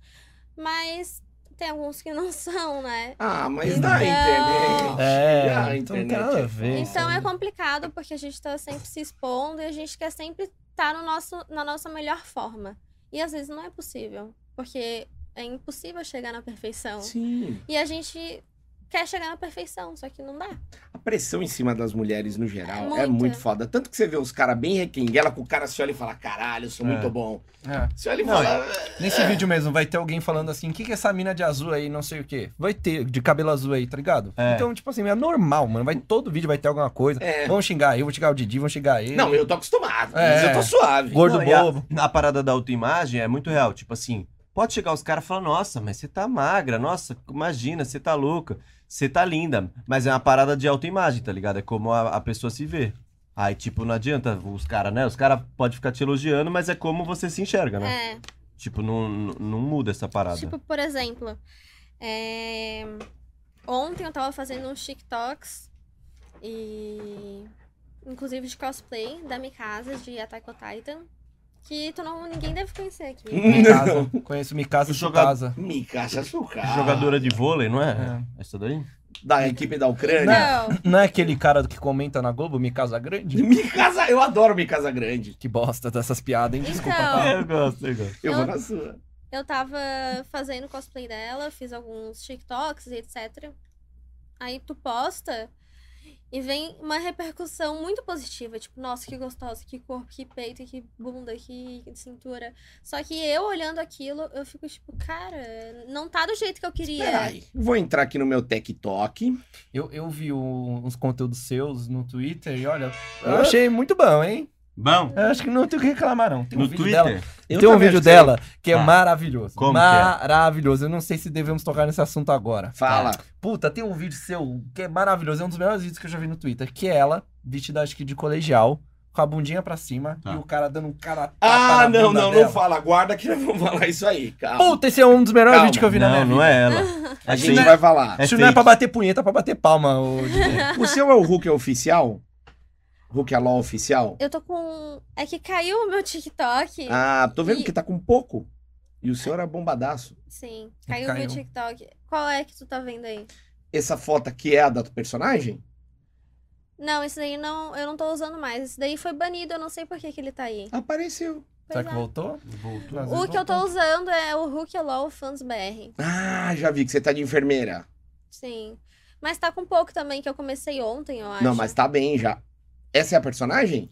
[SPEAKER 4] Mas tem alguns que não são, né?
[SPEAKER 1] Ah, mas na
[SPEAKER 4] Então-
[SPEAKER 1] internet.
[SPEAKER 2] é.
[SPEAKER 1] Ah, a
[SPEAKER 2] então não tem
[SPEAKER 1] internet
[SPEAKER 2] nada
[SPEAKER 1] é
[SPEAKER 2] a ver.
[SPEAKER 1] foda.
[SPEAKER 2] isso
[SPEAKER 4] Então
[SPEAKER 2] aí.
[SPEAKER 4] é complicado porque a gente tá sempre se expondo e a gente quer sempre estar no nosso, na nossa melhor forma. E às vezes não é possível, porque é impossível chegar na perfeição.
[SPEAKER 1] Sim.
[SPEAKER 4] E a gente quer chegar na perfeição, só que não dá.
[SPEAKER 1] A pressão em cima das mulheres no geral
[SPEAKER 4] É
[SPEAKER 1] é, muito
[SPEAKER 4] muita.
[SPEAKER 1] foda. Tanto que você vê os caras bem requenguela, com o cara se olha e fala: caralho, eu sou
[SPEAKER 5] É.
[SPEAKER 1] muito bom.
[SPEAKER 2] É.
[SPEAKER 1] Se olha e
[SPEAKER 5] Não,
[SPEAKER 1] fala.
[SPEAKER 2] Nesse
[SPEAKER 5] É.
[SPEAKER 2] vídeo mesmo, vai ter alguém falando assim, o que, que essa mina de azul aí, não sei o quê? Vai ter, de cabelo azul aí, tá ligado?
[SPEAKER 5] É.
[SPEAKER 2] Então, tipo assim, é normal, mano. Vai, todo vídeo vai ter alguma coisa.
[SPEAKER 1] É.
[SPEAKER 2] Vão xingar eu, vou xingar o Didi, vão xingar ele.
[SPEAKER 1] Não, eu tô acostumado.
[SPEAKER 2] É.
[SPEAKER 1] Mas eu tô suave.
[SPEAKER 2] Gordo
[SPEAKER 5] Não, e a-
[SPEAKER 2] bobo.
[SPEAKER 5] Na parada da autoimagem é muito real. Tipo assim, pode chegar os caras e falar, nossa, mas você tá magra, nossa, imagina, você tá louca, você tá linda. Mas é uma parada de autoimagem, tá ligado? É como a, a pessoa se vê. Aí, tipo, não adianta os caras, né? Os caras podem ficar te elogiando, mas é como você se enxerga, né?
[SPEAKER 4] É.
[SPEAKER 5] Tipo, não, não não muda essa parada.
[SPEAKER 4] Tipo, por exemplo, é, ontem eu tava fazendo uns TikToks e inclusive de cosplay da Mikasa de Attack on Titan, que tu não ninguém deve conhecer aqui.
[SPEAKER 2] Hum. Mikasa. Conheço Mikasa
[SPEAKER 5] O
[SPEAKER 2] de
[SPEAKER 5] jogador-
[SPEAKER 2] casa.
[SPEAKER 1] Me caixa açúcar.
[SPEAKER 5] Jogadora de vôlei, não é?
[SPEAKER 2] É.
[SPEAKER 5] Essa daí?
[SPEAKER 1] Da equipe da Ucrânia.
[SPEAKER 4] Não,
[SPEAKER 2] Não é aquele cara que comenta na Globo, Mikasa Grande?
[SPEAKER 1] Me casa, eu adoro me casa grande.
[SPEAKER 2] Que bosta dessas piadas, hein? Desculpa,
[SPEAKER 4] Então.
[SPEAKER 2] tá?
[SPEAKER 5] Eu gosto, eu gosto.
[SPEAKER 1] Eu
[SPEAKER 4] Eu-
[SPEAKER 1] vou na sua.
[SPEAKER 4] eu tava fazendo cosplay dela, fiz alguns TikToks e etc. Aí tu posta E vem uma repercussão muito positiva, tipo, nossa, que gostosa, que corpo, que peito, que bunda, que cintura. Só que eu olhando aquilo, eu fico tipo, cara, não tá do jeito que eu queria.
[SPEAKER 1] Peraí, vou entrar aqui no meu TikTok.
[SPEAKER 5] Então.
[SPEAKER 2] Eu, eu vi o- uns conteúdos seus no Twitter e olha, eu achei muito bom, hein?
[SPEAKER 5] Bom,
[SPEAKER 2] Eu acho que não tem o que reclamar, não. Tem um
[SPEAKER 5] no
[SPEAKER 2] vídeo
[SPEAKER 5] Twitter.
[SPEAKER 2] dela.
[SPEAKER 1] Eu
[SPEAKER 2] tem um
[SPEAKER 1] também
[SPEAKER 2] vídeo
[SPEAKER 1] achei.
[SPEAKER 2] dela que é
[SPEAKER 5] Ah.
[SPEAKER 2] maravilhoso.
[SPEAKER 5] Como que é?
[SPEAKER 2] maravilhoso. Eu não sei se devemos tocar nesse assunto agora.
[SPEAKER 1] Fala.
[SPEAKER 2] Puta, tem um vídeo seu que é maravilhoso, é um dos melhores vídeos que eu já vi no Twitter, que é ela, vestida acho que de colegial, com a bundinha pra cima
[SPEAKER 5] Tá.
[SPEAKER 2] e o cara dando um cara tapa
[SPEAKER 1] Ah,
[SPEAKER 2] na
[SPEAKER 1] não,
[SPEAKER 2] bunda
[SPEAKER 1] não,
[SPEAKER 2] dela.
[SPEAKER 1] não fala. Guarda que não vamos falar isso aí. Calma.
[SPEAKER 2] Puta, esse é um dos melhores
[SPEAKER 1] Calma,
[SPEAKER 2] vídeos que eu vi na minha
[SPEAKER 5] não, não
[SPEAKER 2] vida.
[SPEAKER 5] é ela.
[SPEAKER 1] a gente
[SPEAKER 5] Isso não é-
[SPEAKER 1] vai falar.
[SPEAKER 5] é
[SPEAKER 2] Isso não é
[SPEAKER 5] fake.
[SPEAKER 2] pra bater punheta, é pra bater palma, ô DJ.
[SPEAKER 1] O seu é o Hulk oficial? Hulk Aló oficial?
[SPEAKER 4] Eu tô com. É que caiu o meu TikTok.
[SPEAKER 1] Ah, tô vendo
[SPEAKER 4] E-
[SPEAKER 1] que tá com pouco. E o senhor era bombadaço.
[SPEAKER 4] Sim, caiu, o
[SPEAKER 2] Caiu.
[SPEAKER 4] meu TikTok. Qual é que tu tá vendo aí?
[SPEAKER 1] Essa foto aqui é a da do personagem?
[SPEAKER 4] Não, esse daí não, eu não tô usando mais. Esse daí foi banido, eu não sei por que, que ele tá aí.
[SPEAKER 1] Apareceu.
[SPEAKER 2] Será
[SPEAKER 4] Pois
[SPEAKER 2] que
[SPEAKER 4] é.
[SPEAKER 2] voltou?
[SPEAKER 5] Voltou.
[SPEAKER 2] Às
[SPEAKER 4] O
[SPEAKER 2] vezes
[SPEAKER 4] que
[SPEAKER 2] voltou.
[SPEAKER 4] eu tô usando é o Hulk LOL Fans BR.
[SPEAKER 1] Ah, já vi que você tá de enfermeira.
[SPEAKER 4] Sim. Mas tá com pouco também, que eu comecei ontem, eu acho.
[SPEAKER 1] Não, mas tá bem já. Essa é a personagem?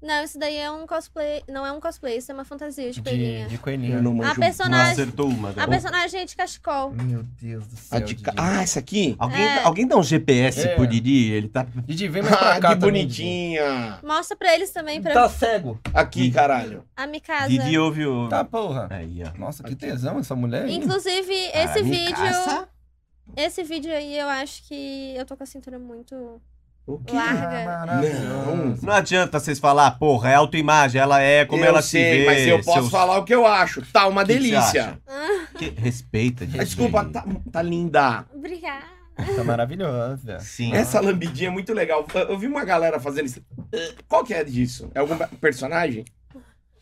[SPEAKER 4] Não, isso daí é um cosplay. Não é um cosplay, isso é uma fantasia de
[SPEAKER 2] De,
[SPEAKER 4] perinha.
[SPEAKER 2] de
[SPEAKER 5] É.
[SPEAKER 1] Eu
[SPEAKER 2] coelhinho.
[SPEAKER 1] não
[SPEAKER 4] A
[SPEAKER 1] manjo.
[SPEAKER 5] Não
[SPEAKER 4] personagem.
[SPEAKER 5] acertou uma. né?
[SPEAKER 4] A personagem é de cachecol.
[SPEAKER 2] Meu Deus do
[SPEAKER 1] A
[SPEAKER 2] céu.
[SPEAKER 1] de
[SPEAKER 2] Didi.
[SPEAKER 1] ca- Ah, essa aqui?
[SPEAKER 5] Alguém,
[SPEAKER 4] É.
[SPEAKER 5] alguém dá um GPS
[SPEAKER 2] É.
[SPEAKER 5] pro Didi? Ele tá.
[SPEAKER 2] Didi, vem mais pra
[SPEAKER 1] Ah,
[SPEAKER 2] cá
[SPEAKER 1] que
[SPEAKER 2] também,
[SPEAKER 1] bonitinha.
[SPEAKER 4] Mostra pra eles também,
[SPEAKER 2] Didi.
[SPEAKER 4] pra
[SPEAKER 2] Tá cego.
[SPEAKER 1] Aqui,
[SPEAKER 5] Hum.
[SPEAKER 1] caralho.
[SPEAKER 4] a Mikasa.
[SPEAKER 5] Didi ouve o.
[SPEAKER 2] Tá porra.
[SPEAKER 5] Aí, ó.
[SPEAKER 2] Nossa, que tesão essa mulher. hein?
[SPEAKER 4] Inclusive, esse
[SPEAKER 5] Ah, me
[SPEAKER 4] vídeo.
[SPEAKER 5] caça.
[SPEAKER 4] Esse vídeo aí eu acho que eu tô com a cintura muito.
[SPEAKER 1] O quê?
[SPEAKER 4] Larga.
[SPEAKER 2] Tá Maravilhoso.
[SPEAKER 5] Não adianta vocês falar, porra, é autoimagem, ela é como
[SPEAKER 1] eu
[SPEAKER 5] ela se
[SPEAKER 1] sei,
[SPEAKER 5] vê.
[SPEAKER 1] mas eu posso
[SPEAKER 5] seus-
[SPEAKER 1] falar o que eu acho. Tá uma
[SPEAKER 5] O que que você
[SPEAKER 1] delícia.
[SPEAKER 5] acha? Que- Respeita, Didi.
[SPEAKER 1] Ah, Desculpa, tá, tá linda.
[SPEAKER 4] Obrigada.
[SPEAKER 2] Tá maravilhosa.
[SPEAKER 5] Sim.
[SPEAKER 1] Essa lambidinha é muito legal. Eu, eu vi uma galera fazendo isso. Qual que é disso? É algum personagem?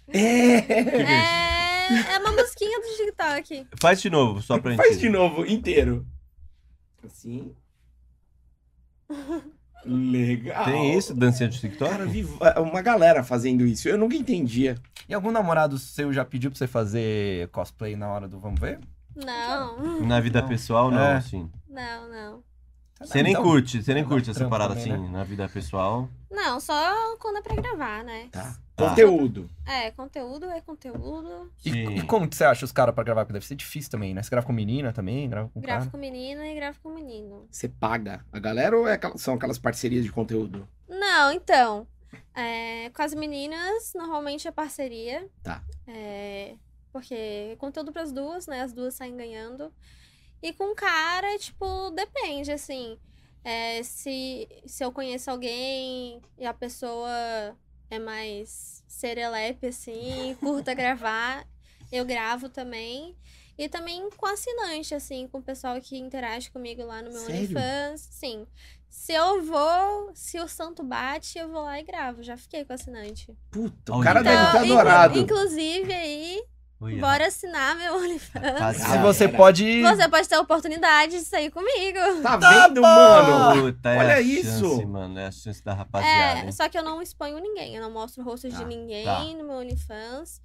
[SPEAKER 1] É.
[SPEAKER 4] É... é uma musiquinha do TikTok.
[SPEAKER 5] Faz de novo, só pra gente.
[SPEAKER 1] Faz de novo, inteiro. Assim. Legal.
[SPEAKER 5] Tem isso, dancinha de TikTok?
[SPEAKER 1] Cara, eu vi va- uma galera fazendo isso. Eu nunca entendia.
[SPEAKER 2] E algum namorado seu já pediu pra você fazer cosplay na hora do Vamos Ver?
[SPEAKER 4] Não, Ah,
[SPEAKER 5] Na vida
[SPEAKER 2] Não.
[SPEAKER 5] pessoal, não,
[SPEAKER 2] É.
[SPEAKER 5] assim.
[SPEAKER 4] não, não.
[SPEAKER 5] Você nem
[SPEAKER 2] Então,
[SPEAKER 5] curte, você nem
[SPEAKER 2] dá
[SPEAKER 5] curte
[SPEAKER 2] um
[SPEAKER 5] essa
[SPEAKER 2] trampo
[SPEAKER 5] parada
[SPEAKER 2] também,
[SPEAKER 5] assim, na vida pessoal.
[SPEAKER 4] Não, só quando é pra gravar, né?
[SPEAKER 5] Tá.
[SPEAKER 1] Conteúdo.
[SPEAKER 4] É, conteúdo é conteúdo.
[SPEAKER 2] E,
[SPEAKER 5] Sim.
[SPEAKER 2] e como que você acha os caras pra gravar? Porque deve ser difícil também, né? Você grava com menina também, grava com
[SPEAKER 4] Gravo
[SPEAKER 2] cara.
[SPEAKER 4] com menina e gravo com é menino.
[SPEAKER 1] Você paga a galera ou é aquela- são aquelas parcerias de conteúdo?
[SPEAKER 4] Não, então. é, com as meninas, normalmente é parceria.
[SPEAKER 1] Tá.
[SPEAKER 4] É, porque é conteúdo pras duas, né? As duas saem ganhando. E com o cara, tipo, depende, assim. É, se, se eu conheço alguém e a pessoa é mais serelepe, assim, curta gravar, eu gravo também. E também com assinante, assim, com o pessoal que interage comigo lá no meu
[SPEAKER 1] Sério?
[SPEAKER 4] OnlyFans. Sim. Se eu vou, se o santo bate, eu vou lá e gravo. Já fiquei com assinante.
[SPEAKER 1] Puta, o
[SPEAKER 5] Olha.
[SPEAKER 1] cara
[SPEAKER 5] Então,
[SPEAKER 1] Tá deve ter
[SPEAKER 4] inclu-
[SPEAKER 1] adorado.
[SPEAKER 4] inclusive aí,
[SPEAKER 5] Olha,
[SPEAKER 4] bora assinar meu OnlyFans.
[SPEAKER 5] tá
[SPEAKER 2] Se
[SPEAKER 1] Ah,
[SPEAKER 5] certo.
[SPEAKER 2] você
[SPEAKER 1] era.
[SPEAKER 2] pode.
[SPEAKER 4] Você pode ter a oportunidade de sair comigo.
[SPEAKER 1] Tá vendo, mano?
[SPEAKER 5] Puta, é
[SPEAKER 1] Olha
[SPEAKER 5] a
[SPEAKER 1] isso.
[SPEAKER 5] Chance, mano, é a chance da rapaziada.
[SPEAKER 4] É,
[SPEAKER 5] hein?
[SPEAKER 4] só que eu não exponho ninguém, eu não mostro o rosto
[SPEAKER 5] Tá,
[SPEAKER 4] de ninguém
[SPEAKER 5] tá.
[SPEAKER 4] no meu OnlyFans.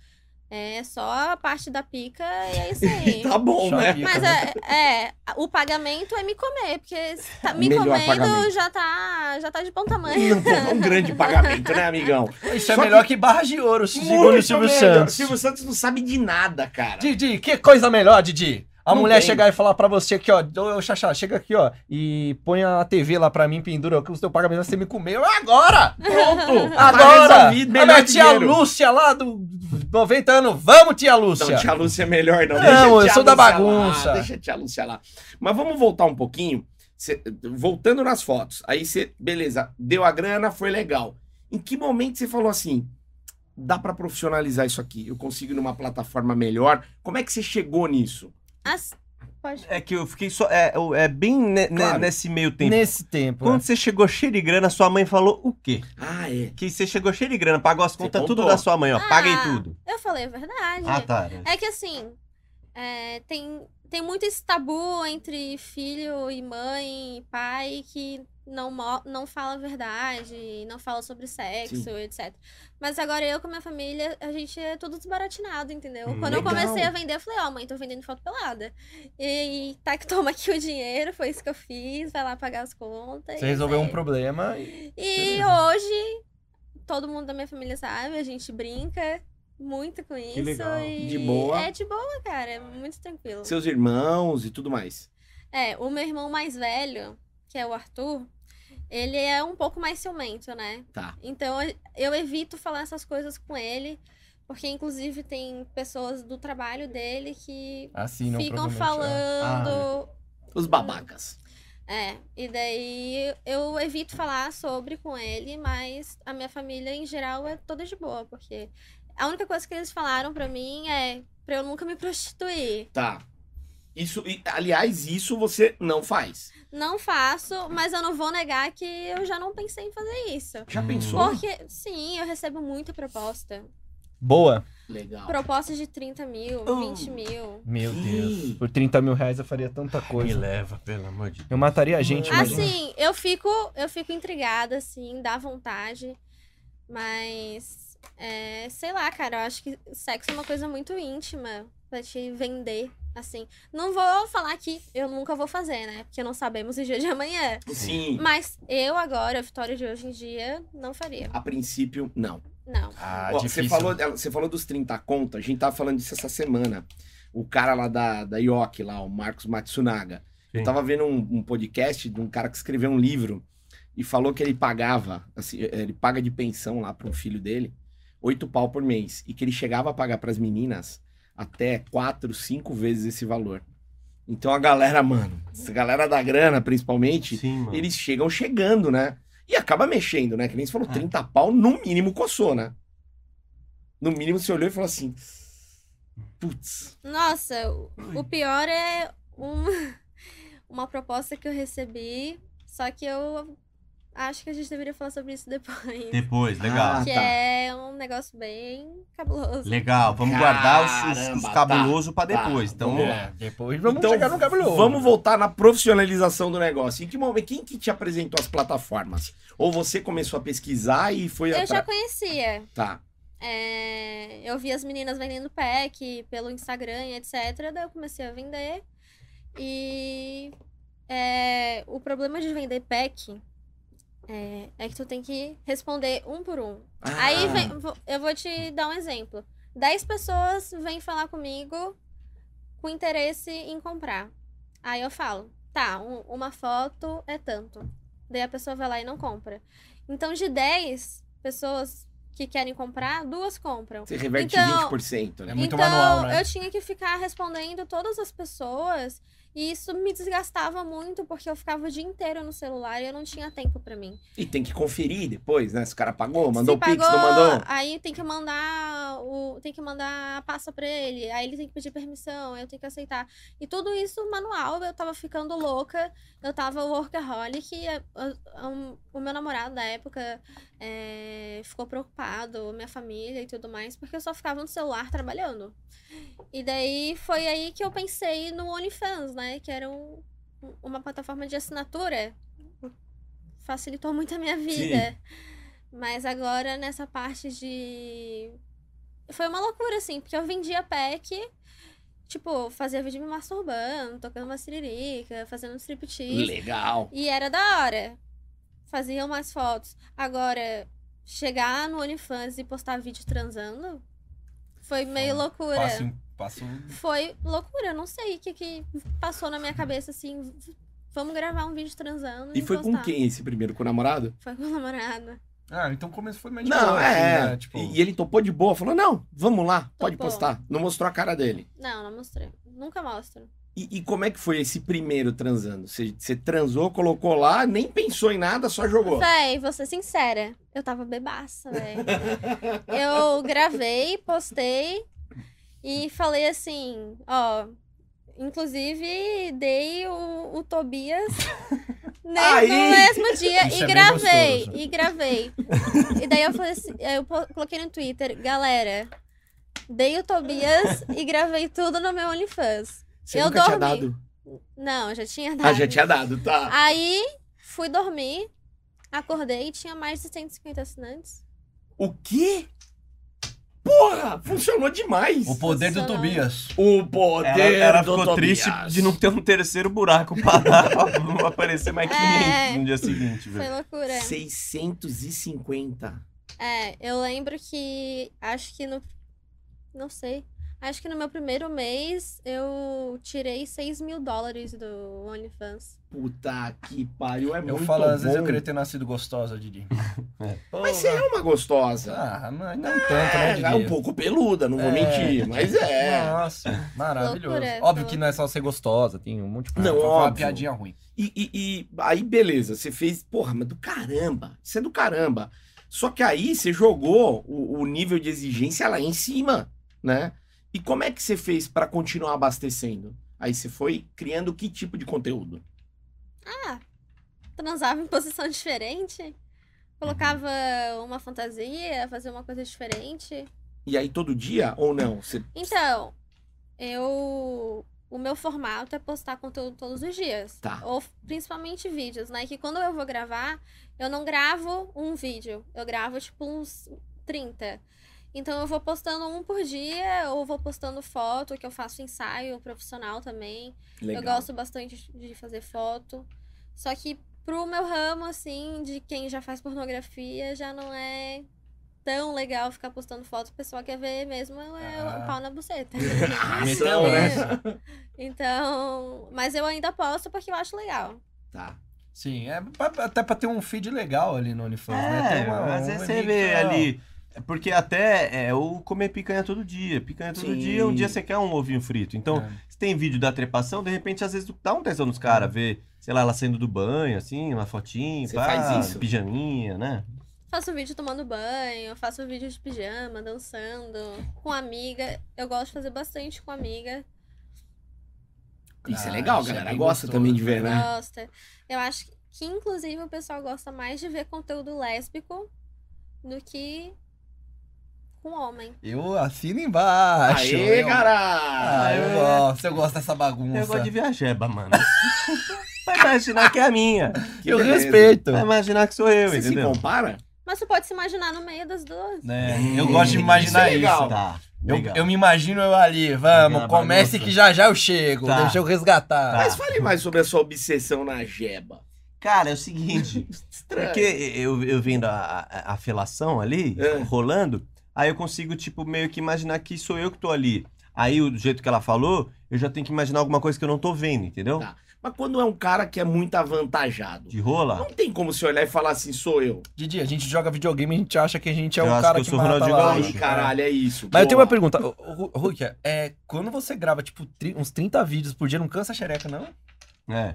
[SPEAKER 4] É só a parte da pica e é isso aí.
[SPEAKER 1] Tá bom,
[SPEAKER 2] Só
[SPEAKER 1] né?
[SPEAKER 2] que-
[SPEAKER 4] Mas é, é, o pagamento é me comer, porque se tá me
[SPEAKER 1] Melhor
[SPEAKER 4] comendo
[SPEAKER 1] pagamento.
[SPEAKER 4] já tá, já tá de bom tamanho.
[SPEAKER 1] Não, pô, não é um grande pagamento, né, amigão?
[SPEAKER 2] Isso é
[SPEAKER 1] Só
[SPEAKER 2] melhor que... barra de ouro, segundo o
[SPEAKER 1] Muito
[SPEAKER 2] Silvio
[SPEAKER 1] melhor.
[SPEAKER 2] Santos.
[SPEAKER 1] Silvio Santos não sabe de nada, cara.
[SPEAKER 2] Didi, que coisa melhor, Didi? A
[SPEAKER 1] Não
[SPEAKER 2] mulher
[SPEAKER 1] tem.
[SPEAKER 2] chegar e falar pra você aqui, ó, ô Xaxá, chega aqui, ó, e põe a TV lá pra mim, pendura, que o seu pagamento você me comeu É agora!
[SPEAKER 1] Pronto! tá
[SPEAKER 2] Agora!
[SPEAKER 1] resolvido,
[SPEAKER 2] a minha
[SPEAKER 1] melhor
[SPEAKER 2] tia
[SPEAKER 1] dinheiro.
[SPEAKER 2] Lúcia lá do 90 anos, vamos tia Lúcia!
[SPEAKER 1] Não, tia Lúcia é melhor, não.
[SPEAKER 2] Não,
[SPEAKER 1] Deixa a
[SPEAKER 2] eu
[SPEAKER 1] tia
[SPEAKER 2] sou da
[SPEAKER 1] Lúcia
[SPEAKER 2] bagunça.
[SPEAKER 1] Lá, deixa a tia Lúcia lá. Mas vamos voltar um pouquinho. Cê- voltando nas fotos. Aí você, beleza, deu a grana, foi legal. Em que momento você falou assim? Dá pra profissionalizar isso aqui? Eu consigo ir numa plataforma melhor? Como é que você chegou nisso?
[SPEAKER 4] As- Pode...
[SPEAKER 5] É que eu fiquei só. É, eu- é bem ne- ne-
[SPEAKER 1] Claro.
[SPEAKER 5] nesse meio tempo.
[SPEAKER 4] Né,
[SPEAKER 2] Nesse tempo. né?
[SPEAKER 5] Quando você chegou cheio de grana, sua mãe falou o quê?
[SPEAKER 1] Ah, é.
[SPEAKER 5] Que você chegou cheio de grana, pagou as contas
[SPEAKER 1] contou.
[SPEAKER 5] tudo da sua mãe, ó. Paguei
[SPEAKER 4] Ah,
[SPEAKER 5] tudo.
[SPEAKER 1] tá.
[SPEAKER 4] Eu falei a verdade.
[SPEAKER 5] Ah, tá.
[SPEAKER 4] É que assim, é, tem tem muito esse tabu entre filho e mãe, e pai, que não, mo- não fala a verdade, não fala sobre sexo,
[SPEAKER 1] Sim.
[SPEAKER 4] etc. Mas agora eu com a minha família, a gente é tudo desbaratinado, entendeu?
[SPEAKER 5] Hum,
[SPEAKER 4] Quando eu
[SPEAKER 1] legal.
[SPEAKER 4] comecei a vender, eu falei, ó, mãe, tô vendendo foto pelada. E, e tá que toma aqui o dinheiro, foi isso que eu fiz, vai lá pagar as contas.
[SPEAKER 2] Você
[SPEAKER 4] e é
[SPEAKER 2] resolveu um
[SPEAKER 4] segue.
[SPEAKER 2] problema e
[SPEAKER 4] E
[SPEAKER 2] Beleza.
[SPEAKER 4] hoje, todo mundo da minha família sabe, a gente brinca muito com isso.
[SPEAKER 5] legal.
[SPEAKER 4] E
[SPEAKER 1] De boa.
[SPEAKER 4] É de boa, cara, é muito tranquilo.
[SPEAKER 1] Seus irmãos e tudo mais.
[SPEAKER 4] É, o meu irmão mais velho, que é o Arthur, ele é um pouco mais ciumento, né?
[SPEAKER 1] Tá.
[SPEAKER 4] Então eu- eu evito falar essas coisas com ele, porque inclusive tem pessoas do trabalho dele que
[SPEAKER 2] assinam
[SPEAKER 4] ficam
[SPEAKER 2] provavelmente, é.
[SPEAKER 4] falando
[SPEAKER 1] Os babacas.
[SPEAKER 4] é, e daí eu evito falar sobre com ele, mas a minha família em geral é toda de boa, porque a única coisa que eles falaram pra mim é pra eu nunca me prostituir.
[SPEAKER 1] Tá. Isso, e, aliás, isso você não faz.
[SPEAKER 4] Não faço, mas eu não vou negar que eu já não pensei em fazer isso.
[SPEAKER 1] Já
[SPEAKER 5] Hum.
[SPEAKER 1] pensou?
[SPEAKER 4] Porque, sim, eu recebo muita proposta.
[SPEAKER 2] Boa.
[SPEAKER 1] Legal.
[SPEAKER 4] Propostas de 30 mil,
[SPEAKER 5] Oh.
[SPEAKER 4] 20 mil.
[SPEAKER 2] Meu
[SPEAKER 1] Ih.
[SPEAKER 2] Deus. Por 30 mil reais eu faria tanta
[SPEAKER 5] Me
[SPEAKER 2] coisa.
[SPEAKER 5] leva, pelo amor de Deus.
[SPEAKER 2] Eu mataria a gente,
[SPEAKER 1] Imagina.
[SPEAKER 4] Assim, eu fico, eu fico intrigada, assim, dá vontade. Mas, é, sei lá, cara, eu acho que sexo é uma coisa muito íntima pra te vender, assim. Não vou falar que eu nunca vou fazer, né? Porque não sabemos o dia de amanhã.
[SPEAKER 1] Sim.
[SPEAKER 4] Mas eu agora, a Vitória de hoje em dia, não faria.
[SPEAKER 1] A princípio, não.
[SPEAKER 4] Não.
[SPEAKER 2] Ah,
[SPEAKER 1] Ó, você, falou, ela- você falou dos 30 contas, a gente tava falando disso essa semana. O cara lá da, da IOC, lá, o Marcos Matsunaga.
[SPEAKER 5] Sim.
[SPEAKER 1] Eu tava vendo um, um podcast de um cara que escreveu um livro e falou que ele pagava, assim, eh, ele paga de pensão lá para um filho dele, oito pau por mês. E que ele chegava a pagar pras meninas até quatro, cinco vezes esse valor. Então a galera, mano, essa galera da grana, principalmente,
[SPEAKER 5] Sim, mano.
[SPEAKER 1] Hum. eles chegam chegando, né? E acaba mexendo, né? Que nem você
[SPEAKER 2] É.
[SPEAKER 1] falou, 30 pau, no mínimo coçou, né? No mínimo você olhou e falou assim. Putz.
[SPEAKER 4] Nossa, o- o pior é um- uma proposta que eu recebi, só que eu acho que a gente deveria falar sobre isso depois.
[SPEAKER 5] Depois, legal.
[SPEAKER 1] Ah,
[SPEAKER 4] Que
[SPEAKER 1] tá.
[SPEAKER 4] é um negócio bem cabuloso.
[SPEAKER 5] Legal, vamos guardar os- os, os
[SPEAKER 1] Caramba,
[SPEAKER 5] cabulosos pra depois.
[SPEAKER 1] Tá,
[SPEAKER 5] então,
[SPEAKER 1] vamos lá.
[SPEAKER 2] Depois Então, vamos chegar no cabeloso.
[SPEAKER 1] então vamos voltar na profissionalização do negócio. Em que momento? Quem que te apresentou as plataformas? Ou você começou a pesquisar e foi
[SPEAKER 4] Eu já
[SPEAKER 1] atrás?
[SPEAKER 4] conhecia.
[SPEAKER 1] Tá.
[SPEAKER 4] é, eu vi as meninas vendendo pack pelo Instagram e etc. Daí eu comecei a vender. E é, o problema de vender pack é, é que tu tem que responder um por um.
[SPEAKER 1] Ah,
[SPEAKER 4] Aí vem- vo- eu vou te dar um exemplo. Dez pessoas vêm falar comigo com interesse em comprar. Aí eu falo, tá, um- uma foto é tanto. Daí a pessoa vai lá e não compra. Então, de 10 pessoas que querem comprar, duas compram.
[SPEAKER 1] Você reverte
[SPEAKER 4] Então-
[SPEAKER 1] 20%, né?
[SPEAKER 2] É muito
[SPEAKER 4] então,
[SPEAKER 2] manual, né?
[SPEAKER 4] eu tinha que ficar respondendo todas as pessoas e isso me desgastava muito porque eu ficava o dia inteiro no celular e eu não tinha tempo pra mim.
[SPEAKER 1] E tem que conferir depois, né? Se o cara pagou, mandou o
[SPEAKER 4] Se
[SPEAKER 1] Pix,
[SPEAKER 4] pagou,
[SPEAKER 1] não mandou.
[SPEAKER 4] Aí tem que mandar o, tem que mandar a passa pra ele. Aí ele tem que pedir permissão, aí eu tenho que aceitar. E tudo isso manual, eu tava ficando louca. Eu tava workaholic. e, eh, o- um, o meu namorado da época eh, ficou preocupado, minha família e tudo mais, porque eu só ficava no celular trabalhando. E daí foi aí que eu pensei no OnlyFans, né? Que era um- uma plataforma de assinatura. Facilitou muito a minha vida. Mas agora nessa parte de. Foi uma loucura, assim, porque eu vendia pack, tipo, fazia vídeo me masturbando, tocando uma siririca, fazendo um striptease.
[SPEAKER 1] Legal.
[SPEAKER 4] E era da hora. Fazia umas fotos. Agora, chegar no OnlyFans e postar vídeo transando foi meio loucura.
[SPEAKER 2] Passa um- passa um-
[SPEAKER 4] Foi loucura, eu não sei o que, que passou na minha cabeça assim. v- Vamos gravar um vídeo transando.
[SPEAKER 1] E foi com
[SPEAKER 4] postar.
[SPEAKER 1] quem esse primeiro? Com o namorado?
[SPEAKER 4] Foi com o namorado.
[SPEAKER 2] Ah, então o começo foi mais de
[SPEAKER 1] Não,
[SPEAKER 2] boa,
[SPEAKER 1] é.
[SPEAKER 2] assim, né?
[SPEAKER 1] é.
[SPEAKER 2] Tipo,
[SPEAKER 1] E, e ele topou de boa, falou: não, vamos lá, pode
[SPEAKER 4] Topou.
[SPEAKER 1] postar. Não mostrou a cara dele.
[SPEAKER 4] Não, não mostrei. Nunca mostro.
[SPEAKER 1] E, e como é que foi esse primeiro transando? Você você transou, colocou lá, nem pensou em nada, só jogou.
[SPEAKER 4] Véi, vou ser sincera. Eu tava bebaça, véi. eu gravei, postei e falei assim, ó. Inclusive, dei o, o Tobias né,
[SPEAKER 1] Aí!
[SPEAKER 4] no mesmo dia
[SPEAKER 2] Isso
[SPEAKER 4] e
[SPEAKER 2] é bem
[SPEAKER 4] gravei.
[SPEAKER 2] gostoso.
[SPEAKER 4] E gravei. e daí eu falei assim, eu po- coloquei no Twitter, galera, dei o Tobias e gravei tudo no meu OnlyFans.
[SPEAKER 1] Você
[SPEAKER 4] Eu
[SPEAKER 1] nunca tinha
[SPEAKER 4] dormi.
[SPEAKER 1] dado.
[SPEAKER 4] Não, já tinha dado.
[SPEAKER 1] Ah, já tinha dado, tá.
[SPEAKER 4] Aí fui dormir, acordei e tinha mais de 150 assinantes.
[SPEAKER 1] O quê? Porra, funcionou demais.
[SPEAKER 2] O poder do
[SPEAKER 4] Funcionou.
[SPEAKER 2] Tobias.
[SPEAKER 1] O poder
[SPEAKER 5] Ela, ela
[SPEAKER 1] do
[SPEAKER 5] ficou
[SPEAKER 1] Tobias.
[SPEAKER 5] triste de não ter um terceiro buraco pra dar, não aparecer mais 500
[SPEAKER 4] É.
[SPEAKER 5] no dia seguinte,
[SPEAKER 4] Foi
[SPEAKER 5] velho.
[SPEAKER 4] loucura.
[SPEAKER 1] 650.
[SPEAKER 4] É, eu lembro que acho que no. Não sei. Acho que no meu primeiro mês eu tirei 6 mil dólares do OnlyFans.
[SPEAKER 1] Puta que pariu, é
[SPEAKER 2] Eu
[SPEAKER 1] muito
[SPEAKER 2] falo,
[SPEAKER 1] bom.
[SPEAKER 2] às vezes eu queria ter nascido gostosa, Didi.
[SPEAKER 1] Mas você é uma gostosa.
[SPEAKER 2] Ah, mas não tanto, né,
[SPEAKER 1] é,
[SPEAKER 2] Didi?
[SPEAKER 1] é um pouco peluda, não vou
[SPEAKER 2] É.
[SPEAKER 1] mentir, mas é.
[SPEAKER 2] Nossa, maravilhoso.
[SPEAKER 4] Loucura,
[SPEAKER 2] Óbvio
[SPEAKER 4] tô-
[SPEAKER 2] que não é só ser gostosa, tem um monte de coisa.
[SPEAKER 1] Não,
[SPEAKER 2] Foi uma
[SPEAKER 1] óbvio.
[SPEAKER 2] piadinha ruim.
[SPEAKER 1] E, e- e aí, beleza, você fez, porra, mas do caramba. Isso é do caramba. Só que aí você jogou o, o nível de exigência lá em cima, né? E como é que você fez pra continuar abastecendo? Aí você foi criando que tipo de conteúdo?
[SPEAKER 4] Transava em posição diferente,
[SPEAKER 2] Uhum.
[SPEAKER 4] colocava uma fantasia, fazia uma coisa diferente.
[SPEAKER 1] E aí todo dia ou não? Você
[SPEAKER 4] Então, eu. O meu formato é postar conteúdo todos os dias.
[SPEAKER 1] Tá.
[SPEAKER 4] Ou f- principalmente vídeos, né? Que quando eu vou gravar, eu não gravo um vídeo. Eu gravo, tipo, uns 30. Então eu vou postando um por dia, ou vou postando foto, que eu faço ensaio profissional também. Eu gosto bastante de- de fazer foto. Só que pro meu ramo, assim, de quem já faz pornografia, já não é tão legal ficar postando foto. O pessoal quer ver mesmo é o-
[SPEAKER 2] Ah.
[SPEAKER 4] o pau na buceta.
[SPEAKER 1] Então, né?
[SPEAKER 4] Então. Mas eu ainda posto porque eu acho legal.
[SPEAKER 1] Tá.
[SPEAKER 2] Sim, é pra- até pra ter um feed legal ali no OnlyFans, né?
[SPEAKER 5] É,
[SPEAKER 2] Tem uma-
[SPEAKER 5] às
[SPEAKER 2] um
[SPEAKER 5] vezes você
[SPEAKER 2] ali
[SPEAKER 5] vê
[SPEAKER 2] que, ó,
[SPEAKER 5] ali. Porque até é o comer picanha todo dia. Picanha todo
[SPEAKER 1] Sim.
[SPEAKER 5] dia, um dia você quer um ovinho frito. Então,
[SPEAKER 2] É.
[SPEAKER 5] se tem vídeo da trepação, de repente às vezes dá um tesão nos caras, ver, sei lá, ela saindo do banho, assim, uma fotinha,
[SPEAKER 1] Você
[SPEAKER 5] pá,
[SPEAKER 1] faz isso?
[SPEAKER 5] pijaminha, né?
[SPEAKER 4] Faço vídeo tomando banho, faço vídeo de pijama, dançando, com amiga. Eu gosto de fazer bastante com amiga.
[SPEAKER 1] Isso é
[SPEAKER 2] Ah,
[SPEAKER 1] legal,
[SPEAKER 2] isso é
[SPEAKER 1] galera.
[SPEAKER 2] bem
[SPEAKER 1] Gosta
[SPEAKER 2] gostoso.
[SPEAKER 1] também de ver, né?
[SPEAKER 4] Gosta. Eu acho que, que, inclusive, o pessoal gosta mais de ver conteúdo lésbico do que com homem.
[SPEAKER 2] Eu assino embaixo.
[SPEAKER 1] Aê,
[SPEAKER 2] Ah, eu...
[SPEAKER 1] cara!
[SPEAKER 2] Ah, eu gosto, eu gosto dessa bagunça.
[SPEAKER 5] Eu gosto de ver a jeba, mano. Vai imaginar que é a minha.
[SPEAKER 1] Que
[SPEAKER 2] Eu
[SPEAKER 1] beleza.
[SPEAKER 2] respeito.
[SPEAKER 5] Vai imaginar que sou eu,
[SPEAKER 1] Você se
[SPEAKER 5] entendeu?
[SPEAKER 1] compara?
[SPEAKER 4] Mas você pode se imaginar no meio das duas.
[SPEAKER 2] Né? Eu gosto de imaginar
[SPEAKER 1] Isso é
[SPEAKER 2] isso.
[SPEAKER 1] legal.
[SPEAKER 5] Tá,
[SPEAKER 2] Eu,
[SPEAKER 5] legal.
[SPEAKER 2] eu me imagino eu ali, vamos,
[SPEAKER 5] Aquela
[SPEAKER 2] comece
[SPEAKER 5] bagunça.
[SPEAKER 2] que já já eu chego,
[SPEAKER 5] Tá.
[SPEAKER 2] deixa eu resgatar.
[SPEAKER 5] Tá.
[SPEAKER 1] Mas fale mais sobre a sua obsessão na jeba.
[SPEAKER 5] Cara, é o seguinte.
[SPEAKER 2] É.
[SPEAKER 1] Estranho.
[SPEAKER 5] Porque eu, eu vendo a, a- a felação ali,
[SPEAKER 1] É.
[SPEAKER 5] rolando, aí eu consigo, tipo, meio que imaginar que sou eu que tô ali. Aí, o- do jeito que ela falou, eu já tenho que imaginar alguma coisa que eu não tô vendo, entendeu?
[SPEAKER 1] Tá. Mas quando é um cara que é muito avantajado,
[SPEAKER 5] De
[SPEAKER 2] Ah.
[SPEAKER 5] rola.
[SPEAKER 1] não tem como você olhar e falar assim, sou eu.
[SPEAKER 2] Didi, a gente joga videogame e a gente acha que a gente é
[SPEAKER 5] Eu
[SPEAKER 2] um
[SPEAKER 5] acho
[SPEAKER 2] cara
[SPEAKER 5] que eu
[SPEAKER 2] que,
[SPEAKER 5] sou
[SPEAKER 2] mata
[SPEAKER 5] Ronaldinho
[SPEAKER 2] lá.
[SPEAKER 1] Aí,
[SPEAKER 5] Gaúcho.
[SPEAKER 1] caralho, é isso.
[SPEAKER 2] Mas eu tenho
[SPEAKER 1] boa.
[SPEAKER 2] uma pergunta, ô, ô, ô, Rukia, é, quando você grava, tipo, tri- uns 30 vídeos por dia, não cansa a xereca, não?
[SPEAKER 5] É.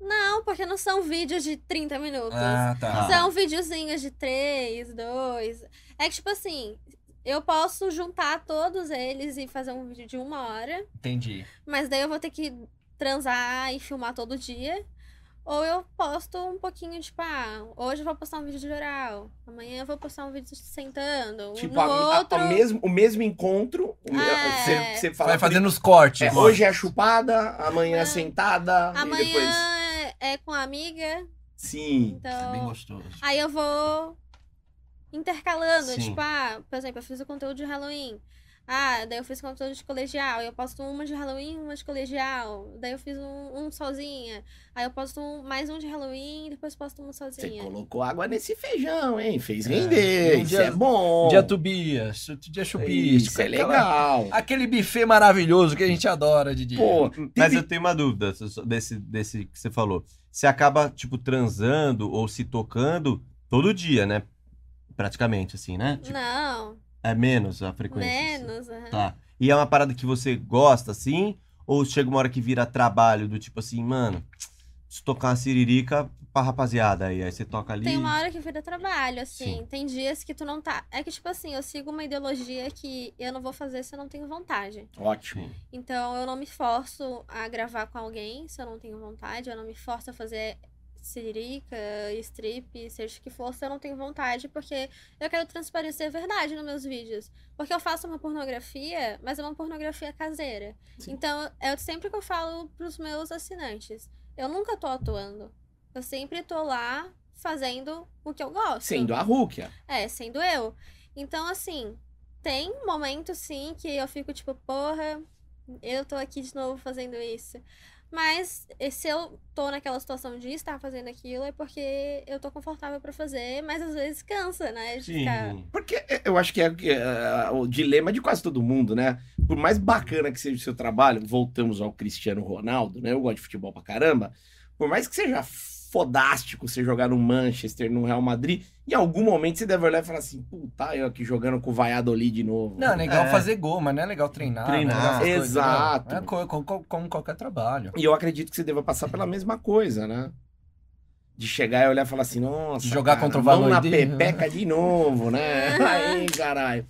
[SPEAKER 4] Não, porque não são vídeos de 30 minutos.
[SPEAKER 2] Ah.
[SPEAKER 5] tá.
[SPEAKER 4] São videozinhos de 3, 2. É que, tipo assim, eu posso juntar todos eles e fazer um vídeo de uma hora,
[SPEAKER 2] Entendi.
[SPEAKER 4] mas daí eu vou ter que transar e filmar todo dia. Ou eu posto um pouquinho, tipo, ah, hoje eu vou postar um vídeo de oral, amanhã eu vou postar um vídeo sentando, Um
[SPEAKER 1] Tipo,
[SPEAKER 4] no
[SPEAKER 1] a- a-
[SPEAKER 4] outro...
[SPEAKER 1] a mesmo, o mesmo encontro, o me-
[SPEAKER 4] É.
[SPEAKER 1] você, você fala...
[SPEAKER 2] Vai fazendo os cortes.
[SPEAKER 1] é, hoje é a chupada, amanhã é
[SPEAKER 4] Ah.
[SPEAKER 1] sentada,
[SPEAKER 4] Amanhã
[SPEAKER 1] e depois...
[SPEAKER 4] é é com a amiga,
[SPEAKER 1] Sim.
[SPEAKER 2] É bem
[SPEAKER 4] então...
[SPEAKER 2] gostoso.
[SPEAKER 4] Aí eu vou intercalando,
[SPEAKER 5] Sim.
[SPEAKER 4] tipo, ah, por exemplo, eu fiz o conteúdo de Halloween. Ah, daí eu fiz conteúdo de colegial. Eu posto uma de Halloween, uma de colegial. Daí eu fiz um, um sozinha. Aí eu posto um- mais um de Halloween, depois posto um
[SPEAKER 1] Você
[SPEAKER 4] sozinha.
[SPEAKER 1] colocou água nesse feijão, hein? Fez
[SPEAKER 2] É.
[SPEAKER 1] render,
[SPEAKER 2] Um
[SPEAKER 1] isso
[SPEAKER 2] dia-
[SPEAKER 1] é bom.
[SPEAKER 2] Um dia Tobias, outro dia Chupis.
[SPEAKER 1] Isso é
[SPEAKER 2] aquela-
[SPEAKER 1] legal.
[SPEAKER 2] Aquele buffet maravilhoso que a gente adora, Didi.
[SPEAKER 1] Pô,
[SPEAKER 5] Mas eu tenho uma dúvida so- so- desse, desse que você falou. Você acaba, tipo, transando ou se tocando todo dia, né? Praticamente, assim, né? Tipo,
[SPEAKER 4] Não,
[SPEAKER 5] é menos a frequência. assim.
[SPEAKER 4] menos. aham.
[SPEAKER 5] Tá. E é uma parada que você gosta, assim? Ou chega uma hora que vira trabalho, do tipo assim, mano, se tocar uma siririca pra rapaziada aí. Aí você toca ali.
[SPEAKER 4] Tem uma hora que vira trabalho, assim.
[SPEAKER 5] Sim.
[SPEAKER 4] Tem dias que tu não tá. É que, tipo assim, eu sigo uma ideologia que eu não vou fazer se eu não tenho vontade.
[SPEAKER 1] ótimo.
[SPEAKER 4] Então eu não me forço a gravar com alguém se eu não tenho vontade, eu não me forço a fazer siririca, strip, seja o que for, se eu não tenho vontade, porque eu quero transparecer a verdade nos meus vídeos. Porque eu faço uma pornografia, mas é uma pornografia caseira.
[SPEAKER 1] Sim.
[SPEAKER 4] Então, é sempre que eu falo pros meus assinantes. Eu nunca tô atuando. Eu sempre tô lá fazendo o que eu gosto.
[SPEAKER 1] Sendo a Rúquia.
[SPEAKER 4] É, sendo eu. Então, assim, tem momentos sim que eu fico tipo, porra, eu tô aqui de novo fazendo isso. Mas eh, se eu tô naquela situação de estar fazendo aquilo, é porque eu tô confortável pra fazer, mas às vezes cansa, né? De ficar.
[SPEAKER 1] Porque eu acho que é, é, o dilema de quase todo mundo, né? Por mais bacana que seja o seu trabalho, voltamos ao Cristiano Ronaldo, né? Eu gosto de futebol pra caramba. Por mais que seja fodástico você jogar no Manchester, no Real Madrid, em algum momento você deve olhar e falar assim: puta, eu aqui jogando com o Valladolid de novo.
[SPEAKER 2] Não, é legal
[SPEAKER 5] É.
[SPEAKER 2] fazer gol, mas não é legal treinar.
[SPEAKER 5] Treinar.
[SPEAKER 2] não é legal essas
[SPEAKER 1] Exato.
[SPEAKER 2] coisas, não. É co- co- co- como qualquer trabalho.
[SPEAKER 1] E eu acredito que você deva passar pela mesma coisa, né? De chegar e olhar e falar assim, nossa,
[SPEAKER 2] Jogar
[SPEAKER 1] cara,
[SPEAKER 2] contra o
[SPEAKER 1] mão na
[SPEAKER 2] Valladolid. né?"
[SPEAKER 1] pepeca de novo, né? Aí, caralho.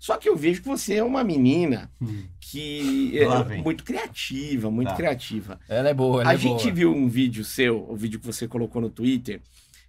[SPEAKER 1] Só que eu vejo que você é uma menina
[SPEAKER 5] Hum.
[SPEAKER 1] que é
[SPEAKER 5] Lá vem.
[SPEAKER 1] muito criativa, muito
[SPEAKER 5] Tá.
[SPEAKER 1] criativa.
[SPEAKER 2] Ela é boa, ela
[SPEAKER 1] A
[SPEAKER 2] é
[SPEAKER 1] gente
[SPEAKER 2] boa.
[SPEAKER 1] viu um vídeo seu, o vídeo que você colocou no Twitter,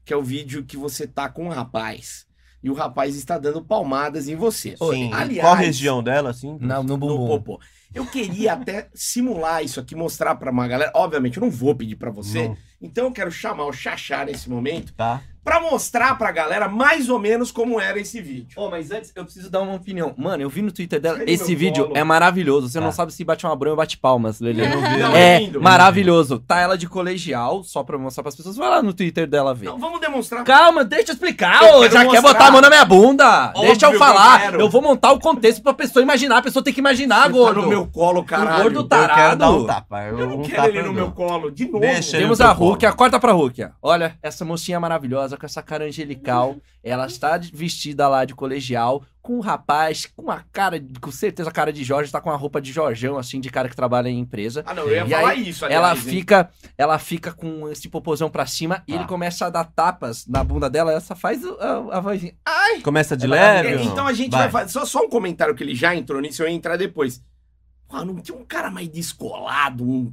[SPEAKER 1] que é o vídeo que você tá com um rapaz e o rapaz está dando palmadas em você.
[SPEAKER 5] Sim.
[SPEAKER 1] aliás-
[SPEAKER 5] Qual região dela, assim?
[SPEAKER 2] Não, no
[SPEAKER 1] no
[SPEAKER 2] bumbum.
[SPEAKER 1] popô. Eu queria até simular isso aqui, mostrar pra uma galera. Obviamente, eu não vou pedir pra você.
[SPEAKER 5] Não.
[SPEAKER 1] Então eu quero chamar o Xaxá nesse momento
[SPEAKER 5] Tá.
[SPEAKER 1] pra mostrar pra galera mais ou menos como era esse vídeo.
[SPEAKER 2] Ô, mas antes eu preciso dar uma opinião. Mano, eu vi no Twitter dela,
[SPEAKER 1] Ele
[SPEAKER 2] esse
[SPEAKER 1] no
[SPEAKER 2] vídeo
[SPEAKER 1] colo.
[SPEAKER 2] é maravilhoso. Você
[SPEAKER 5] Tá.
[SPEAKER 2] não sabe se bate uma bronha ou bate palmas, Lele.
[SPEAKER 5] Eu não vi.
[SPEAKER 1] Não,
[SPEAKER 2] É
[SPEAKER 1] lindo.
[SPEAKER 2] maravilhoso. Tá ela de colegial, só pra mostrar pras pessoas. Vai lá no Twitter dela ver.
[SPEAKER 1] Então vamos demonstrar.
[SPEAKER 2] Calma, deixa eu explicar,
[SPEAKER 1] Eu
[SPEAKER 2] ô.
[SPEAKER 1] quero
[SPEAKER 2] Já
[SPEAKER 1] mostrar.
[SPEAKER 2] quer botar a mão na minha bunda.
[SPEAKER 1] Óbvio
[SPEAKER 2] deixa
[SPEAKER 1] que
[SPEAKER 2] eu
[SPEAKER 1] eu
[SPEAKER 2] falar.
[SPEAKER 1] quero.
[SPEAKER 2] Eu, vou montar o contexto pra pessoa imaginar. A pessoa tem que imaginar,
[SPEAKER 1] Ele tá
[SPEAKER 2] gordo.
[SPEAKER 1] no meu colo, caralho.
[SPEAKER 2] gordo tá-
[SPEAKER 5] Eu quero
[SPEAKER 2] Tarado.
[SPEAKER 5] dar um tapa. Eu,
[SPEAKER 1] É Eu não
[SPEAKER 5] um
[SPEAKER 1] quero
[SPEAKER 5] tapa
[SPEAKER 1] ele
[SPEAKER 5] eu
[SPEAKER 1] no
[SPEAKER 5] dou.
[SPEAKER 1] meu colo. De novo.
[SPEAKER 5] Deixa ele.
[SPEAKER 2] Temos
[SPEAKER 5] no
[SPEAKER 2] a
[SPEAKER 5] teu colo.
[SPEAKER 2] Rúquia, corta pra Rúquia. Olha, essa mocinha maravilhosa com essa cara angelical. Ela está de- vestida lá de colegial, com um rapaz, com a cara, de- com certeza a cara de Jorge, tá com a roupa de Jorgão, assim, de cara que trabalha em empresa.
[SPEAKER 1] Ah, não, eu ia
[SPEAKER 2] E
[SPEAKER 1] falar
[SPEAKER 2] aí,
[SPEAKER 1] isso. Aliás,
[SPEAKER 2] Ela
[SPEAKER 1] hein?
[SPEAKER 2] fica, ela fica com esse popozão pra cima e
[SPEAKER 5] Tá.
[SPEAKER 2] ele começa a dar tapas na bunda dela. Ela só faz o- a, a vozinha.
[SPEAKER 5] Começa de
[SPEAKER 2] É
[SPEAKER 5] leve.
[SPEAKER 1] É,
[SPEAKER 5] ou não?
[SPEAKER 1] então a gente vai, fazer. Só, só um comentário que ele já entrou nisso, eu ia entrar depois. Pô, não tinha um cara mais descolado, um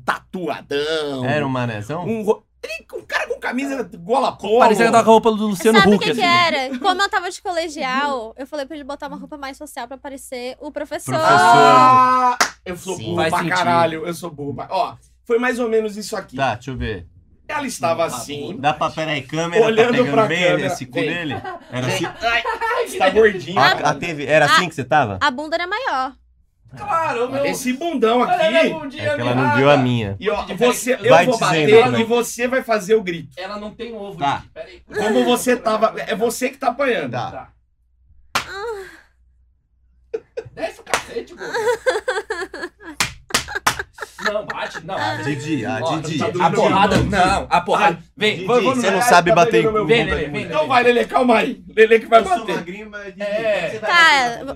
[SPEAKER 1] tatuadão.
[SPEAKER 5] Era um manezão?
[SPEAKER 1] Um, ro- ele, um cara com camisa gola polo.
[SPEAKER 2] Parecia que tá com a roupa do Luciano
[SPEAKER 4] Sabe o
[SPEAKER 2] Huck,
[SPEAKER 4] que, é? que
[SPEAKER 2] assim.
[SPEAKER 4] era? Como eu tava de
[SPEAKER 5] Uhum.
[SPEAKER 4] colegial, eu falei pra ele botar uma roupa mais social pra parecer o professor.
[SPEAKER 1] Ah, eu sou
[SPEAKER 5] Sim.
[SPEAKER 1] burro
[SPEAKER 2] Faz
[SPEAKER 1] pra
[SPEAKER 2] sentido.
[SPEAKER 1] caralho. Eu sou burro. pra- Ó, foi mais ou menos isso aqui.
[SPEAKER 5] Tá, deixa eu ver.
[SPEAKER 1] Ela estava assim.
[SPEAKER 5] Dá pra. Peraí, câmera.
[SPEAKER 1] Olhando
[SPEAKER 5] tá pegando
[SPEAKER 1] pra
[SPEAKER 5] bem
[SPEAKER 1] câmera.
[SPEAKER 5] nesse cu
[SPEAKER 1] Vem.
[SPEAKER 5] dele? Era assim.
[SPEAKER 1] Ai, está gordinho.
[SPEAKER 4] Ah,
[SPEAKER 5] A, a TV, era assim que você tava?
[SPEAKER 4] A bunda era maior.
[SPEAKER 2] Claro,
[SPEAKER 1] Olha Esse bundão
[SPEAKER 2] Olha
[SPEAKER 1] aqui.
[SPEAKER 2] a
[SPEAKER 5] É
[SPEAKER 2] bundinha,
[SPEAKER 5] que ela não
[SPEAKER 2] mirrada.
[SPEAKER 5] viu a minha.
[SPEAKER 1] E ó, você, eu
[SPEAKER 5] Vai
[SPEAKER 1] vou
[SPEAKER 5] dizendo,
[SPEAKER 1] bater
[SPEAKER 5] né?
[SPEAKER 1] e você vai fazer o grito.
[SPEAKER 2] Ela não tem ovo.
[SPEAKER 5] Tá.
[SPEAKER 2] Gui, peraí.
[SPEAKER 1] Como você tava. É você que tá apanhando.
[SPEAKER 5] Tá.
[SPEAKER 2] Ah. Desce o cacete, gordo. Não, bate, não.
[SPEAKER 5] Ah, Didi, ah,
[SPEAKER 2] Ó,
[SPEAKER 5] Didi.
[SPEAKER 2] tá
[SPEAKER 5] Didi.
[SPEAKER 2] doido, a porrada, não, a porrada. Ah, vem,
[SPEAKER 5] Didi,
[SPEAKER 2] vamos, vamos.
[SPEAKER 5] você não
[SPEAKER 1] Ai,
[SPEAKER 5] sabe
[SPEAKER 1] tá
[SPEAKER 5] bater
[SPEAKER 1] pegando meu
[SPEAKER 2] Vem,
[SPEAKER 1] bunda.
[SPEAKER 2] Lelê, vem,
[SPEAKER 1] Então
[SPEAKER 2] Lelê.
[SPEAKER 1] vai, Lelê, calma aí. Lele que vai bater.
[SPEAKER 5] magrinho, mas
[SPEAKER 2] É.
[SPEAKER 4] Tá,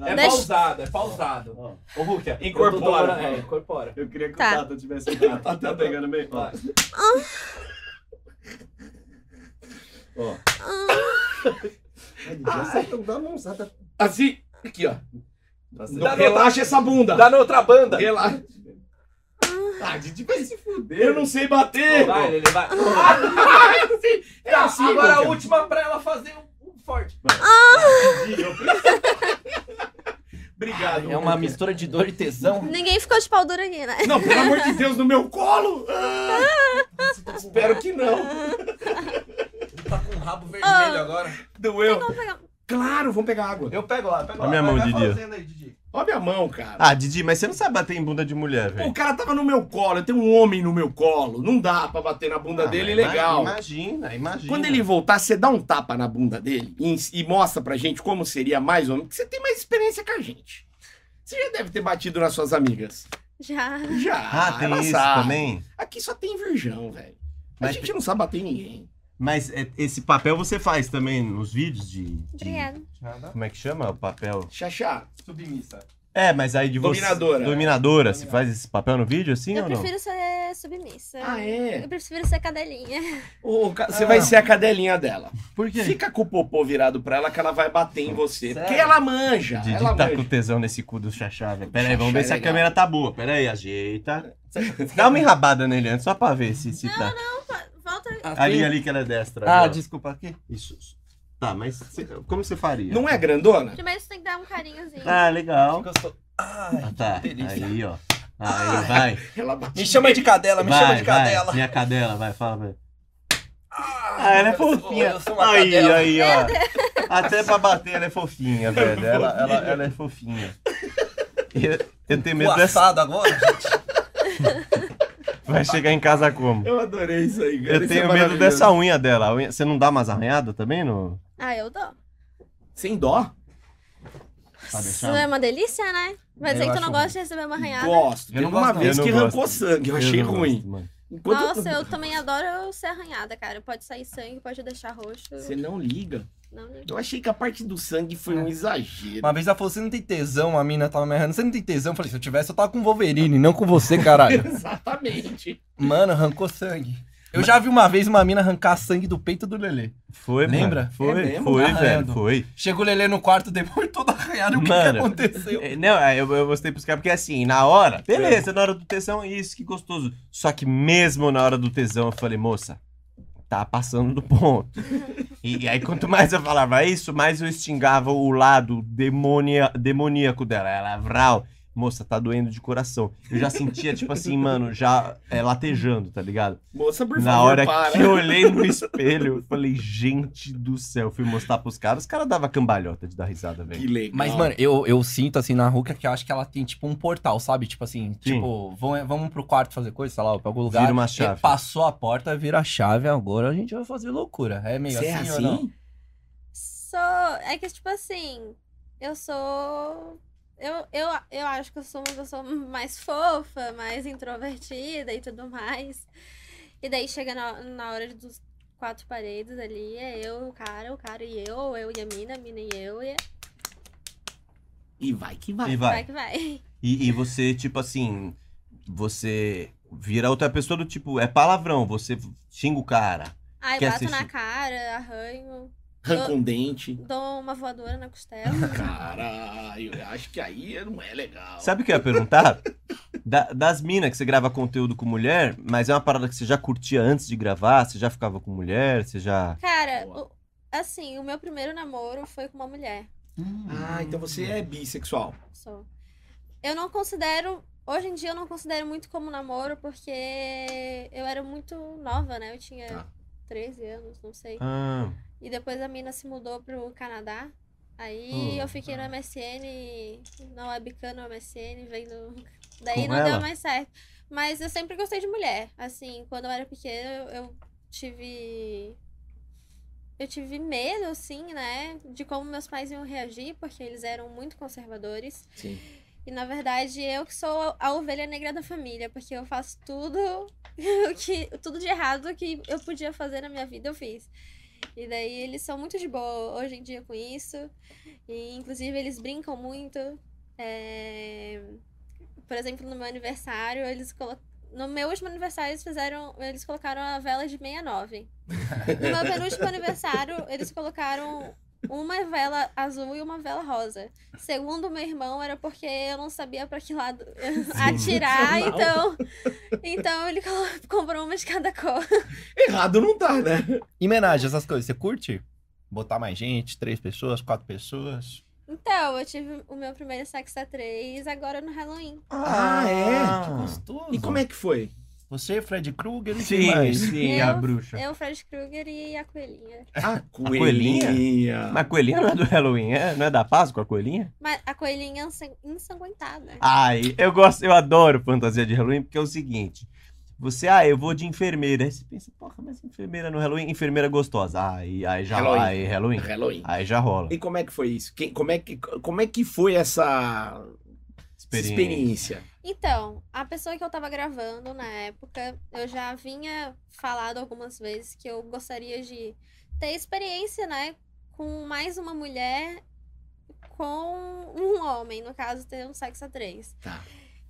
[SPEAKER 2] É
[SPEAKER 4] Deixa-
[SPEAKER 2] pausado, é pausado. Ô, Rúquia,
[SPEAKER 1] Incorpora.
[SPEAKER 2] eu tô demorando- É, incorpora.
[SPEAKER 6] Eu queria que
[SPEAKER 4] Tá.
[SPEAKER 6] o Tata tivesse entrado. tá pegando bem? Ó. Ó.
[SPEAKER 1] Assim, aqui, ó.
[SPEAKER 6] Tá certo.
[SPEAKER 1] Então, relaxa essa bunda.
[SPEAKER 2] Dá na outra banda.
[SPEAKER 1] Relaxa. Ah, Didi vai se fuder. Eu não sei bater.
[SPEAKER 2] Vai, Lelê, vai.
[SPEAKER 1] É assim,
[SPEAKER 2] Agora a
[SPEAKER 1] Rúquia.
[SPEAKER 2] última pra ela fazer um, um forte.
[SPEAKER 1] Obrigado.
[SPEAKER 2] É uma mistura de dor e tesão.
[SPEAKER 4] Ninguém ficou de pau dura aqui, né?
[SPEAKER 1] Não, pelo amor de Deus, no meu colo! Ah! espero que não.
[SPEAKER 2] Tá com o rabo
[SPEAKER 4] Ah.
[SPEAKER 2] agora.
[SPEAKER 1] Doeu.
[SPEAKER 4] Vamos pegar- um-
[SPEAKER 1] Claro, vamos pegar água.
[SPEAKER 2] Eu pego lá, pego lá.
[SPEAKER 5] Olha minha mão,
[SPEAKER 2] vai, vai
[SPEAKER 5] Didi.
[SPEAKER 2] fazendo aí, Didi.
[SPEAKER 1] Olha minha mão, cara.
[SPEAKER 5] Ah, Didi, mas você não sabe bater em bunda de mulher,
[SPEAKER 1] Pô, o
[SPEAKER 5] velho.
[SPEAKER 1] cara tava no meu colo, eu tenho um homem no meu colo. Não dá pra bater na bunda
[SPEAKER 5] Ah,
[SPEAKER 1] dele, é
[SPEAKER 5] mas
[SPEAKER 1] legal.
[SPEAKER 5] Imagina, imagina.
[SPEAKER 1] Quins- Quando ele voltar, você dá um tapa na bunda dele e, ens- e mostra pra gente como seria mais homem, porque você tem mais experiência que a gente. Você já deve ter batido nas suas amigas.
[SPEAKER 4] Já.
[SPEAKER 1] Já.
[SPEAKER 5] Ah, tem
[SPEAKER 1] ela
[SPEAKER 5] isso
[SPEAKER 1] sabe.
[SPEAKER 5] também?
[SPEAKER 1] Aqui só tem virgão, velho. A
[SPEAKER 5] Mas-
[SPEAKER 1] gente não sabe bater em ninguém.
[SPEAKER 5] Mas é, esse papel você faz também nos vídeos de. de-
[SPEAKER 4] Obrigada.
[SPEAKER 5] Como é que chama o papel?
[SPEAKER 1] Xaxá,
[SPEAKER 2] Submissa.
[SPEAKER 5] É, mas aí de você.
[SPEAKER 1] Dominadora.
[SPEAKER 5] Dominadora. Você faz esse papel no vídeo assim
[SPEAKER 4] Eu
[SPEAKER 5] ou não?
[SPEAKER 4] prefiro ser submissa.
[SPEAKER 1] Ah, é?
[SPEAKER 4] Eu prefiro ser cadelinha.
[SPEAKER 1] Ô, ca- Você
[SPEAKER 5] Ah.
[SPEAKER 1] vai ser a cadelinha dela.
[SPEAKER 5] Por quê?
[SPEAKER 1] Fica com o popô virado pra ela que ela vai bater em você.
[SPEAKER 2] Sério?
[SPEAKER 1] Porque ela manja.
[SPEAKER 5] Didi
[SPEAKER 1] ela
[SPEAKER 5] tá
[SPEAKER 1] manja.
[SPEAKER 5] com tesão nesse cu do Xaxá, velho. Pera aí, vamos
[SPEAKER 1] Xaxá é
[SPEAKER 5] ver se a
[SPEAKER 1] legal.
[SPEAKER 5] câmera tá boa. Pera aí, ajeita. Dá uma enrabada nele antes, só pra ver se, se tá.
[SPEAKER 4] Volta
[SPEAKER 5] Ali, ali que ela é destra.
[SPEAKER 2] Ah,
[SPEAKER 5] agora.
[SPEAKER 2] desculpa, aqui.
[SPEAKER 5] Isso. Tá, mas cê- como você faria?
[SPEAKER 1] Não é grandona?
[SPEAKER 4] Primeiro você tem que dar um carinhozinho.
[SPEAKER 5] Ah, legal.
[SPEAKER 3] Gostou. Ai,
[SPEAKER 5] Ah, tá.
[SPEAKER 3] delícia.
[SPEAKER 5] Aí, ó. Aí, vai.
[SPEAKER 1] Ela bate.
[SPEAKER 3] Me chama de
[SPEAKER 2] tá
[SPEAKER 3] cadela, me chama
[SPEAKER 5] Vai,
[SPEAKER 3] de
[SPEAKER 5] vai.
[SPEAKER 3] cadela.
[SPEAKER 5] Minha cadela, vai, fala pra ela. Ah, ela é
[SPEAKER 3] eu sou-
[SPEAKER 5] fofinha.
[SPEAKER 3] eu sou uma
[SPEAKER 5] Aí,
[SPEAKER 3] cadela.
[SPEAKER 5] aí, ó. Até pra bater, ela é fofinha, velho. Ela, ela, ela é fofinha. Eu, eu tenho medo
[SPEAKER 3] O
[SPEAKER 5] dessa.
[SPEAKER 3] assado agora?
[SPEAKER 5] Vai chegar em casa como?
[SPEAKER 1] Eu adorei isso aí, cara. Isso
[SPEAKER 5] Eu
[SPEAKER 1] é
[SPEAKER 5] tenho medo
[SPEAKER 1] maravilhoso.
[SPEAKER 5] dessa um. unha dela. A unha- Você não dá mais arranhada também? No...
[SPEAKER 4] Ah, eu dou.
[SPEAKER 5] Tá
[SPEAKER 1] Sem dó?
[SPEAKER 5] Pra
[SPEAKER 4] Isso
[SPEAKER 5] deixar?
[SPEAKER 4] é uma delícia, né? Mas
[SPEAKER 5] Eu
[SPEAKER 4] aí tu
[SPEAKER 5] acho
[SPEAKER 4] não gosta de receber uma arranhada.
[SPEAKER 1] Gosto.
[SPEAKER 2] Eu não
[SPEAKER 1] Teve uma
[SPEAKER 2] gosto, não.
[SPEAKER 1] vez
[SPEAKER 5] Eu
[SPEAKER 1] que
[SPEAKER 5] não
[SPEAKER 1] arrancou
[SPEAKER 5] gosto.
[SPEAKER 1] sangue, eu achei
[SPEAKER 5] não gosto,
[SPEAKER 1] ruim.
[SPEAKER 5] mano.
[SPEAKER 1] Enquanto-
[SPEAKER 4] Nossa, eu também adoro ser arranhada, cara. Pode sair sangue, pode deixar roxo.
[SPEAKER 1] Você não liga.
[SPEAKER 4] Não, né?
[SPEAKER 1] Eu achei que a parte do sangue
[SPEAKER 5] É.
[SPEAKER 1] foi um exagero.
[SPEAKER 2] Uma vez ela falou, você não tem tesão, a mina tava me arranhando. Você não tem tesão? Eu falei, se eu tivesse, eu tava com Wolverine, não com você, caralho.
[SPEAKER 1] Exatamente.
[SPEAKER 2] Mano, arrancou sangue. Eu já vi uma vez uma mina arrancar sangue do peito do Lelê.
[SPEAKER 5] Foi, mano.
[SPEAKER 2] Lembra?
[SPEAKER 5] Foi,
[SPEAKER 1] É mesmo?
[SPEAKER 5] foi,
[SPEAKER 2] Tá
[SPEAKER 5] velho.
[SPEAKER 2] vendo?
[SPEAKER 5] Foi.
[SPEAKER 2] Chegou o Lelê no quarto depois todo arranhado. O que, que
[SPEAKER 5] Mano.
[SPEAKER 2] aconteceu?
[SPEAKER 5] É, Não, é, eu, eu mostrei pros caras porque assim, na hora,
[SPEAKER 1] É.
[SPEAKER 5] beleza, na hora do tesão, isso que gostoso. Só que mesmo na hora do tesão, eu falei, moça, tá passando do ponto. e, aí, quanto mais eu falava isso, mais eu extingava o lado demonia, demoníaco dela. Ela, vral, moça, tá doendo de coração. Eu já sentia, tipo assim, mano, já é, latejando, tá ligado?
[SPEAKER 1] Moça, por
[SPEAKER 5] Na
[SPEAKER 1] favor,
[SPEAKER 5] hora
[SPEAKER 1] para.
[SPEAKER 5] que eu olhei no espelho, eu falei, gente do céu, fui mostrar pros caras, os caras davam cambalhota de dar risada, velho.
[SPEAKER 1] Que legal.
[SPEAKER 2] Mas, mano, eu, eu sinto, assim, na Ruka que eu acho que ela tem, tipo, um portal, sabe? Tipo assim, tipo, vamos, vamos pro quarto fazer coisa, sei lá, pra algum lugar.
[SPEAKER 5] Vira uma
[SPEAKER 2] E
[SPEAKER 5] chave.
[SPEAKER 2] Passou a porta, vira a chave, agora a gente vai fazer loucura. É meio
[SPEAKER 1] Você é
[SPEAKER 2] assim, ou não?
[SPEAKER 1] assim?
[SPEAKER 4] Sou. É que, tipo assim, eu sou. Eu, eu, eu acho que eu sou uma pessoa mais fofa, mais introvertida e tudo mais. E daí chega na, na hora dos quatro paredes ali, é eu, o cara, o cara e eu, eu e a mina, a mina e eu, e é
[SPEAKER 1] E vai que vai.
[SPEAKER 5] E
[SPEAKER 4] vai que vai.
[SPEAKER 5] E, e você, tipo assim, você vira outra pessoa do tipo, é palavrão, você xinga o cara.
[SPEAKER 4] Aí
[SPEAKER 5] Quer
[SPEAKER 4] bato na
[SPEAKER 5] assistir?
[SPEAKER 4] cara, arranho,
[SPEAKER 1] Arranca um dente.
[SPEAKER 4] dou uma voadora na costela.
[SPEAKER 1] Caralho, eu acho que aí não é legal.
[SPEAKER 5] Sabe o que eu ia perguntar? Da- das minas que você grava conteúdo com mulher, mas é uma parada que você já curtia antes de gravar, você já ficava com mulher, você já.
[SPEAKER 4] Cara,
[SPEAKER 1] Boa.
[SPEAKER 4] o- assim, o meu primeiro namoro foi com uma mulher.
[SPEAKER 1] Ah, então você é bissexual.
[SPEAKER 4] Sou. Eu não considero. Hoje em dia eu não considero muito como namoro, porque eu era muito nova, né? Eu tinha
[SPEAKER 1] Tá.
[SPEAKER 4] 13 anos, não sei.
[SPEAKER 5] Ah,
[SPEAKER 4] E depois a mina se mudou pro Canadá. Aí
[SPEAKER 5] Oh,
[SPEAKER 4] eu fiquei no MSN, na webcam no MSN, vendo. Daí
[SPEAKER 5] Com
[SPEAKER 4] não
[SPEAKER 5] ela?
[SPEAKER 4] deu mais certo. Mas eu sempre gostei de mulher. Assim, quando eu era pequena, eu, eu tive. Eu tive medo, assim, né? De como meus pais iam reagir, porque eles eram muito conservadores.
[SPEAKER 1] Sim.
[SPEAKER 4] E na verdade eu que sou a ovelha negra da família, porque eu faço tudo o que tudo de errado que eu podia fazer na minha vida, eu fiz. E daí eles são muito de boa hoje em dia com isso. E inclusive eles brincam muito. É, Por exemplo, no meu aniversário, eles colo... No meu último aniversário, eles fizeram. Eles colocaram a vela de 69. No meu penúltimo aniversário, eles colocaram uma vela azul e uma vela rosa. Segundo meu irmão, era porque eu não sabia pra que lado atirar, então. Então ele colo- comprou uma de cada cor.
[SPEAKER 1] Errado não tá, né?
[SPEAKER 2] E homenagem, essas coisas, você curte? Botar mais gente, três pessoas, quatro pessoas.
[SPEAKER 4] Então, eu tive o meu primeiro sexo a três agora no Halloween.
[SPEAKER 1] Ah, é?
[SPEAKER 2] Que gostoso.
[SPEAKER 1] E como é que foi?
[SPEAKER 2] Você, Fred Krueger, e quem
[SPEAKER 5] sim,
[SPEAKER 2] mais?
[SPEAKER 5] sim,
[SPEAKER 4] Eu-
[SPEAKER 5] a bruxa.
[SPEAKER 4] Eu, Fred Krueger e a coelhinha.
[SPEAKER 1] A
[SPEAKER 5] coelhinha? Mas a coelhinha não é do Halloween, é? Não é da Páscoa a coelhinha?
[SPEAKER 4] Mas a coelhinha é ensan- ensanguentada.
[SPEAKER 5] Ai, eu gosto, eu adoro fantasia de Halloween, porque é o seguinte. Você, ah, eu vou de enfermeira. Aí você pensa, porra, mas enfermeira no Halloween, enfermeira gostosa. Aí, aí já
[SPEAKER 1] Halloween.
[SPEAKER 5] aí Halloween.
[SPEAKER 1] Halloween.
[SPEAKER 5] Aí já rola.
[SPEAKER 1] E como é que foi isso? Quem- como, é que, como é que foi essa essa experiência?
[SPEAKER 4] Então, a pessoa que eu tava gravando na época, eu já vinha falado algumas vezes que eu gostaria de ter experiência, né? Com mais uma mulher, com um homem, no caso, ter um sexo a três.
[SPEAKER 1] Tá.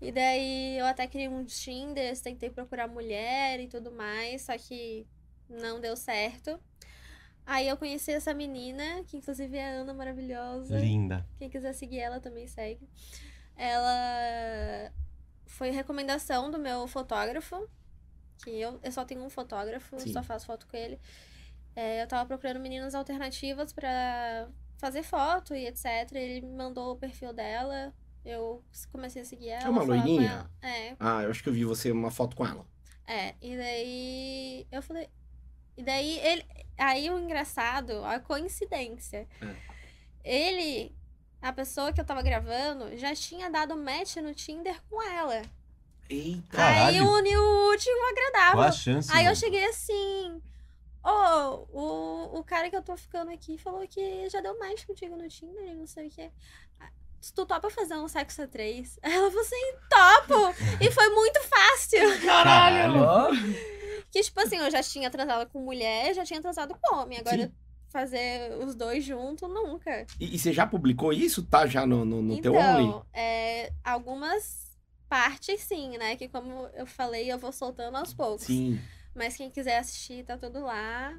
[SPEAKER 4] E daí eu até criei uns Tinders, tentei procurar mulher e tudo mais, só que não deu certo. Aí eu conheci essa menina, que inclusive é a Ana maravilhosa.
[SPEAKER 5] Linda.
[SPEAKER 4] Quem quiser seguir ela também segue. Ela foi recomendação do meu fotógrafo. Que eu, eu só tenho um fotógrafo,
[SPEAKER 1] Sim.
[SPEAKER 4] só faço foto com ele. É, eu tava procurando meninas alternativas pra fazer foto e etc. Ele me mandou o perfil dela. Eu comecei a seguir ela.
[SPEAKER 1] É uma
[SPEAKER 4] falar com
[SPEAKER 1] loirinha?
[SPEAKER 4] ela. É,
[SPEAKER 1] Ah, eu acho que eu vi você uma foto com ela.
[SPEAKER 4] é. E daí eu falei. E daí ele. Aí o engraçado, a coincidência.
[SPEAKER 5] É.
[SPEAKER 4] Ele, a pessoa que eu tava gravando, já tinha dado match no Tinder com ela.
[SPEAKER 1] Eita.
[SPEAKER 4] Aí
[SPEAKER 5] Caralho.
[SPEAKER 4] uniu o último ao agradável.
[SPEAKER 5] Qual a chance?
[SPEAKER 4] Aí eu
[SPEAKER 5] mano?
[SPEAKER 4] cheguei assim. Ô, o, o cara que eu tô ficando aqui falou que já deu mais contigo no Tinder e não sei o que. Tu topa fazer um sexo a três? Aí Ela falou assim, topo! e foi muito fácil.
[SPEAKER 5] Caralho.
[SPEAKER 2] Ó,
[SPEAKER 4] Que tipo assim, eu já tinha transado com mulher, já tinha transado com homem. Agora
[SPEAKER 1] Sim.
[SPEAKER 4] fazer os dois juntos, nunca.
[SPEAKER 1] E, e você já publicou isso? Tá já no, no, no teu Only?
[SPEAKER 4] então, é, algumas partes sim, né? Que como eu falei, eu vou soltando aos poucos.
[SPEAKER 1] Sim.
[SPEAKER 4] Mas quem quiser assistir, tá tudo lá.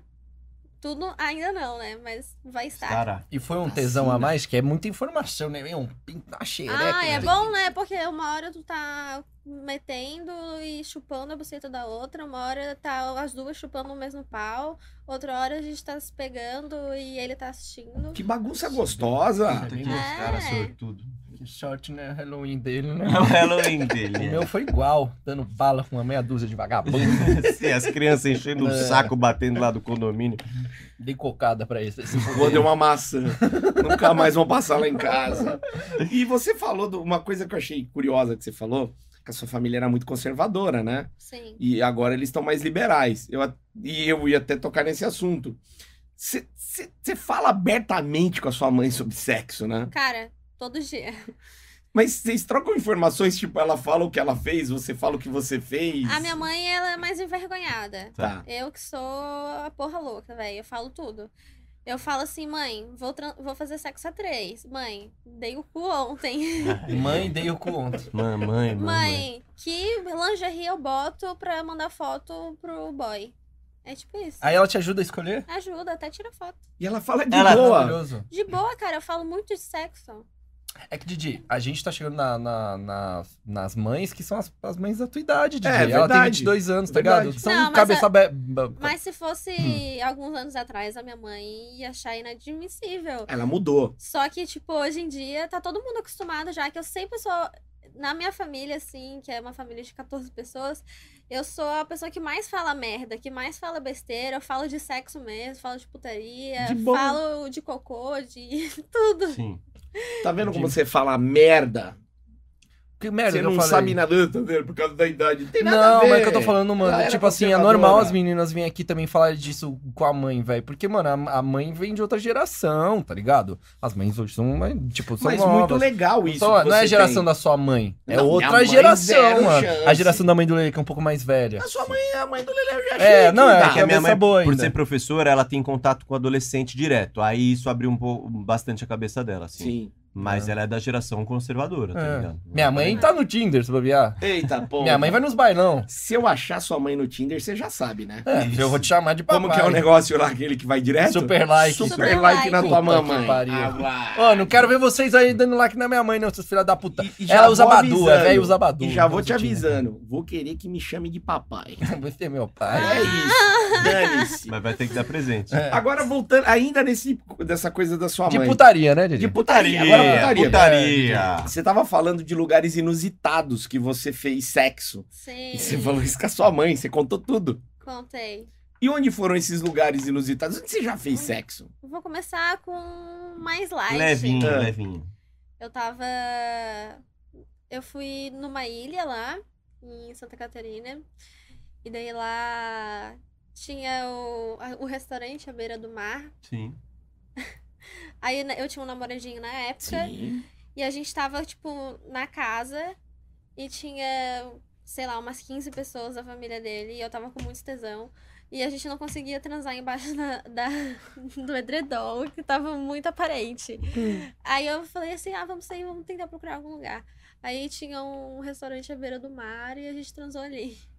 [SPEAKER 4] Tudo ainda não, né? Mas vai estar.
[SPEAKER 5] Cara,
[SPEAKER 2] E foi um tesão
[SPEAKER 1] Vacina.
[SPEAKER 2] a mais, que é muita informação, né? É um pinto na xereca.
[SPEAKER 4] ah, é
[SPEAKER 2] né?
[SPEAKER 4] bom, né? Porque uma hora tu tá metendo e chupando a buceta da outra, uma hora tá as duas chupando o mesmo pau, outra hora a gente tá se pegando e ele tá assistindo.
[SPEAKER 1] Que bagunça
[SPEAKER 2] Tá
[SPEAKER 1] gostosa.
[SPEAKER 5] tem que
[SPEAKER 4] É.
[SPEAKER 5] os caras sortudo.
[SPEAKER 2] Que sorte, né? Halloween dele, né?
[SPEAKER 5] É o Halloween
[SPEAKER 2] O
[SPEAKER 5] dele.
[SPEAKER 2] meu foi igual, dando bala com uma meia dúzia de vagabundo.
[SPEAKER 5] né? Sim, As crianças enchendo o
[SPEAKER 2] É.
[SPEAKER 5] saco, batendo lá do condomínio.
[SPEAKER 2] Dei cocada pra isso. Esse
[SPEAKER 1] Vou dar uma maçã. Nunca mais vão passar lá em casa. E você falou de uma coisa que eu achei curiosa que você falou, que a sua família era muito conservadora, né?
[SPEAKER 4] Sim.
[SPEAKER 1] E agora eles estão mais liberais. Eu, a- e eu ia até tocar nesse assunto. Você fala abertamente com a sua mãe sobre sexo, né?
[SPEAKER 4] Cara, todo dia.
[SPEAKER 1] Mas vocês trocam informações, tipo, ela fala o que ela fez, você fala o que você fez.
[SPEAKER 4] A minha mãe, ela é mais envergonhada.
[SPEAKER 1] Tá.
[SPEAKER 4] Eu que sou a porra louca, velho. Eu falo tudo. Eu falo assim, mãe, vou, tran- vou fazer sexo a três. Mãe, dei o cu ontem.
[SPEAKER 2] Mãe, dei o cu ontem.
[SPEAKER 5] Mamãe, mamãe.
[SPEAKER 4] Mãe, que lingerie eu boto pra mandar foto pro boy? É tipo isso.
[SPEAKER 2] Aí ela te ajuda a escolher?
[SPEAKER 4] Ajuda, até tira foto.
[SPEAKER 1] E ela fala de
[SPEAKER 5] Ela-
[SPEAKER 1] boa.
[SPEAKER 2] Maravilhoso.
[SPEAKER 4] De boa, cara, eu falo muito de sexo.
[SPEAKER 2] É que, Didi, a gente tá chegando na, na- na- nas mães que são as, as mães da tua idade, Didi.
[SPEAKER 1] É,
[SPEAKER 2] ela tem
[SPEAKER 1] verdade.
[SPEAKER 2] 22 anos, tá
[SPEAKER 1] Verdade.
[SPEAKER 2] ligado? São
[SPEAKER 4] Não, mas
[SPEAKER 2] cabeça
[SPEAKER 4] a-
[SPEAKER 2] aberta.
[SPEAKER 4] Mas se fosse alguns anos atrás, a minha mãe ia achar inadmissível.
[SPEAKER 1] Ela mudou.
[SPEAKER 4] Só que, tipo, hoje em dia tá todo mundo acostumado já, que eu sempre sou. Na minha família, assim, que é uma família de 14 pessoas, eu sou a pessoa que mais fala merda, que mais fala besteira. Eu falo de sexo mesmo, falo de putaria,
[SPEAKER 1] De boa.
[SPEAKER 4] falo de cocô, de tudo.
[SPEAKER 5] Sim.
[SPEAKER 1] Tá vendo como
[SPEAKER 2] Entendi.
[SPEAKER 1] você fala merda?
[SPEAKER 2] Que merda
[SPEAKER 1] você
[SPEAKER 2] que
[SPEAKER 1] não
[SPEAKER 2] É, eu falei?
[SPEAKER 1] sabe nada, tá vendo? Por causa da idade. Não tem nada a
[SPEAKER 2] não,
[SPEAKER 1] ver.
[SPEAKER 2] mas é que eu tô falando, mano,
[SPEAKER 1] Ela era
[SPEAKER 2] tipo assim, é
[SPEAKER 1] conservadora.
[SPEAKER 2] normal as meninas virem aqui também falar disso com a mãe, velho. Porque, mano, a, a mãe vem de outra geração, tá ligado? As mães hoje são, mais, tipo, são
[SPEAKER 1] Mas
[SPEAKER 2] novas.
[SPEAKER 1] muito legal
[SPEAKER 2] Não
[SPEAKER 1] isso.
[SPEAKER 2] são-
[SPEAKER 1] que
[SPEAKER 2] não é a
[SPEAKER 1] você
[SPEAKER 2] geração
[SPEAKER 1] tem.
[SPEAKER 2] da sua mãe, é
[SPEAKER 1] Não, minha
[SPEAKER 2] outra
[SPEAKER 1] mãe,
[SPEAKER 2] geração,
[SPEAKER 1] zero
[SPEAKER 2] mano. A
[SPEAKER 1] chance.
[SPEAKER 2] geração da mãe do Lele, que é um pouco mais velha.
[SPEAKER 1] A sua mãe, é a mãe do Lelé, eu já achei.
[SPEAKER 2] É, não, é
[SPEAKER 1] dá.
[SPEAKER 2] que
[SPEAKER 5] Porque a
[SPEAKER 2] é
[SPEAKER 5] minha mãe,
[SPEAKER 2] mãe, boa ainda.
[SPEAKER 5] por ser professora, ela tem contato com adolescente direto. Aí isso abriu um pouco, bastante a cabeça dela, assim.
[SPEAKER 1] Sim.
[SPEAKER 5] Mas ela é da geração conservadora, tá
[SPEAKER 2] É.
[SPEAKER 5] ligado?
[SPEAKER 2] Minha mãe tá no Tinder, se bobear.
[SPEAKER 1] Eita, pô.
[SPEAKER 2] Minha mãe vai nos bailão.
[SPEAKER 1] Se eu achar sua mãe no Tinder, você já sabe, né?
[SPEAKER 2] É, eu vou te chamar de papai.
[SPEAKER 1] Como que é o negócio lá, aquele que vai direto?
[SPEAKER 2] Super like.
[SPEAKER 1] Super,
[SPEAKER 4] Super
[SPEAKER 1] like,
[SPEAKER 4] like.
[SPEAKER 1] na tua
[SPEAKER 2] Puta que
[SPEAKER 1] mamãe.
[SPEAKER 2] pariu.
[SPEAKER 1] Ah, vai.
[SPEAKER 2] Ó, não quero ver vocês aí dando like na minha mãe, não, seus filha da puta.
[SPEAKER 1] E- e já
[SPEAKER 2] Ela usa
[SPEAKER 1] vou
[SPEAKER 2] Badu, é
[SPEAKER 1] avisando.
[SPEAKER 2] velho usa Badu. é
[SPEAKER 1] E já
[SPEAKER 2] não
[SPEAKER 1] vou
[SPEAKER 2] usa
[SPEAKER 1] te
[SPEAKER 2] Tinder.
[SPEAKER 1] avisando. Vou querer que me chame de papai.
[SPEAKER 2] Você é meu
[SPEAKER 1] É
[SPEAKER 2] pai.
[SPEAKER 1] isso. Dane-se.
[SPEAKER 5] Mas vai ter que dar presente.
[SPEAKER 2] É.
[SPEAKER 1] Agora, voltando, ainda nesse, dessa coisa da sua
[SPEAKER 2] De
[SPEAKER 1] mãe.
[SPEAKER 2] putaria, né, Didi?
[SPEAKER 1] De
[SPEAKER 5] É.
[SPEAKER 1] putaria. Agora,
[SPEAKER 2] é
[SPEAKER 1] putaria.
[SPEAKER 5] Putaria.
[SPEAKER 1] Você tava falando de lugares inusitados que você fez sexo.
[SPEAKER 4] Sim,
[SPEAKER 1] E você falou isso com a sua mãe, você contou tudo.
[SPEAKER 4] contei.
[SPEAKER 1] E onde foram esses lugares inusitados? Onde você já
[SPEAKER 4] Hum.
[SPEAKER 1] fez sexo?
[SPEAKER 4] Vou começar com mais light.
[SPEAKER 5] Levinho,
[SPEAKER 1] Ah.
[SPEAKER 5] levinho.
[SPEAKER 4] Eu tava. Eu fui numa ilha lá, em Santa Catarina. E daí lá tinha o, a- o restaurante à beira do mar.
[SPEAKER 5] Sim.
[SPEAKER 4] Aí né, eu tinha um namoradinho na época.
[SPEAKER 1] Sim.
[SPEAKER 4] E a gente tava, tipo, na casa. E tinha, sei lá, umas 15 pessoas da família dele. E eu tava com muito tesão. E a gente não conseguia transar embaixo da, da- do edredom, que tava muito aparente. Aí eu falei assim: ah, vamos sair, vamos tentar procurar algum lugar. Aí tinha um restaurante à beira do mar e a gente transou ali.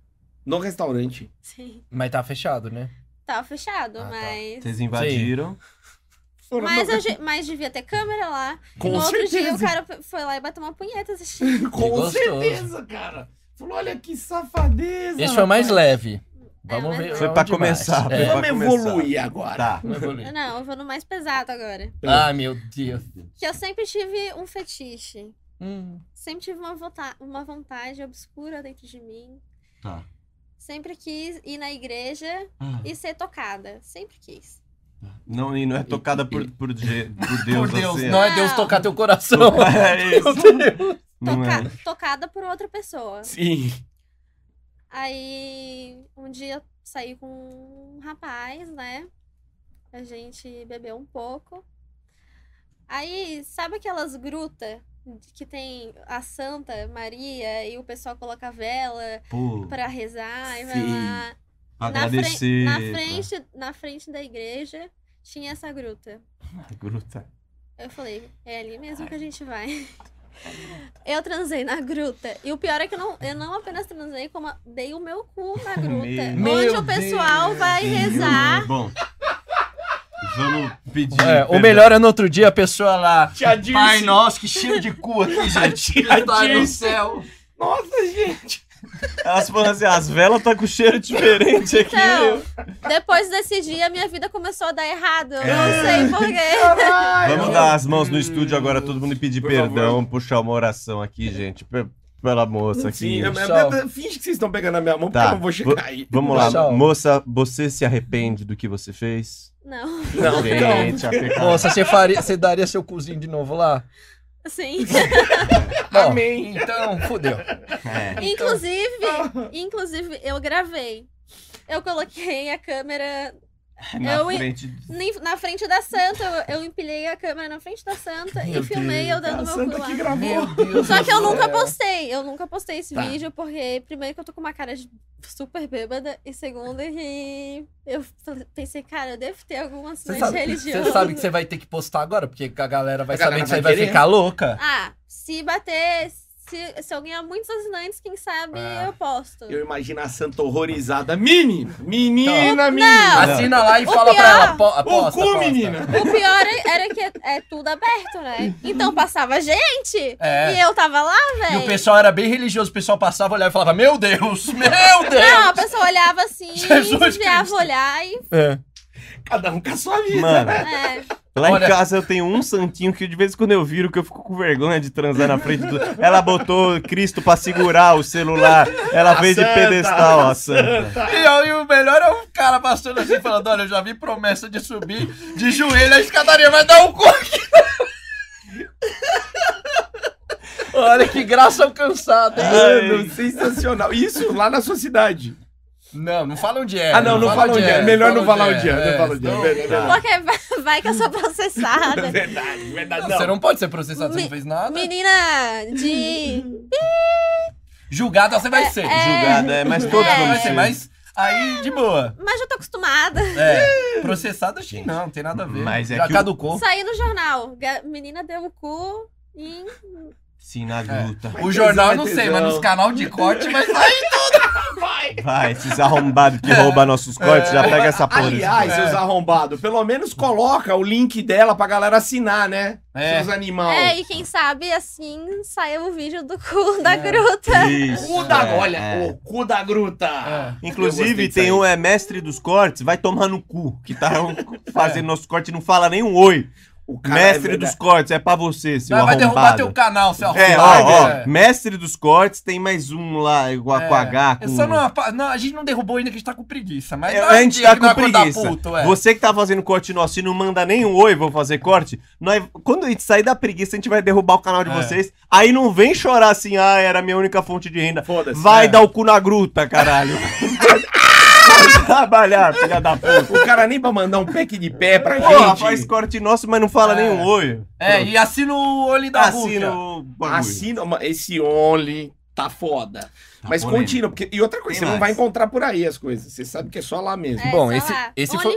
[SPEAKER 1] No restaurante.
[SPEAKER 4] Sim.
[SPEAKER 2] Mas tá fechado, né?
[SPEAKER 4] Tava fechado,
[SPEAKER 2] Ah, tá.
[SPEAKER 4] mas.
[SPEAKER 5] Vocês invadiram.
[SPEAKER 1] Foram
[SPEAKER 4] Mas,
[SPEAKER 1] no-
[SPEAKER 4] eu ge- mas devia ter câmera lá. E
[SPEAKER 1] Com
[SPEAKER 4] no outro dia
[SPEAKER 1] certeza.
[SPEAKER 4] o cara foi lá e bateu uma punheta assim. assistindo.
[SPEAKER 1] Com
[SPEAKER 2] Gostoso.
[SPEAKER 1] certeza, cara. Falou, olha que safadeza.
[SPEAKER 2] Esse foi o mais
[SPEAKER 1] rapaz.
[SPEAKER 2] leve. Vamos
[SPEAKER 4] mas
[SPEAKER 2] ver.
[SPEAKER 4] não.
[SPEAKER 5] Foi
[SPEAKER 2] onde
[SPEAKER 5] pra
[SPEAKER 2] mais.
[SPEAKER 5] começar.
[SPEAKER 2] É.
[SPEAKER 5] foi né? pra
[SPEAKER 1] Vamos
[SPEAKER 5] começar.
[SPEAKER 1] evoluir agora.
[SPEAKER 5] Tá.
[SPEAKER 2] Vamos evoluir.
[SPEAKER 4] Não, eu vou no mais pesado agora.
[SPEAKER 2] Ai, Ah, meu Deus.
[SPEAKER 4] Que eu sempre tive um fetiche.
[SPEAKER 2] Hum.
[SPEAKER 4] Sempre tive uma, vota- uma vontade obscura dentro de mim.
[SPEAKER 5] Tá.
[SPEAKER 4] Sempre quis ir na igreja
[SPEAKER 5] Ah.
[SPEAKER 4] e ser tocada. Sempre quis.
[SPEAKER 5] Não, e não é tocada por, por, de- por Deus.
[SPEAKER 2] Por Deus,
[SPEAKER 5] você.
[SPEAKER 2] não é Deus tocar teu coração.
[SPEAKER 5] É isso. Não é.
[SPEAKER 4] Toca- Tocada por outra pessoa.
[SPEAKER 1] Sim.
[SPEAKER 4] Aí um dia eu saí com um rapaz, né? A gente bebeu um pouco. Aí, sabe aquelas grutas que tem a Santa Maria e o pessoal coloca vela
[SPEAKER 5] Pô,
[SPEAKER 4] pra rezar e vai
[SPEAKER 1] Sim.
[SPEAKER 4] lá?
[SPEAKER 5] agradecer.
[SPEAKER 4] Na, fren- na frente, na frente da igreja tinha essa gruta.
[SPEAKER 5] pra- Tá, Gruta.
[SPEAKER 4] Eu falei, é ali mesmo que a gente vai. Eu transei na gruta. E o pior é que eu não, eu não apenas transei, como dei o meu cu na gruta.
[SPEAKER 5] Meu
[SPEAKER 4] onde o
[SPEAKER 2] Deus.
[SPEAKER 4] pessoal vai rezar.
[SPEAKER 5] Bom, vamos pedir.
[SPEAKER 2] É, o
[SPEAKER 5] perdão.
[SPEAKER 2] melhor é no outro dia a pessoa lá.
[SPEAKER 1] Tia Dirce.
[SPEAKER 2] Pai nosso, que cheiro de cu aqui, gente.
[SPEAKER 1] Tia
[SPEAKER 2] Pai do
[SPEAKER 1] Dirce.
[SPEAKER 2] céu.
[SPEAKER 1] Nossa, gente.
[SPEAKER 5] Elas falam assim: as velas tá com cheiro diferente aqui.
[SPEAKER 4] Então, depois desse dia, minha vida começou a dar errado. Eu não sei porquê.
[SPEAKER 1] Caralho.
[SPEAKER 5] Vamos dar as mãos no estúdio agora, todo mundo, e pedir
[SPEAKER 1] Por
[SPEAKER 5] perdão, puxar uma oração aqui, gente, pe- pela moça aqui.
[SPEAKER 1] Sim, eu- eu-
[SPEAKER 2] Pessoal.
[SPEAKER 1] eu- finge que vocês estão pegando a minha mão,
[SPEAKER 5] Tá.
[SPEAKER 1] porque eu não vou chegar aí.
[SPEAKER 5] Vamos lá,
[SPEAKER 2] Pessoal.
[SPEAKER 5] moça, você se arrepende do que você fez?
[SPEAKER 4] Não,
[SPEAKER 1] Não, não.
[SPEAKER 5] gente, a pecado.
[SPEAKER 2] Moça, você, faria, você daria seu cozinho de novo lá?
[SPEAKER 4] assim.
[SPEAKER 2] Bom,
[SPEAKER 1] Amém.
[SPEAKER 2] Então, fudeu.
[SPEAKER 5] É.
[SPEAKER 4] Inclusive, inclusive, eu gravei. Eu coloquei a câmera
[SPEAKER 5] Na
[SPEAKER 4] Eu-
[SPEAKER 5] frente.
[SPEAKER 4] Nem- Na frente da santa, eu, eu empilhei a câmera na frente da santa e filmei eu dando
[SPEAKER 1] A
[SPEAKER 4] meu
[SPEAKER 1] santa
[SPEAKER 4] cu lá.
[SPEAKER 1] que gravou.
[SPEAKER 2] Meu Deus
[SPEAKER 4] Só que eu
[SPEAKER 2] do
[SPEAKER 4] nunca
[SPEAKER 2] céu.
[SPEAKER 4] postei, eu nunca postei esse
[SPEAKER 1] Tá.
[SPEAKER 4] vídeo, porque primeiro que eu tô com uma cara de super bêbada, e segundo que eu f- pensei, cara, eu devo ter algum
[SPEAKER 2] Você
[SPEAKER 4] acidente
[SPEAKER 2] sabe,
[SPEAKER 4] religioso.
[SPEAKER 2] você sabe que você vai ter que postar agora, porque a galera vai
[SPEAKER 1] A galera
[SPEAKER 2] saber que
[SPEAKER 1] vai
[SPEAKER 2] você vai
[SPEAKER 1] querer.
[SPEAKER 2] ficar louca.
[SPEAKER 4] Ah, se bater, se, se eu ganhar muitos assinantes, quem sabe
[SPEAKER 2] Ah.
[SPEAKER 4] eu posto.
[SPEAKER 1] Eu imagino a santa horrorizada. Menina, menina, menina.
[SPEAKER 2] Assina lá e
[SPEAKER 4] O
[SPEAKER 2] fala pra
[SPEAKER 4] pior-
[SPEAKER 2] ela, po-
[SPEAKER 1] O
[SPEAKER 2] aposta,
[SPEAKER 1] cu,
[SPEAKER 2] aposta.
[SPEAKER 1] menina.
[SPEAKER 4] O pior é- era que é, é tudo aberto, né? Então passava gente,
[SPEAKER 2] Uhum. É.
[SPEAKER 4] e eu tava lá,
[SPEAKER 2] E
[SPEAKER 4] velho.
[SPEAKER 2] o pessoal era bem religioso, o pessoal passava, olhava e falava, meu Deus, meu Deus.
[SPEAKER 4] Não, a pessoa olhava assim,
[SPEAKER 2] Jesus
[SPEAKER 4] desviava
[SPEAKER 2] Cristo.
[SPEAKER 4] o olhar e.
[SPEAKER 2] É.
[SPEAKER 1] Cada um com a sua vida.
[SPEAKER 5] Mano,
[SPEAKER 4] É,
[SPEAKER 5] Lá
[SPEAKER 2] Olha-
[SPEAKER 5] em casa eu tenho um santinho que de vez em quando eu viro que eu fico com vergonha de transar na frente do. Ela botou Cristo pra segurar o celular. Ela
[SPEAKER 1] A
[SPEAKER 5] fez de
[SPEAKER 1] santa,
[SPEAKER 5] pedestal,
[SPEAKER 1] a
[SPEAKER 5] a santa.
[SPEAKER 2] E, aí o melhor é o cara passando assim, falando, olha, eu já vi promessa de subir de joelho a escadaria, vai dar um cu aqui. Olha que graça alcançada. hein?
[SPEAKER 1] Mano, sensacional. Isso lá na sua cidade.
[SPEAKER 2] Não, não fala onde é.
[SPEAKER 1] Ah, não, não fala onde é. Melhor não falar onde é. Não fala onde
[SPEAKER 2] senão-
[SPEAKER 1] é. Verdade,
[SPEAKER 4] porque vai- vai que eu sou processada.
[SPEAKER 1] Verdade, verdade.
[SPEAKER 2] Você
[SPEAKER 1] Não.
[SPEAKER 2] não pode ser processado, você
[SPEAKER 4] Me-
[SPEAKER 2] não fez nada.
[SPEAKER 4] Menina de.
[SPEAKER 2] Julgado você vai ser.
[SPEAKER 5] Julgada, é, mas todos
[SPEAKER 4] É.
[SPEAKER 5] vão
[SPEAKER 2] Vai ser,
[SPEAKER 5] ser.
[SPEAKER 2] mas aí de boa.
[SPEAKER 4] Mas já tô acostumada.
[SPEAKER 2] É, processado acho que não, não tem nada a ver.
[SPEAKER 5] Mas é
[SPEAKER 2] Já
[SPEAKER 5] que o-
[SPEAKER 2] caducou.
[SPEAKER 4] Saí no jornal. ga- Menina deu o cu em.
[SPEAKER 5] Sim, na gruta.
[SPEAKER 2] O jornal eu não
[SPEAKER 1] Vai
[SPEAKER 2] sei,
[SPEAKER 1] tesão.
[SPEAKER 2] mas nos canal de corte, mas aí
[SPEAKER 5] Vai, esses arrombados que roubam nossos cortes,
[SPEAKER 2] É.
[SPEAKER 5] já pega essa porra.
[SPEAKER 1] Aliás, seus arrombados, pelo menos coloca o link dela pra galera assinar, né?
[SPEAKER 2] É.
[SPEAKER 1] Seus animal.
[SPEAKER 4] É, e quem sabe assim saiu o vídeo do cu da
[SPEAKER 2] É.
[SPEAKER 4] gruta.
[SPEAKER 5] Isso,
[SPEAKER 1] Cu da,
[SPEAKER 5] é,
[SPEAKER 1] olha,
[SPEAKER 5] é.
[SPEAKER 1] o cu da gruta. Eu gostei
[SPEAKER 5] Inclusive,
[SPEAKER 1] disso
[SPEAKER 5] tem
[SPEAKER 1] aí.
[SPEAKER 5] um é mestre dos cortes, vai tomar no cu, que tá fazendo
[SPEAKER 2] É.
[SPEAKER 5] nosso corte e não fala nem um oi.
[SPEAKER 1] O cara é
[SPEAKER 5] Mestre
[SPEAKER 1] verdade.
[SPEAKER 5] dos cortes, é pra você, seu
[SPEAKER 2] vai vai derrubar
[SPEAKER 5] arrombado.
[SPEAKER 2] teu canal, seu
[SPEAKER 5] É,
[SPEAKER 2] arrombado.
[SPEAKER 5] ó, ó,
[SPEAKER 2] É.
[SPEAKER 5] mestre dos cortes, tem mais um lá, igual a com
[SPEAKER 2] É.
[SPEAKER 5] H, com...
[SPEAKER 2] É só não, apa- não, a gente não derrubou ainda que a gente tá com preguiça, mas
[SPEAKER 5] É,
[SPEAKER 2] nós
[SPEAKER 5] a gente tá
[SPEAKER 2] que não
[SPEAKER 5] com
[SPEAKER 2] vai acordar
[SPEAKER 5] preguiça.
[SPEAKER 2] puto, é.
[SPEAKER 5] Você que tá fazendo corte nosso e não manda nem um oi, vou fazer corte. Nós, quando a gente sair da preguiça, a gente vai derrubar o canal de
[SPEAKER 2] É.
[SPEAKER 5] vocês. Aí não vem chorar assim, ah, era a minha única fonte de renda.
[SPEAKER 1] Foda-se. né?
[SPEAKER 5] Vai
[SPEAKER 2] É.
[SPEAKER 5] dar o cu na gruta, caralho. Vai trabalhar, filha da puta.
[SPEAKER 1] O cara nem pra mandar um pack de pé pra
[SPEAKER 5] Porra,
[SPEAKER 1] gente.
[SPEAKER 5] faz corte nosso, mas não fala
[SPEAKER 2] É.
[SPEAKER 5] nem um oi.
[SPEAKER 2] É, e assina o olho da
[SPEAKER 5] Assina
[SPEAKER 2] Assino...
[SPEAKER 5] o bagulho.
[SPEAKER 1] Assina uma- esse Only, tá foda. Mas
[SPEAKER 5] polêmico.
[SPEAKER 1] continua, porque. E outra coisa,
[SPEAKER 5] Tem
[SPEAKER 1] você não
[SPEAKER 5] mais.
[SPEAKER 1] vai encontrar por aí as coisas. Você sabe que é só lá mesmo.
[SPEAKER 4] É,
[SPEAKER 2] Bom,
[SPEAKER 4] só
[SPEAKER 2] esse-
[SPEAKER 4] lá.
[SPEAKER 2] esse foi-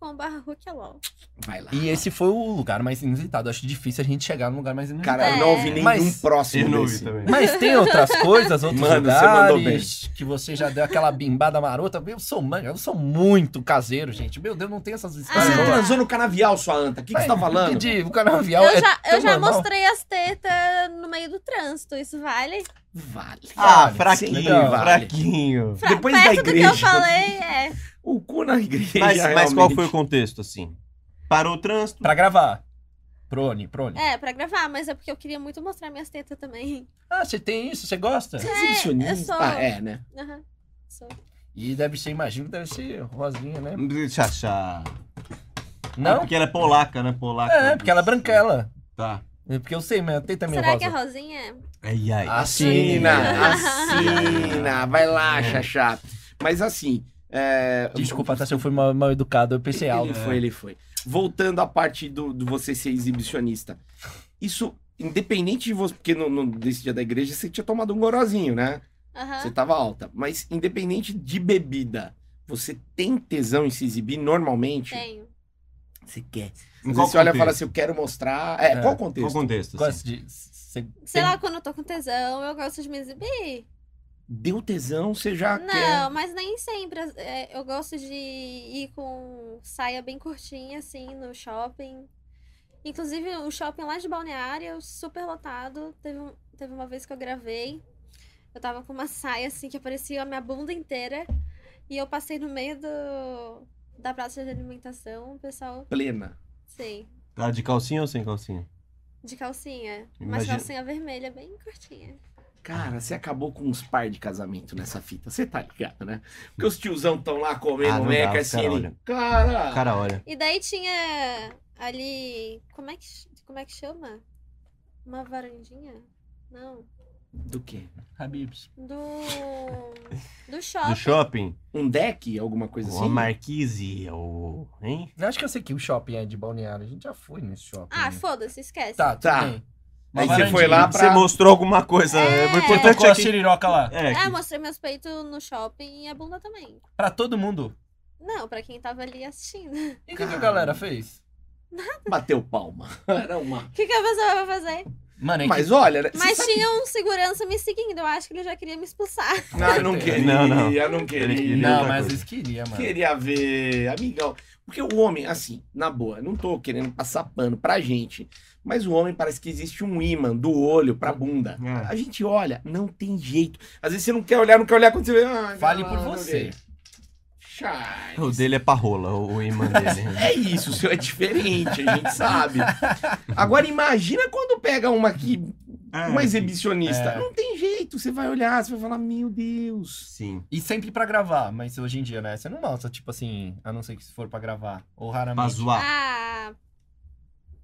[SPEAKER 4] Onlyfans.com.br
[SPEAKER 1] Vai lá.
[SPEAKER 2] E esse foi o lugar mais inusitado. Acho difícil a gente chegar num lugar mais inusitado.
[SPEAKER 1] Cara, eu não ouvi
[SPEAKER 4] É.
[SPEAKER 1] nenhum
[SPEAKER 2] Mas-
[SPEAKER 5] Eu
[SPEAKER 1] próximo
[SPEAKER 5] não ouvi
[SPEAKER 1] desse.
[SPEAKER 5] também.
[SPEAKER 2] Mas tem outras coisas, outros
[SPEAKER 1] Mano, você mandou
[SPEAKER 2] lugares que você já deu aquela bimbada marota. Eu sou manga, eu sou muito caseiro, gente. Meu Deus, não tem essas
[SPEAKER 1] Você
[SPEAKER 2] histórias.
[SPEAKER 4] Ah.
[SPEAKER 2] não.
[SPEAKER 5] tá
[SPEAKER 1] transou no canavial, sua anta. O que, que você tá falando?
[SPEAKER 2] Entendi, o canavial
[SPEAKER 4] Eu
[SPEAKER 2] é
[SPEAKER 4] já, eu
[SPEAKER 2] tão
[SPEAKER 4] já
[SPEAKER 2] normal.
[SPEAKER 4] mostrei as tetas no meio do trânsito, isso vale?
[SPEAKER 1] Vale.
[SPEAKER 5] Ah,
[SPEAKER 1] Vale,
[SPEAKER 5] fraquinho,
[SPEAKER 1] sempre vale.
[SPEAKER 5] fraquinho.
[SPEAKER 4] Pra-
[SPEAKER 1] Depois da
[SPEAKER 4] perto do que eu
[SPEAKER 1] igreja.
[SPEAKER 4] falei, é.
[SPEAKER 1] O cu na igreja.
[SPEAKER 5] Mas, mas qual
[SPEAKER 1] realmente.
[SPEAKER 5] foi o contexto, assim? Parou o trânsito?
[SPEAKER 2] Pra gravar. Prone, prone.
[SPEAKER 4] É, pra gravar, mas é porque eu queria muito mostrar minhas tetas também.
[SPEAKER 2] Ah, você tem isso? Você gosta?
[SPEAKER 1] Você é exibicionista?
[SPEAKER 4] eu sou-
[SPEAKER 1] Ah, é, né?
[SPEAKER 4] Aham. Sou.
[SPEAKER 2] E deve ser, imagino, que deve ser rosinha, né?
[SPEAKER 5] Chachá. Ah,
[SPEAKER 2] Não?
[SPEAKER 5] porque ela é polaca, né? Polaca.
[SPEAKER 2] É, porque ela é branquela.
[SPEAKER 5] Tá.
[SPEAKER 2] É Porque eu sei, mas tem também
[SPEAKER 4] Será
[SPEAKER 2] rosa.
[SPEAKER 4] que é rosinha?
[SPEAKER 5] Ai, ai.
[SPEAKER 1] Ah,
[SPEAKER 2] Assim,
[SPEAKER 1] Assina, assina. Vai lá, Xaxá. Mas assim. é,
[SPEAKER 2] Desculpa, tá? Se eu fui mal, mal educado, eu pensei algo.
[SPEAKER 1] Ele foi, ele foi. Voltando à parte do, do você ser exibicionista. Isso, independente de você. Porque no, no- nesse dia da igreja você tinha tomado um gorozinho, né?
[SPEAKER 4] Aham.
[SPEAKER 1] Você tava alta. Mas independente de bebida, você tem tesão em se exibir normalmente?
[SPEAKER 4] Tenho.
[SPEAKER 1] Você quer.
[SPEAKER 5] Em
[SPEAKER 1] Às
[SPEAKER 5] qual
[SPEAKER 1] vezes você olha e
[SPEAKER 5] contexto?
[SPEAKER 1] fala assim, eu quero mostrar. É,
[SPEAKER 2] É,
[SPEAKER 1] qual o
[SPEAKER 5] Qual
[SPEAKER 1] contexto?
[SPEAKER 5] contexto, assim?
[SPEAKER 2] Gosto de. Você tem-
[SPEAKER 4] Sei lá, quando eu tô com tesão, eu gosto de me exibir.
[SPEAKER 1] Deu tesão, você
[SPEAKER 2] Ah,
[SPEAKER 1] já quer.
[SPEAKER 4] Não, mas nem sempre. É, eu gosto de ir com saia bem curtinha, assim, no shopping. Inclusive, o shopping lá de Balneário, super lotado. Teve, um- teve uma vez que eu gravei. Eu tava com uma saia, assim, que aparecia a minha bunda inteira. E eu passei no meio do, da praça de alimentação. O pessoal,
[SPEAKER 1] Plena.
[SPEAKER 4] sim,
[SPEAKER 5] Tá de calcinha ou sem calcinha?
[SPEAKER 4] de calcinha. Mas
[SPEAKER 5] Imagina-
[SPEAKER 4] calcinha vermelha, bem curtinha.
[SPEAKER 1] Cara, você acabou com uns par de casamento nessa fita. Você tá ligado, né? Porque os tiozão estão lá comendo
[SPEAKER 5] Ah, não dá,
[SPEAKER 1] meca,
[SPEAKER 5] os
[SPEAKER 1] assim.
[SPEAKER 5] cara
[SPEAKER 1] ele-
[SPEAKER 5] olha.
[SPEAKER 1] Cara,
[SPEAKER 5] O cara olha.
[SPEAKER 4] E daí tinha ali. Como é que, ch- como é que chama? Uma varandinha? Não.
[SPEAKER 1] Do quê?
[SPEAKER 2] Habibs.
[SPEAKER 4] Do. Do
[SPEAKER 5] Do
[SPEAKER 4] shopping.
[SPEAKER 5] shopping?
[SPEAKER 1] Um deck? Alguma coisa
[SPEAKER 5] Uma
[SPEAKER 1] assim?
[SPEAKER 5] marquise, ou... Hein?
[SPEAKER 2] Eu acho que eu sei que o shopping é de balneário. A gente já foi nesse shopping.
[SPEAKER 4] Ah,
[SPEAKER 2] né?
[SPEAKER 4] foda-se, esquece.
[SPEAKER 2] Tá, tudo
[SPEAKER 1] Tá.
[SPEAKER 2] bem.
[SPEAKER 1] Aí
[SPEAKER 2] Uma
[SPEAKER 1] você foi lá
[SPEAKER 5] Você
[SPEAKER 1] pra.
[SPEAKER 5] mostrou alguma coisa.
[SPEAKER 4] É.
[SPEAKER 5] O
[SPEAKER 2] Você
[SPEAKER 5] importante
[SPEAKER 2] tocou
[SPEAKER 5] é
[SPEAKER 2] a
[SPEAKER 5] que...
[SPEAKER 2] siriroca lá.
[SPEAKER 5] É,
[SPEAKER 4] Ah,
[SPEAKER 5] que-
[SPEAKER 4] eu mostrei meus peitos no shopping e a bunda também.
[SPEAKER 2] Pra todo mundo.
[SPEAKER 4] Não, pra quem tava ali assistindo.
[SPEAKER 2] E o que, que a
[SPEAKER 1] Cara.
[SPEAKER 2] galera fez?
[SPEAKER 1] Bateu palma. Era uma.
[SPEAKER 4] O que, que a pessoa vai fazer?
[SPEAKER 2] Mano, é que
[SPEAKER 1] Mas olha, né, você
[SPEAKER 4] Mas
[SPEAKER 1] sabe-
[SPEAKER 4] tinha um segurança me seguindo. Eu acho que ele já queria me expulsar.
[SPEAKER 1] Não, eu não queria.
[SPEAKER 5] Não, não.
[SPEAKER 1] Eu não queria.
[SPEAKER 5] Ele queria
[SPEAKER 2] Não,
[SPEAKER 5] outra
[SPEAKER 2] mas
[SPEAKER 5] coisa.
[SPEAKER 2] eles queriam, mano.
[SPEAKER 1] é Queria ver, amigão. Porque o homem, assim, na boa, não tô querendo passar pano pra gente, mas o homem parece que existe um ímã do olho pra bunda.
[SPEAKER 5] É.
[SPEAKER 1] A gente olha, não tem jeito. Às vezes você não quer olhar, não quer olhar quando você vê. ah,
[SPEAKER 2] Fale
[SPEAKER 1] não,
[SPEAKER 2] por
[SPEAKER 1] não
[SPEAKER 2] você.
[SPEAKER 1] olhei. Charles.
[SPEAKER 5] O dele é parrola, o o imã dele. né?
[SPEAKER 1] É isso, o seu é diferente, a gente sabe. Agora imagina quando pega uma que uma exibicionista.
[SPEAKER 2] É.
[SPEAKER 1] Não tem jeito, você vai olhar, você vai falar, meu Deus.
[SPEAKER 5] Sim.
[SPEAKER 2] E sempre pra gravar, mas hoje em dia, né? Você não mostra, tipo assim, a não ser que se for pra gravar. Ou
[SPEAKER 5] Pra
[SPEAKER 2] raramente.
[SPEAKER 5] zoar.
[SPEAKER 4] Ah.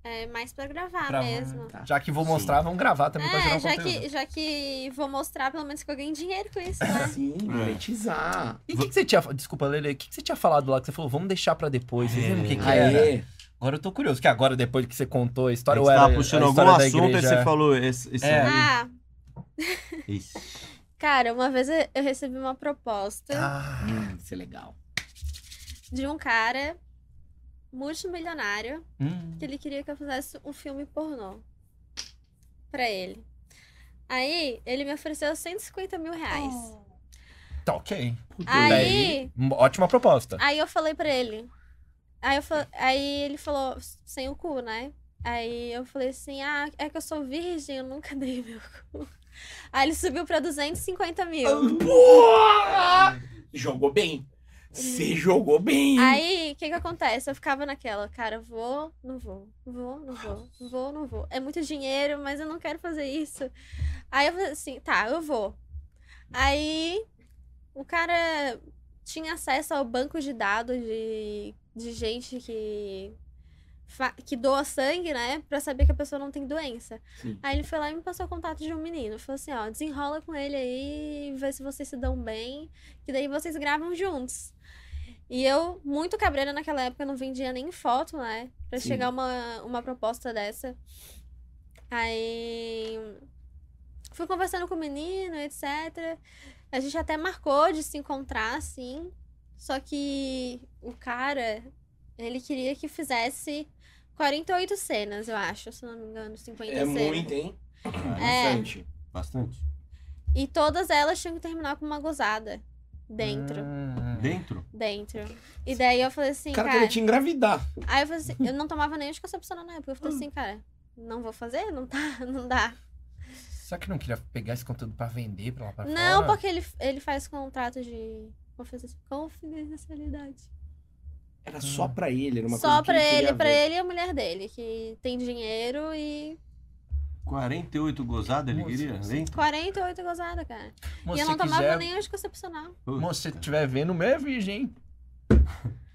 [SPEAKER 4] É mais pra gravar
[SPEAKER 2] Pra-
[SPEAKER 4] mesmo.
[SPEAKER 1] Tá.
[SPEAKER 2] Já que vou
[SPEAKER 5] Sim.
[SPEAKER 2] mostrar, vamos gravar também pra gerar
[SPEAKER 4] É,
[SPEAKER 2] um
[SPEAKER 4] já
[SPEAKER 2] conteúdo.
[SPEAKER 4] que, já que vou mostrar, pelo menos que eu ganho dinheiro com isso, né?
[SPEAKER 1] Sim, monetizar.
[SPEAKER 2] E o que, que você tinha. fa- Desculpa, Lele, o que, que você tinha falado lá? Que você falou, vamos deixar pra depois. Vocês lembram o que,
[SPEAKER 1] É.
[SPEAKER 2] que era?
[SPEAKER 1] Aê.
[SPEAKER 2] Agora eu tô curioso, que agora, depois que você contou a
[SPEAKER 5] A
[SPEAKER 2] história,
[SPEAKER 5] gente
[SPEAKER 2] ou era.
[SPEAKER 5] É tava
[SPEAKER 2] a
[SPEAKER 5] puxando algum
[SPEAKER 2] história da
[SPEAKER 5] assunto e
[SPEAKER 2] igreja-
[SPEAKER 5] você falou esse, esse
[SPEAKER 2] É.
[SPEAKER 5] aí.
[SPEAKER 4] Ah,
[SPEAKER 5] Isso.
[SPEAKER 4] cara, uma vez eu eu recebi uma proposta
[SPEAKER 2] Ah,
[SPEAKER 1] Hum, isso é legal.
[SPEAKER 4] de um cara multimilionário
[SPEAKER 2] hum.
[SPEAKER 4] que ele queria que eu fizesse um filme pornô pra ele. Aí, ele me ofereceu 150 mil reais.
[SPEAKER 2] Tá ok.
[SPEAKER 1] né?
[SPEAKER 4] Aí,
[SPEAKER 2] Hum, Ótima proposta.
[SPEAKER 4] aí eu falei pra ele. Aí, eu fa- aí ele falou, sem o cu, né? Aí eu falei assim, ah, é que eu sou virgem, eu nunca dei meu cu. Aí ele subiu pra 250 mil.
[SPEAKER 1] Porra! Jogou bem. Você jogou bem.
[SPEAKER 4] Aí, o que que acontece? Eu ficava naquela, cara, vou, não vou, vou, não vou, vou, não vou. É muito dinheiro, mas eu não quero fazer isso. Aí eu falei assim, tá, eu vou. Aí, o cara tinha acesso ao banco de dados de, de gente que, fa- que doa sangue, né? Pra saber que a pessoa não tem doença.
[SPEAKER 1] Sim.
[SPEAKER 4] Aí ele foi lá e me passou o contato de um menino. Falou assim, ó, desenrola com ele aí, vê se vocês se dão bem, que daí vocês gravam juntos. E eu, muito cabreira naquela época, não vendia nem foto, né? Pra
[SPEAKER 1] Sim.
[SPEAKER 4] chegar uma, uma proposta dessa. Aí. Fui conversando com o menino, etc. A gente até marcou de se encontrar, assim. Só que o cara, ele queria que fizesse 48 cenas, eu acho, se não me engano, 50
[SPEAKER 1] é
[SPEAKER 4] cenas.
[SPEAKER 1] muito, hein?
[SPEAKER 4] É.
[SPEAKER 1] Bastante.
[SPEAKER 5] Bastante.
[SPEAKER 4] E todas elas tinham que terminar com uma gozada. Dentro,
[SPEAKER 2] Hum.
[SPEAKER 5] Dentro?
[SPEAKER 4] dentro. E daí eu falei assim,
[SPEAKER 1] O cara
[SPEAKER 4] cara.
[SPEAKER 1] queria te engravidar.
[SPEAKER 4] Aí eu falei assim, eu não tomava nem anticoncepcional na época. Eu falei assim, cara, não vou fazer, não tá, não dá.
[SPEAKER 7] Será que não queria pegar esse conteúdo pra vender pra lá
[SPEAKER 2] Tá
[SPEAKER 7] pra
[SPEAKER 4] Não,
[SPEAKER 7] fora?
[SPEAKER 4] porque ele, ele faz contrato de confidenci- confidencialidade.
[SPEAKER 1] Era só pra ele, era uma
[SPEAKER 4] Só
[SPEAKER 1] coisa que
[SPEAKER 4] pra
[SPEAKER 1] queria
[SPEAKER 4] ele, pra
[SPEAKER 1] ver.
[SPEAKER 4] ele e a mulher dele, que tem dinheiro e
[SPEAKER 5] 48 gozada ele
[SPEAKER 7] Nossa,
[SPEAKER 5] queria?
[SPEAKER 7] nossa.
[SPEAKER 5] Vem.
[SPEAKER 4] 48 gozada, cara. e
[SPEAKER 7] Moço,
[SPEAKER 4] eu
[SPEAKER 7] se
[SPEAKER 4] não tomava
[SPEAKER 7] quiser,
[SPEAKER 4] nem anticoncepcional.
[SPEAKER 7] moço, se tiver vendo, o meu é virgem, hein?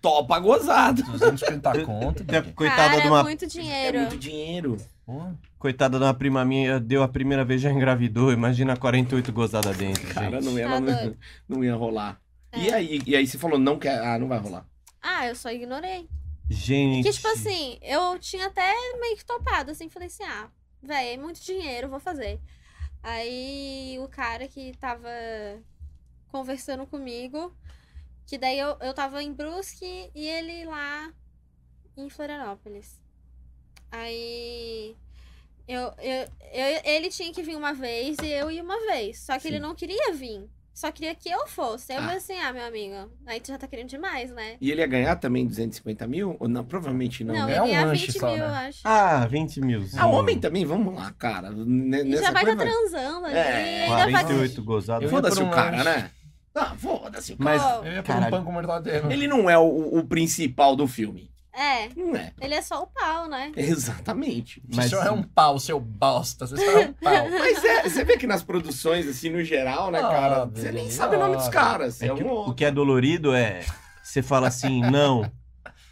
[SPEAKER 1] Topa gozado.
[SPEAKER 7] 250 conto,
[SPEAKER 5] Até
[SPEAKER 7] DJ.
[SPEAKER 5] coitada
[SPEAKER 4] cara,
[SPEAKER 5] de uma
[SPEAKER 4] é muito dinheiro.
[SPEAKER 1] É muito dinheiro.
[SPEAKER 7] Pô,
[SPEAKER 5] coitada de uma prima minha, deu a primeira vez já engravidou, imagina 48 gozada dentro,
[SPEAKER 1] Cara,
[SPEAKER 5] gente.
[SPEAKER 1] não,
[SPEAKER 4] Tá
[SPEAKER 1] ela não,
[SPEAKER 4] doido.
[SPEAKER 1] não ia rolar.
[SPEAKER 4] É.
[SPEAKER 1] E aí, e aí você falou, não quer. Ah, não vai rolar.
[SPEAKER 4] Ah, eu só ignorei.
[SPEAKER 5] é- Gente.
[SPEAKER 4] Que, tipo assim, eu tinha até meio que topado, assim, falei assim, ah, véi, é muito dinheiro, vou fazer. Aí o cara que tava conversando comigo, que daí eu, eu tava em Brusque e ele lá em Florianópolis. Aí eu, eu, eu- ele tinha que vir uma vez e eu ia uma vez. Só que ele não queria vir. Só queria que eu fosse. Aí Eu
[SPEAKER 1] Ah.
[SPEAKER 4] falei assim, ah, meu amigo, aí tu já tá querendo demais, né?
[SPEAKER 1] E ele ia ganhar também 250 mil? Ou não? Provavelmente não.
[SPEAKER 4] Não,
[SPEAKER 1] né?
[SPEAKER 7] é um
[SPEAKER 4] ele ia
[SPEAKER 7] lanche
[SPEAKER 4] 20
[SPEAKER 7] só,
[SPEAKER 4] mil,
[SPEAKER 7] né?
[SPEAKER 4] eu acho.
[SPEAKER 5] Ah, tá- 20 mil.
[SPEAKER 1] Ah, homem também, vamos lá, cara. Ne-
[SPEAKER 4] E já
[SPEAKER 1] Nessa
[SPEAKER 4] vai tá
[SPEAKER 1] coisa,
[SPEAKER 4] estar transando ali.
[SPEAKER 1] É,
[SPEAKER 4] ainda vai...
[SPEAKER 5] 48 gozada.
[SPEAKER 7] Eu ia
[SPEAKER 1] Foda-se
[SPEAKER 7] por um
[SPEAKER 1] o cara,
[SPEAKER 7] lanche.
[SPEAKER 1] né? Ah, foda-se o cara.
[SPEAKER 5] Mas
[SPEAKER 4] Pô,
[SPEAKER 7] Eu ia pegar um
[SPEAKER 5] Caralho.
[SPEAKER 7] pão com mortadela.
[SPEAKER 1] Ele não é o, o principal do filme.
[SPEAKER 4] É,
[SPEAKER 1] Não é.
[SPEAKER 4] ele é só o pau, né?
[SPEAKER 1] Exatamente.
[SPEAKER 7] Mas... O senhor é um pau, seu bosta. Você só é um pau.
[SPEAKER 1] Mas é, você vê que nas produções, assim, no geral,
[SPEAKER 7] Ah,
[SPEAKER 1] né, cara? você nem
[SPEAKER 7] Óbvio,
[SPEAKER 1] sabe o nome dos
[SPEAKER 7] óbvio.
[SPEAKER 1] caras. É,
[SPEAKER 5] É que
[SPEAKER 1] um
[SPEAKER 5] o
[SPEAKER 1] outro.
[SPEAKER 5] que é dolorido é você fala assim, não,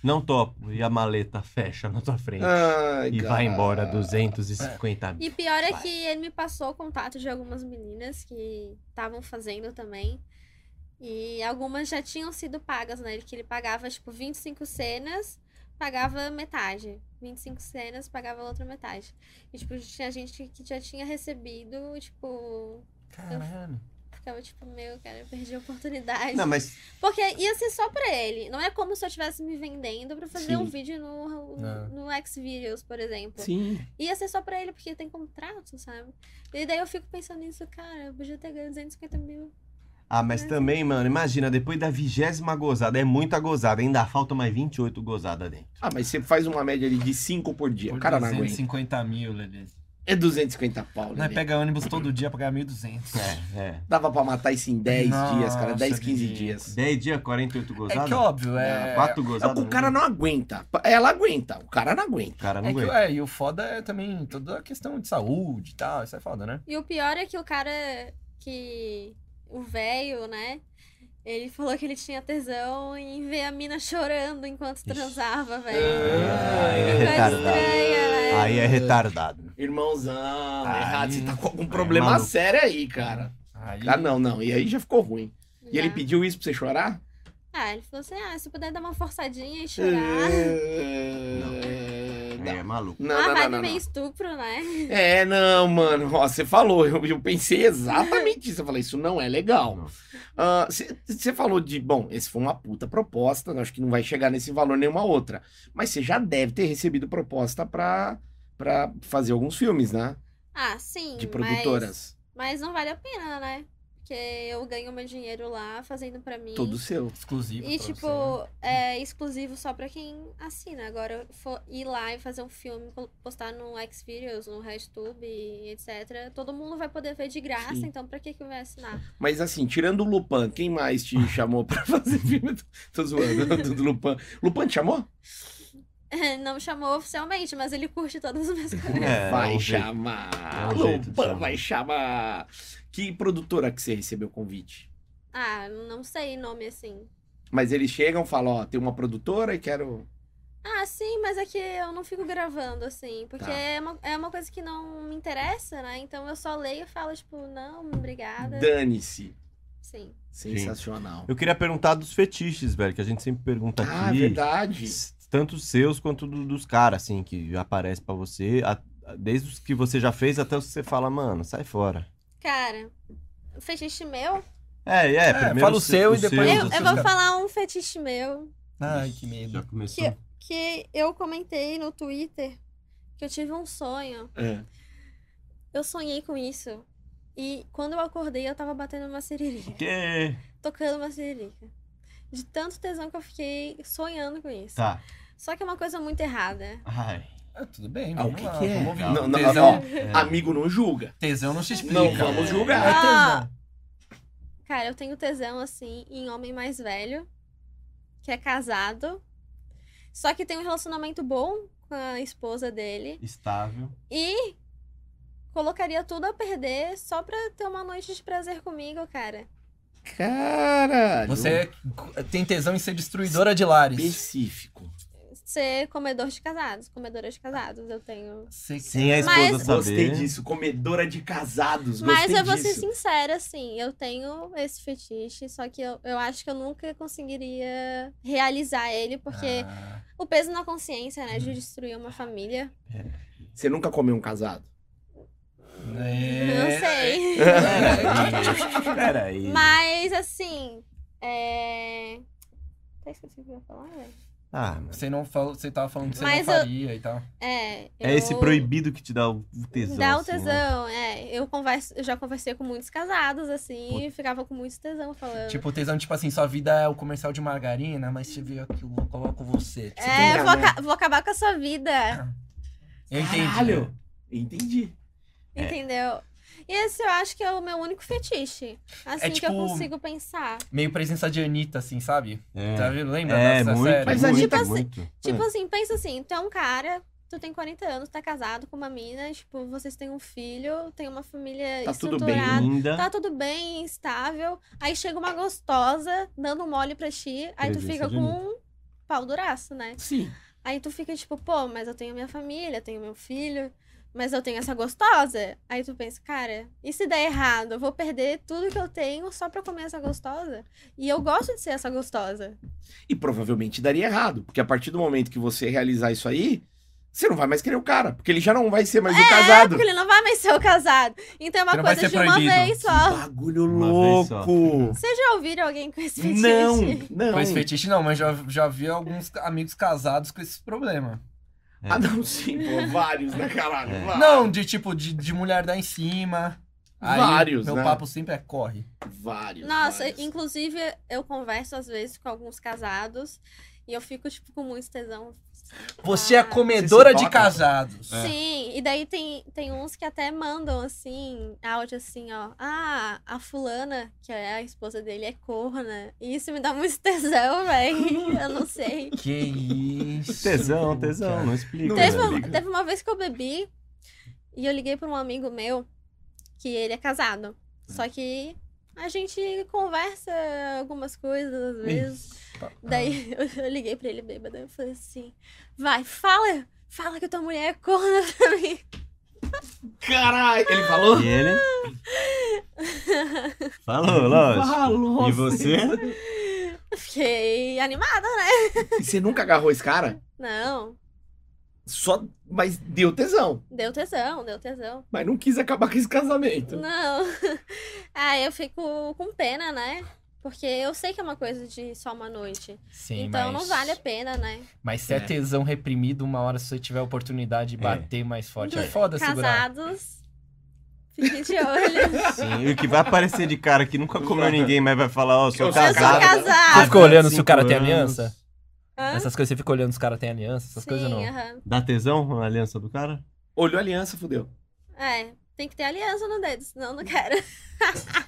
[SPEAKER 5] não topo. E a maleta fecha na tua frente.
[SPEAKER 1] Ai,
[SPEAKER 5] e
[SPEAKER 1] cara.
[SPEAKER 5] vai embora 250 mil.
[SPEAKER 4] E pior é
[SPEAKER 5] Vai.
[SPEAKER 4] que ele me passou o contato de algumas meninas que estavam fazendo também. E algumas já tinham sido pagas, né? Que ele pagava, tipo, 25 cenas, pagava metade. 25 cenas, pagava a outra metade. E, tipo, tinha gente que já tinha recebido, tipo...
[SPEAKER 7] Caralho.
[SPEAKER 4] Ficava, tipo, meu, cara, eu perdi a oportunidade.
[SPEAKER 5] Não, mas
[SPEAKER 4] Porque ia ser só pra ele. Não é como se eu estivesse me vendendo pra fazer
[SPEAKER 1] Sim.
[SPEAKER 4] um vídeo no,
[SPEAKER 7] É.
[SPEAKER 4] no, no Xvideos, por exemplo.
[SPEAKER 1] Sim.
[SPEAKER 4] Ia ser só pra ele, porque tem contrato, sabe? E daí eu fico pensando nisso, cara, eu podia ter ganho 250 mil.
[SPEAKER 5] Ah, mas também, mano, imagina, depois da vigésima gozada, é muita gozada, ainda falta mais 28 gozada dentro.
[SPEAKER 1] Ah, mas você faz uma média ali de 5 por dia.
[SPEAKER 7] Por
[SPEAKER 1] o cara não aguenta.
[SPEAKER 7] 250 mil, Lelê.
[SPEAKER 1] É 250 pau, né?
[SPEAKER 7] Nós pega ônibus todo dia pra ganhar 1.200.
[SPEAKER 5] É,
[SPEAKER 1] Dava pra matar isso em 10 dias, cara.
[SPEAKER 7] Nossa,
[SPEAKER 1] 10, 15
[SPEAKER 7] Denis.
[SPEAKER 5] é.
[SPEAKER 1] dias.
[SPEAKER 5] 10 dias, 48
[SPEAKER 7] É
[SPEAKER 5] gozada?
[SPEAKER 7] que óbvio,
[SPEAKER 5] É,
[SPEAKER 7] é...
[SPEAKER 5] Quatro gozadas.
[SPEAKER 1] O cara não aguenta. Ela aguenta. O cara não aguenta.
[SPEAKER 5] O cara não
[SPEAKER 7] É, que,
[SPEAKER 5] aguenta.
[SPEAKER 7] é, e o foda é também toda a questão de saúde e tal, isso é foda, né?
[SPEAKER 4] E o pior é que o cara que. O velho, né? Ele falou que ele tinha tesão em ver a mina chorando enquanto
[SPEAKER 1] É.
[SPEAKER 4] transava, velho.
[SPEAKER 5] Aí é
[SPEAKER 4] Que coisa
[SPEAKER 5] retardado.
[SPEAKER 4] estranha, né?
[SPEAKER 5] Aí é retardado. é
[SPEAKER 1] Irmãozão,
[SPEAKER 7] Aí-
[SPEAKER 1] errado. Você tá com algum problema
[SPEAKER 5] maluco.
[SPEAKER 1] sério aí, cara.
[SPEAKER 7] Aí,
[SPEAKER 1] Ah, não, não. E aí já ficou ruim. E ele
[SPEAKER 5] Tá.
[SPEAKER 4] Já.
[SPEAKER 1] pediu isso pra você chorar?
[SPEAKER 4] Ah, ele falou assim: ah, se puder dar uma forçadinha e chorar.
[SPEAKER 1] É,
[SPEAKER 5] É,
[SPEAKER 1] Não,
[SPEAKER 5] maluco.
[SPEAKER 1] não,
[SPEAKER 4] Uma
[SPEAKER 1] não, não,
[SPEAKER 4] vibe
[SPEAKER 1] não,
[SPEAKER 4] meio
[SPEAKER 1] não.
[SPEAKER 4] estupro, né?
[SPEAKER 1] É, não, mano. Ó, você falou, eu, eu pensei exatamente isso. Eu falei, isso não é legal.
[SPEAKER 5] Não.
[SPEAKER 1] Ah, Você você falou de, bom, esse foi uma puta proposta, eu acho que não vai chegar nesse valor nenhuma outra. Mas você já deve ter recebido proposta pra, pra fazer alguns filmes, né?
[SPEAKER 4] Ah, sim.
[SPEAKER 1] De
[SPEAKER 4] Mas,
[SPEAKER 1] produtoras.
[SPEAKER 4] mas não vale a pena, né? Porque eu ganho meu dinheiro lá fazendo pra mim.
[SPEAKER 1] Todo seu.
[SPEAKER 7] exclusivo.
[SPEAKER 4] E,
[SPEAKER 7] pra
[SPEAKER 4] tipo,
[SPEAKER 7] você, né?
[SPEAKER 4] é exclusivo só pra quem assina. Agora, for ir lá e fazer um filme, col- postar no Xvideos, no RedTube, etc. Todo mundo vai poder ver de graça,
[SPEAKER 1] Sim.
[SPEAKER 4] então pra que que vai assinar?
[SPEAKER 1] Mas assim, tirando o Lupan, quem mais te chamou pra fazer filme? do- Tô zoando do do Lupan. Lupan te chamou?
[SPEAKER 4] Não me chamou oficialmente, mas ele curte todas as minhas coisas.
[SPEAKER 5] É,
[SPEAKER 1] vai
[SPEAKER 5] é um jeito.
[SPEAKER 1] chamar.
[SPEAKER 5] É um jeito de
[SPEAKER 1] Lupan
[SPEAKER 5] chamar.
[SPEAKER 1] vai chamar. Que produtora que você recebeu o convite?
[SPEAKER 4] Ah, não sei nome assim.
[SPEAKER 1] Mas eles chegam e falam, ó, tem uma produtora e quero...
[SPEAKER 4] Ah, sim, mas é que eu não fico gravando, assim, porque
[SPEAKER 1] Tá.
[SPEAKER 4] é, uma, é uma coisa que não me interessa, né? Então eu só leio e falo, tipo, não, obrigada.
[SPEAKER 1] Dane-se.
[SPEAKER 4] Sim.
[SPEAKER 1] Sensacional.
[SPEAKER 5] Eu queria perguntar dos fetiches, velho, que a gente sempre pergunta
[SPEAKER 1] Ah,
[SPEAKER 5] aqui.
[SPEAKER 1] verdade.
[SPEAKER 5] Tanto os seus quanto do- dos caras, assim, que aparece pra você. a- a- desde os que você já fez até os que você fala, mano, sai fora.
[SPEAKER 4] Cara, um fetiche meu?
[SPEAKER 5] É, é, primeiro.
[SPEAKER 7] fala o
[SPEAKER 5] os-
[SPEAKER 7] seu e
[SPEAKER 5] os
[SPEAKER 7] depois os
[SPEAKER 5] seus, os
[SPEAKER 4] Eu, eu
[SPEAKER 7] seus.
[SPEAKER 5] seus.
[SPEAKER 4] vou falar um fetiche meu
[SPEAKER 7] né? Ai, que medo.
[SPEAKER 5] Já começou.
[SPEAKER 4] que eu comentei no Twitter que eu tive um sonho.
[SPEAKER 1] É.
[SPEAKER 4] Eu sonhei com isso. E quando eu acordei, eu tava batendo uma siririca,
[SPEAKER 5] Que?
[SPEAKER 4] tocando uma siririca. De tanto tesão que eu fiquei sonhando com isso.
[SPEAKER 5] Tá.
[SPEAKER 4] Só que é uma coisa muito errada.
[SPEAKER 5] Ai. é,
[SPEAKER 7] É, tudo bem,
[SPEAKER 1] Ah, o
[SPEAKER 7] vamos
[SPEAKER 1] que
[SPEAKER 7] lá,
[SPEAKER 1] que é?
[SPEAKER 7] vamos ouvir.
[SPEAKER 1] Não, não,
[SPEAKER 7] tesão,
[SPEAKER 1] Amigo não julga.
[SPEAKER 7] tesão não se explica.
[SPEAKER 1] Não vamos julgar.
[SPEAKER 7] É tesão.
[SPEAKER 4] Ah. Cara, eu tenho tesão, assim, em homem mais velho, que é casado, só que tem um relacionamento bom com a esposa dele
[SPEAKER 5] Estável.
[SPEAKER 4] e colocaria tudo a perder só pra ter uma noite de prazer comigo, cara.
[SPEAKER 1] Caralho.
[SPEAKER 7] Você é- tem tesão em ser destruidora de lares.
[SPEAKER 1] específico.
[SPEAKER 4] Ser comedor de casados, comedora de casados, eu tenho.
[SPEAKER 7] Você-
[SPEAKER 1] é
[SPEAKER 5] Sem a esposa
[SPEAKER 4] Mas-
[SPEAKER 5] saber.
[SPEAKER 1] Gostei disso, comedora de casados.
[SPEAKER 4] Mas é
[SPEAKER 1] gostei
[SPEAKER 4] eu vou ser
[SPEAKER 1] disso.
[SPEAKER 4] sincera, assim, eu tenho esse fetiche, só que eu, eu acho que eu nunca conseguiria realizar ele, porque
[SPEAKER 7] Ah,
[SPEAKER 4] o peso na consciência, né, de destruir uma família.
[SPEAKER 1] Você nunca comeu um casado?
[SPEAKER 4] Não
[SPEAKER 7] é...
[SPEAKER 4] sei.
[SPEAKER 5] Peraí. Peraí.
[SPEAKER 4] Mas assim. É. Até esqueci o que eu ia falar, né? velho.
[SPEAKER 5] Ah, mas
[SPEAKER 7] Você não falou, você tava falando que você
[SPEAKER 4] Mas
[SPEAKER 7] não
[SPEAKER 4] eu-
[SPEAKER 7] faria e tal.
[SPEAKER 4] É.
[SPEAKER 5] É
[SPEAKER 4] eu-
[SPEAKER 5] esse proibido que te dá o o tesão.
[SPEAKER 4] Dá o
[SPEAKER 5] assim, né?
[SPEAKER 4] tesão, é. Eu, converso, eu já conversei com muitos casados, assim,
[SPEAKER 5] Pô.
[SPEAKER 4] e ficava com muito tesão falando.
[SPEAKER 7] Tipo, tesão, tipo assim, sua vida é o comercial de margarina, mas você veio aqui, eu coloco você. Você
[SPEAKER 4] é,
[SPEAKER 7] tem-
[SPEAKER 4] vou, aca- vou acabar com a sua vida.
[SPEAKER 7] Eu entendi.
[SPEAKER 1] Caralho. Entendi.
[SPEAKER 4] Entendeu? E esse eu acho que é o meu único fetiche. Assim que
[SPEAKER 7] tipo-
[SPEAKER 4] eu consigo pensar.
[SPEAKER 2] Ah.
[SPEAKER 7] Meio presença de Anitta, assim, sabe? Tá
[SPEAKER 5] É,
[SPEAKER 7] vendo? Lembra
[SPEAKER 5] é
[SPEAKER 7] dessa
[SPEAKER 5] muito,
[SPEAKER 7] série?
[SPEAKER 1] Mas a
[SPEAKER 5] muito,
[SPEAKER 4] Anitta-
[SPEAKER 5] muito.
[SPEAKER 4] Tipo assim, pensa assim, tu é um cara, tu tem 40 anos, tá casado com uma mina, tipo, vocês têm um filho, tem uma família
[SPEAKER 1] Tá tudo bem.
[SPEAKER 4] estruturada.
[SPEAKER 5] Linda.
[SPEAKER 4] Tá tudo bem, estável. Aí chega uma gostosa dando um mole pra ti. Aí tu
[SPEAKER 5] Presença
[SPEAKER 4] fica
[SPEAKER 5] de
[SPEAKER 4] com
[SPEAKER 5] Anitta.
[SPEAKER 4] um pau duraço, né?
[SPEAKER 1] Sim.
[SPEAKER 4] Aí tu fica tipo, pô, mas eu tenho minha família, eu tenho meu filho, mas eu tenho essa gostosa. Aí tu pensa, cara, e se der errado? Eu vou perder tudo que eu tenho só pra comer essa gostosa? E eu gosto de ser essa gostosa.
[SPEAKER 1] E provavelmente daria errado, porque a partir do momento que você realizar isso aí, você não vai mais querer o cara, porque ele já não vai ser mais o casado.
[SPEAKER 4] Porque ele não vai mais ser o casado. Então é uma
[SPEAKER 7] Ele não vai ser
[SPEAKER 4] coisa de uma
[SPEAKER 7] proibido.
[SPEAKER 4] vez só.
[SPEAKER 1] Bagulho
[SPEAKER 5] Uma vez só.
[SPEAKER 1] louco.
[SPEAKER 4] Vocês já ouviram alguém com esse fetiche?
[SPEAKER 1] Não, não.
[SPEAKER 7] Com esse fetiche não, mas já, já vi alguns ca- amigos casados com esse problema.
[SPEAKER 5] É.
[SPEAKER 1] Ah, não, sim, pô, vários, né, caralho?
[SPEAKER 5] É.
[SPEAKER 1] Vários.
[SPEAKER 7] Não, de tipo, de, de mulher dar em cima. Aí,
[SPEAKER 1] Vários,
[SPEAKER 7] Meu
[SPEAKER 1] né?
[SPEAKER 7] papo sempre é corre.
[SPEAKER 1] Vários.
[SPEAKER 4] Nossa,
[SPEAKER 1] vários.
[SPEAKER 4] inclusive eu converso às vezes com alguns casados e eu fico, tipo, com muito tesão.
[SPEAKER 7] Você é
[SPEAKER 4] Ah.
[SPEAKER 7] comedora
[SPEAKER 1] Você
[SPEAKER 7] de
[SPEAKER 1] se toca?
[SPEAKER 7] casados.
[SPEAKER 4] Sim, e daí tem, tem uns que até mandam assim, áudio assim, ó. Ah, a fulana, que é a esposa dele, é corna. E isso me dá muito tesão, velho. Eu não sei.
[SPEAKER 7] Que isso.
[SPEAKER 5] Tesão, tesão,
[SPEAKER 7] cara.
[SPEAKER 5] não explica.
[SPEAKER 1] Não
[SPEAKER 4] Teve,
[SPEAKER 5] né?
[SPEAKER 4] uma- teve uma vez que eu bebi e eu liguei pra um amigo meu que ele é casado. Só que a gente conversa algumas coisas às vezes. Daí eu, eu liguei pra ele bêbada. Eu falei assim: vai, fala, fala que tua mulher é corna pra mim.
[SPEAKER 1] Caralho, ele falou?
[SPEAKER 5] E ele? Falou, lógico.
[SPEAKER 1] Falou.
[SPEAKER 5] E você?
[SPEAKER 4] Eu Fiquei animada.
[SPEAKER 1] E você nunca agarrou esse cara?
[SPEAKER 4] Não,
[SPEAKER 1] Só, mas deu tesão.
[SPEAKER 4] deu tesão, deu tesão.
[SPEAKER 1] Mas não quis acabar com esse casamento.
[SPEAKER 4] Não. Aí eu fico com pena, né? Porque eu sei que é uma coisa de só uma noite.
[SPEAKER 7] Sim,
[SPEAKER 4] então
[SPEAKER 7] mas...
[SPEAKER 4] não vale a pena, né?
[SPEAKER 7] Mas se é
[SPEAKER 1] É.
[SPEAKER 7] tesão reprimido, uma hora se você tiver a oportunidade de
[SPEAKER 5] É.
[SPEAKER 7] bater mais forte. É foda segurar.
[SPEAKER 4] Casados. Fiquem de olho.
[SPEAKER 5] Sim, e o que vai aparecer de cara que nunca comeu ninguém, mas vai falar, ó, sou
[SPEAKER 1] Eu sou
[SPEAKER 5] casado.
[SPEAKER 4] Eu sou
[SPEAKER 7] Você
[SPEAKER 4] casado.
[SPEAKER 7] ficou olhando se o
[SPEAKER 5] Cinco
[SPEAKER 7] cara tem
[SPEAKER 5] anos.
[SPEAKER 7] aliança?
[SPEAKER 4] Hã?
[SPEAKER 7] Essas coisas, você fica olhando se o cara tem aliança? Essas coisas não.
[SPEAKER 4] Sim, aham.
[SPEAKER 5] Dá tesão na aliança do cara?
[SPEAKER 1] Olhou a aliança, fudeu.
[SPEAKER 4] É, tem que ter aliança no dedo, senão não quero.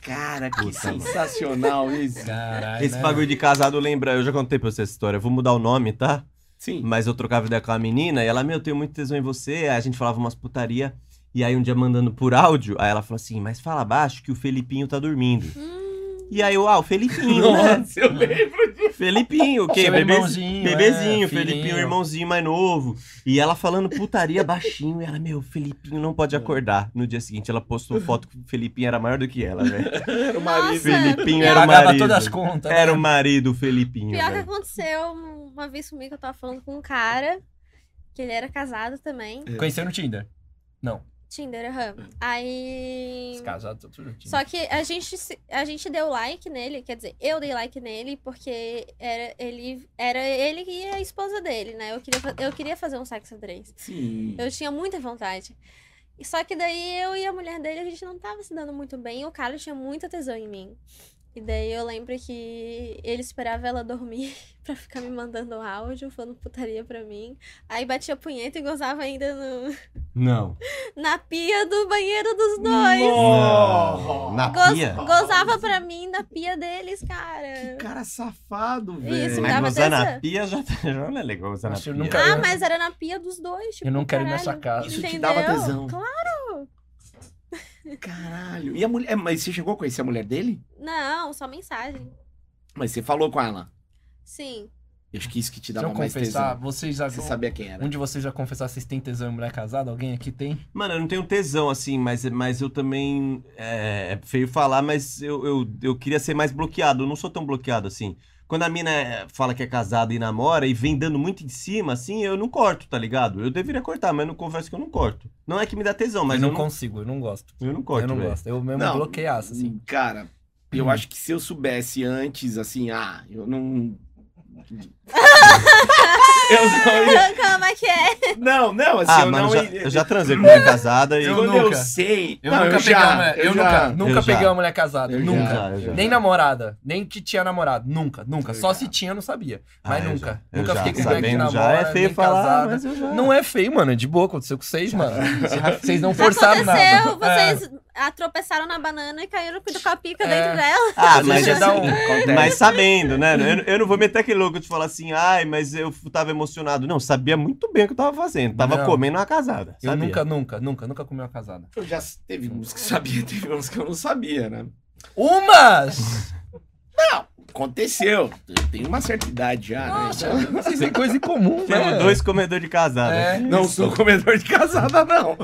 [SPEAKER 1] Cara, que
[SPEAKER 5] Puta, mano.
[SPEAKER 1] sensacional isso.
[SPEAKER 7] Caralho.
[SPEAKER 5] Esse
[SPEAKER 7] né?
[SPEAKER 5] bagulho de casado lembra, eu já contei pra você essa história, eu vou mudar o nome, tá?
[SPEAKER 1] Sim.
[SPEAKER 5] Mas eu trocava ideia com a menina e ela, meu, eu tenho muito tesão em você. Aí a gente falava umas putaria. E aí um dia mandando por áudio, aí ela falou assim, mas fala baixo que o Felipinho tá dormindo.
[SPEAKER 4] Hum.
[SPEAKER 5] E aí eu, ah, o Felipinho, né?
[SPEAKER 1] Nossa, eu lembro.
[SPEAKER 5] Felipinho, o quê?
[SPEAKER 7] Seu
[SPEAKER 5] Bebê-
[SPEAKER 7] é um irmãozinho,
[SPEAKER 5] Bebezinho,
[SPEAKER 7] é,
[SPEAKER 5] Felipinho,
[SPEAKER 7] filhinho.
[SPEAKER 5] irmãozinho mais novo. E ela falando putaria baixinho. E ela, meu, o Felipinho não
[SPEAKER 7] É.
[SPEAKER 5] pode acordar. No dia seguinte, ela postou foto que o Felipinho era maior do que ela, velho.
[SPEAKER 1] Era o
[SPEAKER 4] Nossa,
[SPEAKER 1] marido.
[SPEAKER 5] Felipinho era o
[SPEAKER 7] Pagava
[SPEAKER 5] marido.
[SPEAKER 7] todas as contas. né?
[SPEAKER 5] Era o marido, o Felipinho.
[SPEAKER 4] Pior que
[SPEAKER 5] velho.
[SPEAKER 4] aconteceu uma vez comigo que eu tava falando com um cara, que ele era casado também.
[SPEAKER 5] É.
[SPEAKER 7] Conheceu no Tinder.
[SPEAKER 4] Tinder, aham. Aí.
[SPEAKER 7] Os casados, são tudo no Tinder.
[SPEAKER 4] Só que a gente, se- a gente deu like nele, quer dizer, eu dei like nele, porque era ele, era ele e a esposa dele, né? Eu queria, fa- eu queria fazer um sexo a três.
[SPEAKER 1] Sim.
[SPEAKER 4] Eu tinha muita vontade. E Só que daí eu e a mulher dele, a gente não tava se dando muito bem. E o cara tinha muita tesão em mim. E daí eu lembro que ele esperava ela dormir pra ficar me mandando áudio, falando putaria pra mim. Aí batia punheta e gozava ainda no,
[SPEAKER 5] Não.
[SPEAKER 4] na pia do banheiro dos dois.
[SPEAKER 5] Não. Na
[SPEAKER 4] Goz-
[SPEAKER 5] pia?
[SPEAKER 4] Gozava pra mim na pia deles, cara.
[SPEAKER 1] Cara safado,
[SPEAKER 4] É.
[SPEAKER 1] velho.
[SPEAKER 4] Isso,
[SPEAKER 5] Mas
[SPEAKER 4] dava
[SPEAKER 5] gozar na
[SPEAKER 4] atenção.
[SPEAKER 5] pia já, já não é legal gozar na
[SPEAKER 2] Nossa, eu
[SPEAKER 5] pia.
[SPEAKER 2] nunca-
[SPEAKER 4] Ah, mas era na pia dos dois, tipo,
[SPEAKER 2] Eu não quero ir
[SPEAKER 4] caralho.
[SPEAKER 2] nessa casa.
[SPEAKER 1] Isso te
[SPEAKER 4] Entendeu?
[SPEAKER 1] dava tesão.
[SPEAKER 4] Claro. tá.
[SPEAKER 1] Caralho. E a mulher. é, Mas você chegou a conhecer a mulher dele?
[SPEAKER 4] Não, só mensagem.
[SPEAKER 1] Mas você falou com ela.
[SPEAKER 4] Sim.
[SPEAKER 1] Eu acho que isso que te
[SPEAKER 2] Se
[SPEAKER 1] dava
[SPEAKER 2] eu
[SPEAKER 1] mais
[SPEAKER 2] confessar,
[SPEAKER 1] tesão.
[SPEAKER 2] vocês já.
[SPEAKER 1] Você sabia quem era.
[SPEAKER 2] Um de vocês já confessar vocês têm tesão em mulher casada? Alguém aqui tem?
[SPEAKER 5] Mano, eu não tenho tesão, assim, mas, mas eu também. É, é feio falar, mas eu, eu, eu queria ser mais bloqueado. Eu não sou tão bloqueado assim. Quando a mina é, fala que é casada e namora e vem dando muito em cima, assim, eu não corto, tá ligado? Eu deveria cortar, mas eu não confesso que eu não corto. Não é que me dá tesão, mas
[SPEAKER 2] eu
[SPEAKER 5] eu,
[SPEAKER 2] não,
[SPEAKER 5] não,
[SPEAKER 2] consigo, eu não gosto.
[SPEAKER 5] eu não corto.
[SPEAKER 2] eu não
[SPEAKER 5] velho.
[SPEAKER 2] gosto. Eu mesmo
[SPEAKER 1] Não.
[SPEAKER 2] bloqueio aço, assim. Uhum.
[SPEAKER 1] Assim, cara, eu acho que se eu soubesse antes, assim, ah, eu não. eu não ia-
[SPEAKER 4] Como é que é?
[SPEAKER 1] Não, não, assim,
[SPEAKER 5] Ah,
[SPEAKER 1] eu
[SPEAKER 5] mano,
[SPEAKER 1] não.
[SPEAKER 5] já-
[SPEAKER 1] ia-
[SPEAKER 5] eu já transei com uma casada e.
[SPEAKER 1] Quando
[SPEAKER 2] Eu
[SPEAKER 1] eu,
[SPEAKER 2] nunca.
[SPEAKER 1] sei.
[SPEAKER 2] Eu
[SPEAKER 1] Não,
[SPEAKER 2] nunca peguei
[SPEAKER 1] já,
[SPEAKER 2] uma mulher.
[SPEAKER 1] já.
[SPEAKER 2] Eu, nunca, nunca
[SPEAKER 5] Eu já.
[SPEAKER 2] peguei uma mulher casada.
[SPEAKER 1] Eu já.
[SPEAKER 2] nunca.
[SPEAKER 5] Eu já.
[SPEAKER 2] Nem namorada. Nem que tinha namorado. Nunca, nunca.
[SPEAKER 1] Eu
[SPEAKER 2] Só
[SPEAKER 1] já.
[SPEAKER 2] se tinha, eu não sabia. Mas
[SPEAKER 5] Ah, eu
[SPEAKER 2] nunca.
[SPEAKER 5] já- eu
[SPEAKER 2] nunca
[SPEAKER 5] já,
[SPEAKER 2] fiquei com mulher que
[SPEAKER 5] sabendo, já
[SPEAKER 2] namora.
[SPEAKER 5] é feio
[SPEAKER 2] nem
[SPEAKER 5] falar,
[SPEAKER 2] casada.
[SPEAKER 5] mas eu já.
[SPEAKER 2] Não é feio, mano. É de boa, aconteceu com vocês, mano. Vocês não forçaram
[SPEAKER 4] Aconteceu,
[SPEAKER 2] nada. É.
[SPEAKER 4] vocês atropeçaram na banana e caíram com a pica dentro dela.
[SPEAKER 5] Ah,
[SPEAKER 2] Mas
[SPEAKER 5] mas
[SPEAKER 2] você um dá
[SPEAKER 5] assim, Mas sabendo, né? Eu, eu não vou meter aquele louco de falar assim, ai, mas eu f- tava emocionado. Não, sabia muito bem o que eu tava fazendo. Tava
[SPEAKER 2] Não.
[SPEAKER 5] comendo uma casada.
[SPEAKER 2] Eu
[SPEAKER 5] sabia.
[SPEAKER 2] nunca, nunca, nunca, nunca comi uma casada.
[SPEAKER 1] Eu já teve uns que sabia, teve uns que eu não sabia, né?
[SPEAKER 2] Umas!
[SPEAKER 1] Aconteceu. Eu tenho uma certa idade já,
[SPEAKER 2] Nossa,
[SPEAKER 1] né?
[SPEAKER 2] vocês têm coisa em comum,
[SPEAKER 5] Temos
[SPEAKER 1] É.
[SPEAKER 2] né?
[SPEAKER 5] dois comedores de casada.
[SPEAKER 2] É.
[SPEAKER 1] Então, não sou comedor de casada, não.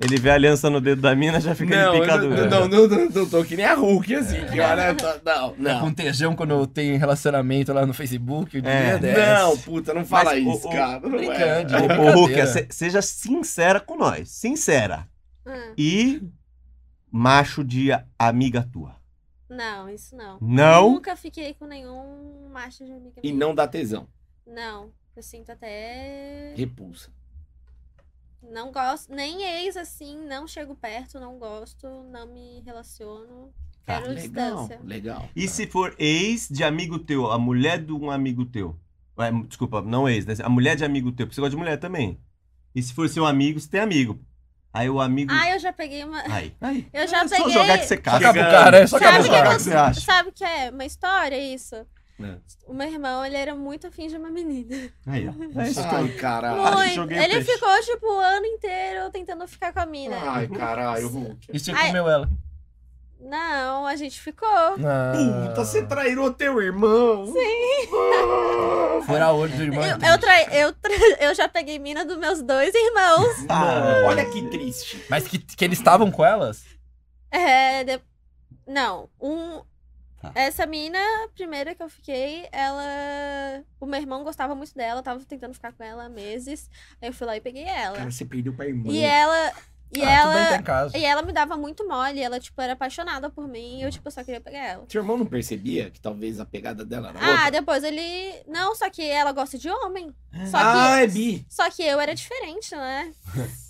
[SPEAKER 5] Ele vê a aliança no dedo da mina, já fica
[SPEAKER 1] Não,
[SPEAKER 5] de
[SPEAKER 1] eu não,
[SPEAKER 5] picadura.
[SPEAKER 1] não, não, não, não tô que nem a Hulk, assim, que olha. eu tô- Não, não.
[SPEAKER 2] Com tejão quando eu tenho relacionamento lá no Facebook. o dia
[SPEAKER 5] É.
[SPEAKER 2] desse.
[SPEAKER 1] Não, puta, não fala
[SPEAKER 5] Mas o-
[SPEAKER 1] isso,
[SPEAKER 5] o-
[SPEAKER 1] cara. Não é.
[SPEAKER 2] Brincando.
[SPEAKER 5] Ô, ô, Rukia, se- seja sincera com nós. Sincera.
[SPEAKER 4] Hum,
[SPEAKER 5] E macho de a- amiga tua.
[SPEAKER 4] não, isso não.
[SPEAKER 5] Não.
[SPEAKER 4] Nunca fiquei com nenhum macho de amiga
[SPEAKER 1] E
[SPEAKER 4] minha.
[SPEAKER 1] não dá tesão.
[SPEAKER 4] Não, eu sinto até.
[SPEAKER 1] Repulsa.
[SPEAKER 4] Não gosto. Nem ex assim, não chego perto, não gosto, não me relaciono.
[SPEAKER 5] Tá,
[SPEAKER 4] Quero
[SPEAKER 1] Ah, Legal,
[SPEAKER 4] distância.
[SPEAKER 1] legal.
[SPEAKER 5] E se for ex de amigo teu, a mulher de um amigo teu? Ué, Desculpa, não ex, né? A mulher de amigo teu, porque você gosta de mulher também. E se for seu amigo, você tem amigo. Aí o amigo.
[SPEAKER 4] Ah, eu já peguei uma.
[SPEAKER 5] Aí. aí.
[SPEAKER 4] Eu já
[SPEAKER 5] É só
[SPEAKER 4] peguei.
[SPEAKER 5] jogar que você
[SPEAKER 2] Só
[SPEAKER 5] caga. né?
[SPEAKER 2] acaba o cara, é só
[SPEAKER 4] Sabe
[SPEAKER 2] acaba
[SPEAKER 4] o
[SPEAKER 2] o
[SPEAKER 4] que
[SPEAKER 2] cara.
[SPEAKER 5] que você acha?
[SPEAKER 4] Sabe o que é? Uma história isso.
[SPEAKER 1] É.
[SPEAKER 4] O meu irmão, ele era muito afim de uma menina.
[SPEAKER 5] Aí, ó. É isso que eu-
[SPEAKER 1] Ai, caralho.
[SPEAKER 5] Ah,
[SPEAKER 4] Muito.
[SPEAKER 5] joguei
[SPEAKER 4] Ele
[SPEAKER 5] peixe. Ah.
[SPEAKER 4] ficou, tipo, o ano inteiro tentando ficar com a mina.
[SPEAKER 1] Ai, caralho, Hulk.
[SPEAKER 2] E você
[SPEAKER 4] Ai.
[SPEAKER 2] comeu ela.
[SPEAKER 4] Não, a gente ficou.
[SPEAKER 1] Puta, você tá trairou teu irmão.
[SPEAKER 2] Furar o olho do
[SPEAKER 4] Eu,
[SPEAKER 2] irmão. é
[SPEAKER 4] eu, trai- eu, tra- eu já peguei mina dos meus dois irmãos.
[SPEAKER 1] Mano, Ah. olha que triste.
[SPEAKER 2] Mas que, que eles estavam com elas?
[SPEAKER 4] É, de- Não, um.
[SPEAKER 5] Tá.
[SPEAKER 4] Essa mina, a primeira que eu fiquei, ela. O meu irmão gostava muito dela, tava tentando ficar com ela há meses. Aí eu fui lá e peguei ela.
[SPEAKER 1] Cara, você perdeu pra irmã.
[SPEAKER 4] e ela. E
[SPEAKER 2] ah, tudo bem,
[SPEAKER 4] ela.
[SPEAKER 2] tá em casa.
[SPEAKER 4] E ela me dava muito mole, ela, tipo, era apaixonada por mim e eu, tipo, só queria pegar ela.
[SPEAKER 1] Seu irmão não percebia que talvez a pegada dela era
[SPEAKER 4] Ah,
[SPEAKER 1] outra?
[SPEAKER 4] depois ele. Não, só que ela gosta de homem. Só que,
[SPEAKER 1] Ah, é bi.
[SPEAKER 4] só que eu era diferente, né?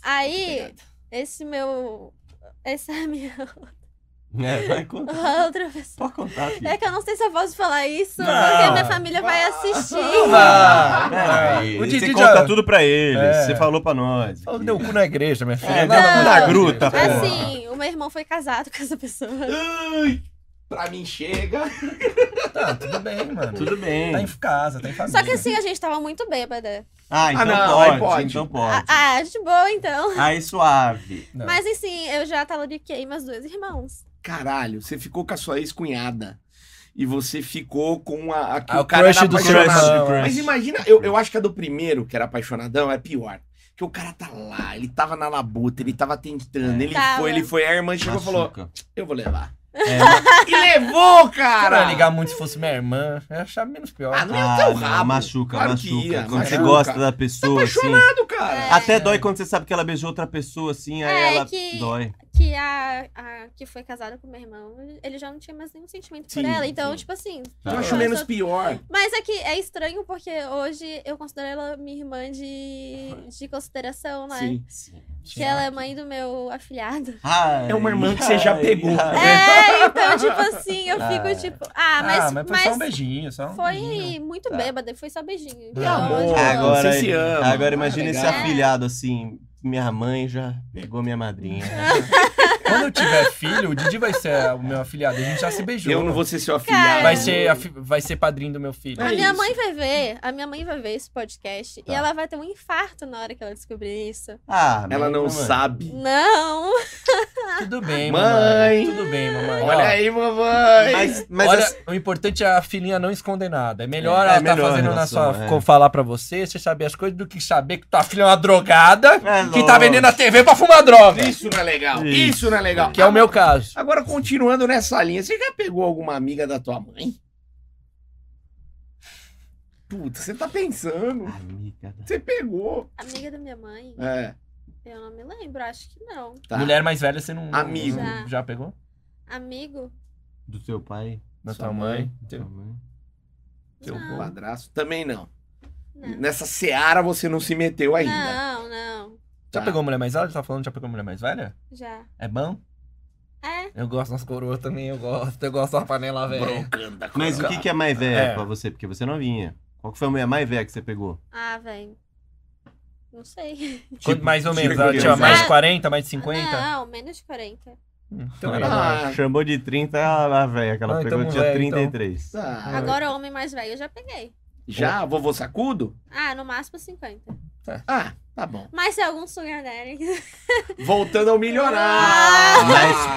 [SPEAKER 4] Aí, esse meu. Essa minha
[SPEAKER 5] É, vai contar.
[SPEAKER 4] outra pessoa.
[SPEAKER 5] Pode contar, filho.
[SPEAKER 4] É que eu não sei se eu posso falar isso,
[SPEAKER 2] Não.
[SPEAKER 4] porque minha família vai assistir.
[SPEAKER 2] Ah,
[SPEAKER 5] Ah,
[SPEAKER 2] ah,
[SPEAKER 5] aí,
[SPEAKER 2] o
[SPEAKER 5] você
[SPEAKER 2] Didi
[SPEAKER 5] conta
[SPEAKER 2] já...
[SPEAKER 5] tudo pra ele.
[SPEAKER 2] É.
[SPEAKER 5] Você falou pra nós.
[SPEAKER 2] Ela deu o cu na igreja, minha filha.
[SPEAKER 5] É,
[SPEAKER 2] Nada mais
[SPEAKER 4] não, na
[SPEAKER 5] gruta,
[SPEAKER 2] igreja.
[SPEAKER 5] pô.
[SPEAKER 4] Assim, o meu irmão foi casado com essa pessoa.
[SPEAKER 1] Ai, pra mim chega.
[SPEAKER 2] Tá, tudo bem, mano.
[SPEAKER 5] Tudo
[SPEAKER 2] Tá
[SPEAKER 5] bem.
[SPEAKER 2] em casa, tá em família.
[SPEAKER 4] Só que assim, a gente tava muito bêbada.
[SPEAKER 5] Ah, então
[SPEAKER 1] Ah, não,
[SPEAKER 5] pode,
[SPEAKER 1] aí pode.
[SPEAKER 5] Então
[SPEAKER 4] Ah,
[SPEAKER 5] pode.
[SPEAKER 4] ah, de boa então.
[SPEAKER 5] Aí suave.
[SPEAKER 2] Não.
[SPEAKER 4] Mas assim, eu já talariquei meus dois irmãos.
[SPEAKER 1] Caralho, você ficou com a sua ex-cunhada. E você ficou com a... a que
[SPEAKER 2] Ah, o
[SPEAKER 1] cara era
[SPEAKER 2] crush do seu
[SPEAKER 1] apaixonado.
[SPEAKER 2] irmão,
[SPEAKER 5] Crush.
[SPEAKER 1] Mas imagina, eu, eu acho que a do primeiro, que era apaixonadão, é pior. Porque o cara tá lá, ele tava na labuta, ele tava tentando, ele
[SPEAKER 4] É. Tava.
[SPEAKER 1] foi, ele foi, a irmã chegou e falou,
[SPEAKER 5] Machuca.
[SPEAKER 1] eu vou levar.
[SPEAKER 5] É, mas-
[SPEAKER 1] E levou,
[SPEAKER 2] Cara,
[SPEAKER 5] Tá
[SPEAKER 2] eu ia
[SPEAKER 1] cara!
[SPEAKER 2] ligar muito se fosse minha irmã. Eu ia achar menos pior.
[SPEAKER 1] Ah, não ia ter
[SPEAKER 5] Ah,
[SPEAKER 1] o
[SPEAKER 5] não,
[SPEAKER 1] rabo.
[SPEAKER 5] machuca,
[SPEAKER 1] Claro que
[SPEAKER 5] machuca.
[SPEAKER 1] ia,
[SPEAKER 5] Quando você
[SPEAKER 1] machuca.
[SPEAKER 5] gosta da pessoa, assim.
[SPEAKER 1] Apaixonado, cara.
[SPEAKER 4] É.
[SPEAKER 5] Até dói quando você sabe que ela beijou outra pessoa, assim, aí
[SPEAKER 4] É,
[SPEAKER 5] ela
[SPEAKER 4] que-
[SPEAKER 5] dói.
[SPEAKER 4] Que que a, a que foi casada com meu irmão, ele já não tinha mais nenhum sentimento
[SPEAKER 1] Sim,
[SPEAKER 4] por ela. Então,
[SPEAKER 1] sim.
[SPEAKER 4] tipo assim.
[SPEAKER 1] Eu acho
[SPEAKER 4] eu
[SPEAKER 1] menos
[SPEAKER 4] sou-
[SPEAKER 1] pior.
[SPEAKER 4] Mas é que é estranho porque hoje eu considero ela minha irmã de, de consideração, né?
[SPEAKER 1] Sim.
[SPEAKER 4] Que ela é mãe do meu afilhado.
[SPEAKER 1] É uma irmã que você já pegou.
[SPEAKER 4] É, então, tipo assim, eu fico tipo. Ah, mas.
[SPEAKER 2] Ah, mas foi só um beijinho, só um beijinho.
[SPEAKER 4] Foi muito bêbada, e foi só beijinho.
[SPEAKER 1] Que
[SPEAKER 4] Então,
[SPEAKER 1] amor.
[SPEAKER 4] tipo,
[SPEAKER 5] Agora-
[SPEAKER 1] Você se ama. Tá
[SPEAKER 5] Agora imagina
[SPEAKER 1] É.
[SPEAKER 5] esse
[SPEAKER 4] legal.
[SPEAKER 5] afilhado assim. Minha mãe já pegou minha madrinha.
[SPEAKER 2] Quando eu tiver filho, o Didi vai ser o meu afiliado. A gente já se beijou. né?
[SPEAKER 1] Eu não vou ser seu
[SPEAKER 4] Cara.
[SPEAKER 1] afilhado.
[SPEAKER 2] Vai ser, afi- vai ser padrinho do meu filho.
[SPEAKER 4] A
[SPEAKER 1] É
[SPEAKER 4] minha
[SPEAKER 1] isso. Tá.
[SPEAKER 4] mãe vai ver, a minha mãe vai ver esse podcast e ela vai ter um infarto na hora que ela descobrir isso.
[SPEAKER 5] Ah,
[SPEAKER 1] Ela não
[SPEAKER 5] mamãe.
[SPEAKER 1] sabe.
[SPEAKER 4] Não!
[SPEAKER 2] Tudo bem,
[SPEAKER 1] Mãe!
[SPEAKER 2] mamãe. Tudo bem, mamãe.
[SPEAKER 1] Olha
[SPEAKER 2] Ó,
[SPEAKER 1] aí, mamãe.
[SPEAKER 5] Mas, mas
[SPEAKER 2] olha,
[SPEAKER 5] assim,
[SPEAKER 2] o importante é a filhinha não esconder nada. É melhor
[SPEAKER 5] É,
[SPEAKER 2] ela
[SPEAKER 5] é melhor
[SPEAKER 2] tá fazendo na
[SPEAKER 5] a relação,
[SPEAKER 2] sua.
[SPEAKER 5] é.
[SPEAKER 2] com- falar pra você, você saber as coisas, do que saber que tua filha é uma drogada
[SPEAKER 5] É,
[SPEAKER 2] que
[SPEAKER 5] lógico.
[SPEAKER 2] tá vendendo a TV pra fumar droga.
[SPEAKER 1] Isso não é legal.
[SPEAKER 5] Isso.
[SPEAKER 1] Isso não é legal.
[SPEAKER 2] Que é o meu caso.
[SPEAKER 1] Agora, continuando nessa linha, você já pegou alguma amiga da tua mãe? Puta, você tá pensando.
[SPEAKER 5] Amiga da-
[SPEAKER 1] Você pegou.
[SPEAKER 4] Amiga da minha mãe,
[SPEAKER 1] É,
[SPEAKER 4] eu não me lembro, acho que não.
[SPEAKER 1] tá.
[SPEAKER 2] Mulher mais velha, você não.
[SPEAKER 1] Amigo.
[SPEAKER 2] não- Já pegou?
[SPEAKER 4] Amigo?
[SPEAKER 5] do teu pai.
[SPEAKER 2] Da
[SPEAKER 1] Sua
[SPEAKER 2] tua mãe.
[SPEAKER 5] Tua mãe.
[SPEAKER 1] Seu
[SPEAKER 4] Não.
[SPEAKER 1] padrasto. Também não.
[SPEAKER 4] Não.
[SPEAKER 1] Nessa seara você não se meteu ainda.
[SPEAKER 4] Não, não.
[SPEAKER 2] Já
[SPEAKER 1] Tá.
[SPEAKER 2] pegou mulher mais velha? Você tá falando que já pegou mulher mais velha?
[SPEAKER 4] Já.
[SPEAKER 2] É bom?
[SPEAKER 4] É,
[SPEAKER 2] Eu gosto das coroas também, eu gosto. Eu gosto da panela velha.
[SPEAKER 1] Tá Brocando da
[SPEAKER 5] Mas o
[SPEAKER 1] coroa.
[SPEAKER 5] que, que é mais velha
[SPEAKER 2] É.
[SPEAKER 5] pra você? Porque você é novinha. Qual que foi a mulher mais velha que você pegou?
[SPEAKER 4] ah, velho. Não sei.
[SPEAKER 2] Quando mais ou menos,
[SPEAKER 5] tipo
[SPEAKER 2] ela
[SPEAKER 5] que
[SPEAKER 2] tinha
[SPEAKER 5] eu-
[SPEAKER 2] mais de
[SPEAKER 4] Ah.
[SPEAKER 2] 40, mais de 50?
[SPEAKER 4] Não, menos de 40.
[SPEAKER 2] Hum,
[SPEAKER 1] Ah,
[SPEAKER 2] Então era mais.
[SPEAKER 5] Chamou de 30, ela é a velha que ela
[SPEAKER 2] Ah,
[SPEAKER 5] pegou,
[SPEAKER 2] então,
[SPEAKER 5] tinha
[SPEAKER 2] velha,
[SPEAKER 5] 33.
[SPEAKER 1] tá.
[SPEAKER 4] Agora, homem mais velho, eu já peguei.
[SPEAKER 1] Já? Vovô Sacudo?
[SPEAKER 4] Ah, no máximo 50.
[SPEAKER 1] Ah, tá bom.
[SPEAKER 4] Mas se algum é sugar daddy.
[SPEAKER 1] Voltando ao milionário.
[SPEAKER 4] Ah!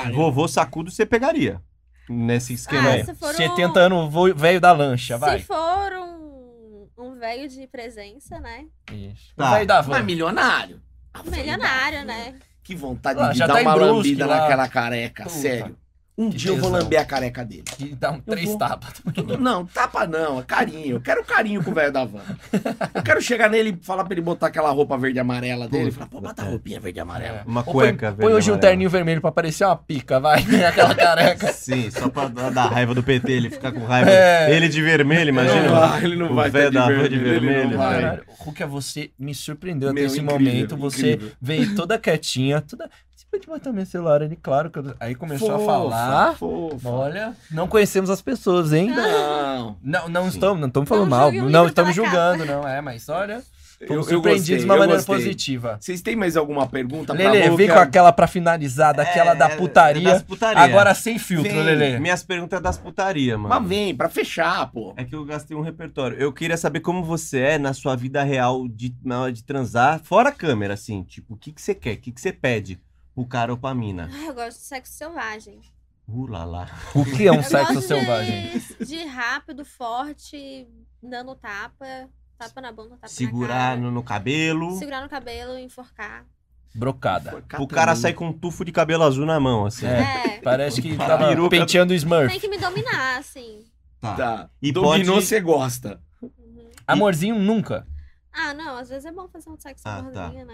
[SPEAKER 5] Mas vovô sacudo você pegaria. Nesse esquema
[SPEAKER 4] Ah,
[SPEAKER 5] aí.
[SPEAKER 4] se for um-
[SPEAKER 2] 70 anos, vo- velho da lancha, vai.
[SPEAKER 4] Se for um, um velho de presença, né?
[SPEAKER 2] Isso.
[SPEAKER 5] Tá.
[SPEAKER 2] Um Velho da van.
[SPEAKER 1] Mas milionário. Ah,
[SPEAKER 4] Milionário, né?
[SPEAKER 1] Que vontade
[SPEAKER 2] Ah,
[SPEAKER 1] de
[SPEAKER 2] já
[SPEAKER 1] dar
[SPEAKER 2] tá em
[SPEAKER 1] uma
[SPEAKER 2] Brusque,
[SPEAKER 1] lambida
[SPEAKER 2] lá.
[SPEAKER 1] naquela careca,
[SPEAKER 2] Puta.
[SPEAKER 1] sério. Um
[SPEAKER 2] Que
[SPEAKER 1] dia eu vou
[SPEAKER 2] tesão.
[SPEAKER 1] lamber a careca dele.
[SPEAKER 2] Que dá um três
[SPEAKER 1] vou.
[SPEAKER 2] tapas.
[SPEAKER 1] Tudo- Não, tapa não, é carinho. Eu quero carinho com o velho da van. Eu quero chegar nele e falar pra ele botar aquela roupa verde e amarela dele. Falar, pô, bota a roupinha verde e amarela.
[SPEAKER 2] Ou
[SPEAKER 5] Uma cueca,
[SPEAKER 2] Põe, põe hoje um
[SPEAKER 5] amarela.
[SPEAKER 2] terninho vermelho pra parecer uma pica, vai. Aquela careca.
[SPEAKER 5] Sim, só pra dar dar raiva do PT, ele ficar com raiva.
[SPEAKER 2] É.
[SPEAKER 5] Ele de vermelho,
[SPEAKER 1] Ele
[SPEAKER 5] imagina.
[SPEAKER 1] não vai- ele não
[SPEAKER 5] o
[SPEAKER 1] vai
[SPEAKER 5] velho
[SPEAKER 1] tá
[SPEAKER 5] da van
[SPEAKER 1] verde,
[SPEAKER 5] de
[SPEAKER 1] ele não
[SPEAKER 5] vermelho,
[SPEAKER 1] vai.
[SPEAKER 5] velho.
[SPEAKER 2] Caralho, Ruka, você me surpreendeu até
[SPEAKER 1] Meu,
[SPEAKER 2] esse
[SPEAKER 1] incrível,
[SPEAKER 2] momento. Você
[SPEAKER 1] incrível.
[SPEAKER 2] veio toda quietinha, toda. Você pode botar meu celular ali, claro. que eu- Aí começou a
[SPEAKER 1] Fofa,
[SPEAKER 2] falar.
[SPEAKER 1] fofa.
[SPEAKER 2] Olha, não conhecemos as pessoas, hein?
[SPEAKER 1] Não.
[SPEAKER 2] Não, não
[SPEAKER 5] Sim.
[SPEAKER 2] estamos, não estamos falando
[SPEAKER 4] Ah. Não
[SPEAKER 2] mal.
[SPEAKER 4] julgue o
[SPEAKER 2] Não
[SPEAKER 4] livro
[SPEAKER 2] estamos
[SPEAKER 4] pela
[SPEAKER 2] julgando, não. É, mas olha,
[SPEAKER 1] Eu, eu
[SPEAKER 2] fomos surpreendidos
[SPEAKER 1] gostei,
[SPEAKER 2] de uma
[SPEAKER 1] eu
[SPEAKER 2] maneira
[SPEAKER 1] gostei.
[SPEAKER 2] positiva.
[SPEAKER 1] Vocês têm mais alguma pergunta pra
[SPEAKER 2] Lele,
[SPEAKER 1] Luca?
[SPEAKER 2] vem com aquela pra finalizar, daquela
[SPEAKER 5] Tá É,
[SPEAKER 2] da putaria.
[SPEAKER 5] das putaria.
[SPEAKER 2] Agora sem filtro,
[SPEAKER 5] Vem,
[SPEAKER 2] Lele.
[SPEAKER 5] Minhas perguntas é das putaria, mano.
[SPEAKER 1] Mas vem, pra fechar, pô.
[SPEAKER 5] É que eu gastei um repertório. Eu queria saber como você é na sua vida real de, na hora de transar, fora a câmera, assim. Tipo, o que, que você quer? O que, que você pede? O cara ou pra mina?
[SPEAKER 4] Ai, Ah, eu gosto de sexo selvagem.
[SPEAKER 5] Uh, lá, lá.
[SPEAKER 2] O que é um
[SPEAKER 4] eu
[SPEAKER 2] sexo
[SPEAKER 4] gosto de-
[SPEAKER 2] selvagem?
[SPEAKER 4] De rápido, forte, dando tapa. Tapa na bunda, tapa
[SPEAKER 5] Segurar
[SPEAKER 4] na
[SPEAKER 5] no, no
[SPEAKER 4] cara.
[SPEAKER 5] cabelo.
[SPEAKER 4] Segurar no cabelo, enforcar.
[SPEAKER 2] Brocada.
[SPEAKER 5] O cara sai com um tufo de cabelo azul na mão, assim.
[SPEAKER 2] É.
[SPEAKER 4] É.
[SPEAKER 2] Parece que tava
[SPEAKER 5] Peruca.
[SPEAKER 2] penteando o Smurf.
[SPEAKER 4] Tem que me dominar, assim.
[SPEAKER 1] Tá.
[SPEAKER 5] E
[SPEAKER 1] Dominou,
[SPEAKER 5] pode-
[SPEAKER 1] você gosta.
[SPEAKER 4] Uhum.
[SPEAKER 2] Amorzinho nunca.
[SPEAKER 4] Ah, não, às vezes é bom fazer um sexo
[SPEAKER 5] Ah,
[SPEAKER 4] ah,
[SPEAKER 5] tá.
[SPEAKER 4] né?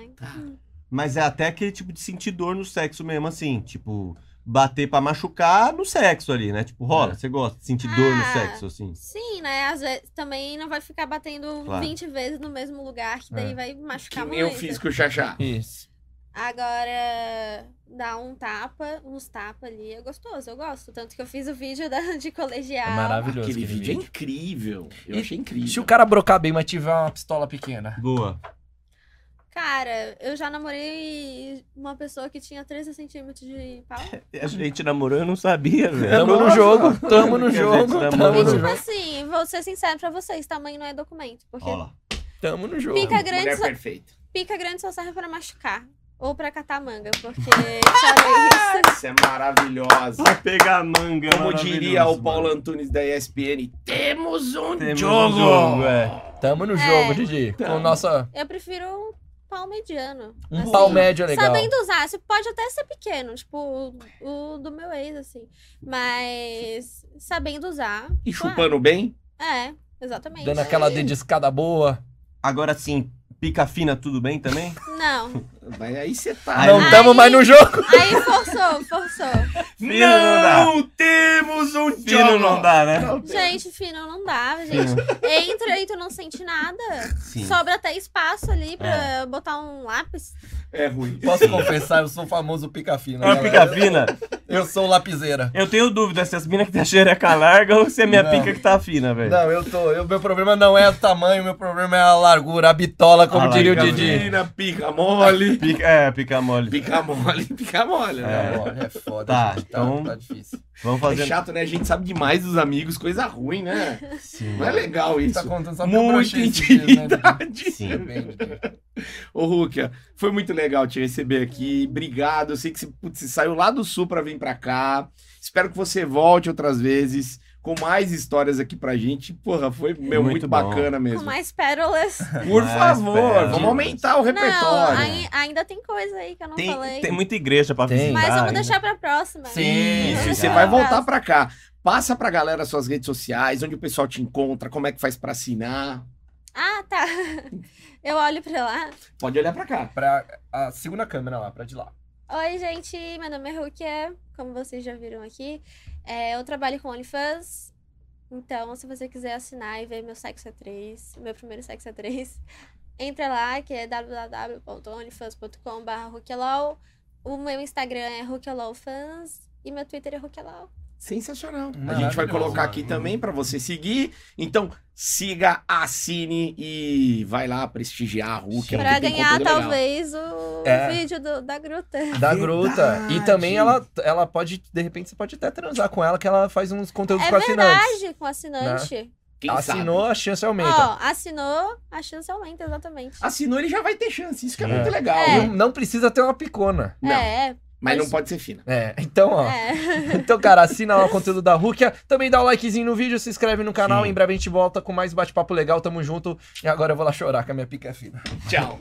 [SPEAKER 5] Mas é até aquele tipo de sentir dor no sexo mesmo, assim. Tipo, bater pra machucar no sexo ali, né? Tipo, rola. Você gosta de sentir dor no
[SPEAKER 4] Ah.
[SPEAKER 5] sexo, assim.
[SPEAKER 4] Sim, né? Às vezes também não vai ficar batendo
[SPEAKER 5] Claro.
[SPEAKER 4] 20 vezes no mesmo lugar, que daí
[SPEAKER 2] É.
[SPEAKER 4] vai machucar
[SPEAKER 1] Que
[SPEAKER 4] muito.
[SPEAKER 1] eu fiz com o Xaxá.
[SPEAKER 2] Isso.
[SPEAKER 4] Agora, dar um tapa, uns tapas ali é gostoso, eu gosto. Tanto que eu fiz o vídeo da- de colegial.
[SPEAKER 2] É maravilhoso.
[SPEAKER 1] Aquele vídeo é
[SPEAKER 2] vídeo.
[SPEAKER 1] incrível. Eu
[SPEAKER 2] E
[SPEAKER 1] achei incrível.
[SPEAKER 2] Se o cara brocar bem, mas tiver uma pistola pequena.
[SPEAKER 5] Boa.
[SPEAKER 4] Cara, eu já namorei uma pessoa que tinha 13 centímetros de pau.
[SPEAKER 5] A gente namorou, eu não sabia, velho.
[SPEAKER 2] Tamo no
[SPEAKER 1] nossa.
[SPEAKER 2] jogo, tamo no
[SPEAKER 5] Porque a gente
[SPEAKER 2] jogo,
[SPEAKER 5] tá
[SPEAKER 2] tamo no
[SPEAKER 4] E
[SPEAKER 5] morando.
[SPEAKER 4] tipo
[SPEAKER 2] jogo.
[SPEAKER 4] assim, vou ser sincero pra vocês, tamanho não é documento. Porque
[SPEAKER 5] Olha lá.
[SPEAKER 2] Tamo no jogo.
[SPEAKER 4] pica grande,
[SPEAKER 1] Mulher
[SPEAKER 4] só,
[SPEAKER 1] perfeita.
[SPEAKER 4] pica grande só serve pra machucar. Ou pra catar manga, porque só isso.
[SPEAKER 1] Isso é maravilhosa.
[SPEAKER 5] Pra pegar a manga.
[SPEAKER 1] Como diria o
[SPEAKER 5] maravilhoso,
[SPEAKER 1] Paulo
[SPEAKER 5] mano.
[SPEAKER 1] Antunes da ESPN, temos um
[SPEAKER 5] Temos um
[SPEAKER 1] jogo!
[SPEAKER 5] jogo, é.
[SPEAKER 2] Tamo no jogo, Didi. Com nossa.
[SPEAKER 4] Eu prefiro um pau mediano.
[SPEAKER 2] Um
[SPEAKER 4] assim.
[SPEAKER 2] pau médio é legal.
[SPEAKER 4] Sabendo usar, você pode até ser pequeno, tipo o, o do meu ex, assim. Mas sabendo usar.
[SPEAKER 1] E
[SPEAKER 4] claro.
[SPEAKER 1] chupando bem?
[SPEAKER 4] É, exatamente.
[SPEAKER 2] Dando aquela dediscada boa.
[SPEAKER 5] Agora, assim, Pica fina, tudo bem também?
[SPEAKER 4] Não.
[SPEAKER 1] Mas aí você tá.
[SPEAKER 5] Aí
[SPEAKER 8] Não
[SPEAKER 4] Ah,
[SPEAKER 8] tamo mais no jogo.
[SPEAKER 4] Aí forçou, forçou.
[SPEAKER 5] Fino não dá.
[SPEAKER 1] temos um
[SPEAKER 5] Fino não dá, né?
[SPEAKER 1] tá
[SPEAKER 4] Gente, fino, não dá, gente. Entra e tu não sente nada.
[SPEAKER 5] Sim.
[SPEAKER 4] Sobra até espaço ali pra botar um lápis.
[SPEAKER 1] É ruim.
[SPEAKER 2] Posso confessar, eu sou o famoso pica fina.
[SPEAKER 5] É uma
[SPEAKER 2] galera.
[SPEAKER 5] pica fina.
[SPEAKER 2] Eu sou lapiseira.
[SPEAKER 5] Eu tenho dúvida se as minas que tá tem a xereca larga ou se é minha
[SPEAKER 2] Não.
[SPEAKER 5] pica que tá fina, velho.
[SPEAKER 2] Não, eu tô. Eu, meu problema não é o tamanho, meu problema é a largura, a bitola, como
[SPEAKER 5] A
[SPEAKER 2] diria o
[SPEAKER 5] largura.
[SPEAKER 2] Didi.
[SPEAKER 1] Fina, pica mole.
[SPEAKER 5] Pica- é, pica mole.
[SPEAKER 1] Pica mole, pica mole. né?
[SPEAKER 5] É.
[SPEAKER 2] É, olha, é foda.
[SPEAKER 5] Tá,
[SPEAKER 2] gente,
[SPEAKER 5] então-
[SPEAKER 2] tá difícil.
[SPEAKER 5] Vamos
[SPEAKER 1] É
[SPEAKER 5] fazer.
[SPEAKER 1] chato, né? A gente sabe demais dos amigos, coisa ruim, né?
[SPEAKER 5] Sim.
[SPEAKER 1] Não é legal isso.
[SPEAKER 2] Tá contando só porque eu
[SPEAKER 1] Muita
[SPEAKER 2] brochei esses dias, né, Didi?
[SPEAKER 1] intimidade.
[SPEAKER 5] Sim.
[SPEAKER 2] Depende, Didi.
[SPEAKER 1] Ô, Rukia, foi muito legal te receber aqui. Obrigado. Eu sei que você, putz, você saiu lá do sul pra vir pra cá. Espero que você volte outras vezes com mais histórias aqui pra gente. Porra, foi meu, muito,
[SPEAKER 5] Muito bom.
[SPEAKER 1] bacana
[SPEAKER 4] Com
[SPEAKER 1] mesmo.
[SPEAKER 4] mais pérolas.
[SPEAKER 1] Por
[SPEAKER 5] Mais
[SPEAKER 1] favor,
[SPEAKER 5] pérolas.
[SPEAKER 1] vamos aumentar o
[SPEAKER 4] Não,
[SPEAKER 1] repertório.
[SPEAKER 4] ai- ainda tem coisa aí que eu não falei.
[SPEAKER 5] Tem, tem muita igreja pra
[SPEAKER 2] Tem.
[SPEAKER 5] visitar.
[SPEAKER 4] Mas vamos
[SPEAKER 5] ainda.
[SPEAKER 4] deixar pra próxima.
[SPEAKER 1] Isso,
[SPEAKER 2] Sim,
[SPEAKER 1] e
[SPEAKER 5] Legal.
[SPEAKER 1] você vai voltar pra cá. Passa pra galera suas redes sociais, onde o pessoal te encontra, como é que faz pra assinar.
[SPEAKER 4] Ah, tá. Eu olho pra lá.
[SPEAKER 1] Pode olhar pra cá.
[SPEAKER 2] Pra a segunda câmera lá, pra de lá.
[SPEAKER 4] Oi, gente. Meu nome é Rukia. Como vocês já viram aqui, é, eu trabalho com OnlyFans. Então, se você quiser assinar e ver meu sexo a 3, meu primeiro sexo a 3, entra lá, que é www.onlyfans.com.br O meu Instagram é rukialowfans e meu Twitter é rukialow.
[SPEAKER 1] Sensacional. A gente
[SPEAKER 2] Maravilhoso.
[SPEAKER 1] vai colocar aqui também pra você seguir. Então, siga, assine e vai lá prestigiar a Hulk. é um
[SPEAKER 2] um
[SPEAKER 4] Pra ganhar, talvez, o
[SPEAKER 2] É.
[SPEAKER 4] vídeo do- da
[SPEAKER 2] Da
[SPEAKER 4] gruta.
[SPEAKER 5] É
[SPEAKER 1] Verdade.
[SPEAKER 2] gruta. E também ela, ela pode, de repente, você pode até transar com ela, que ela faz uns conteúdos
[SPEAKER 4] É
[SPEAKER 2] com assinantes.
[SPEAKER 4] verdade, com assinante.
[SPEAKER 2] Assinou, a chance
[SPEAKER 4] Ó,
[SPEAKER 2] Né? aumenta.
[SPEAKER 4] assinou, a chance aumenta, exatamente.
[SPEAKER 1] Assinou, ele já vai ter chance. Isso que é,
[SPEAKER 5] É.
[SPEAKER 1] muito legal.
[SPEAKER 4] É.
[SPEAKER 1] viu?
[SPEAKER 2] Não, não precisa ter uma picona.
[SPEAKER 1] Não,
[SPEAKER 4] É,
[SPEAKER 1] mas não
[SPEAKER 4] mas-
[SPEAKER 1] pode ser fina.
[SPEAKER 2] É, então, ó.
[SPEAKER 4] é.
[SPEAKER 2] Então, cara, assina lá o conteúdo da Rukia. Também dá o likezinho no vídeo, se inscreve no canal.
[SPEAKER 5] Sim.
[SPEAKER 2] Em breve a gente volta com mais bate-papo legal. Tamo junto. E agora eu vou lá chorar, que a minha pica é fina.
[SPEAKER 1] Tchau.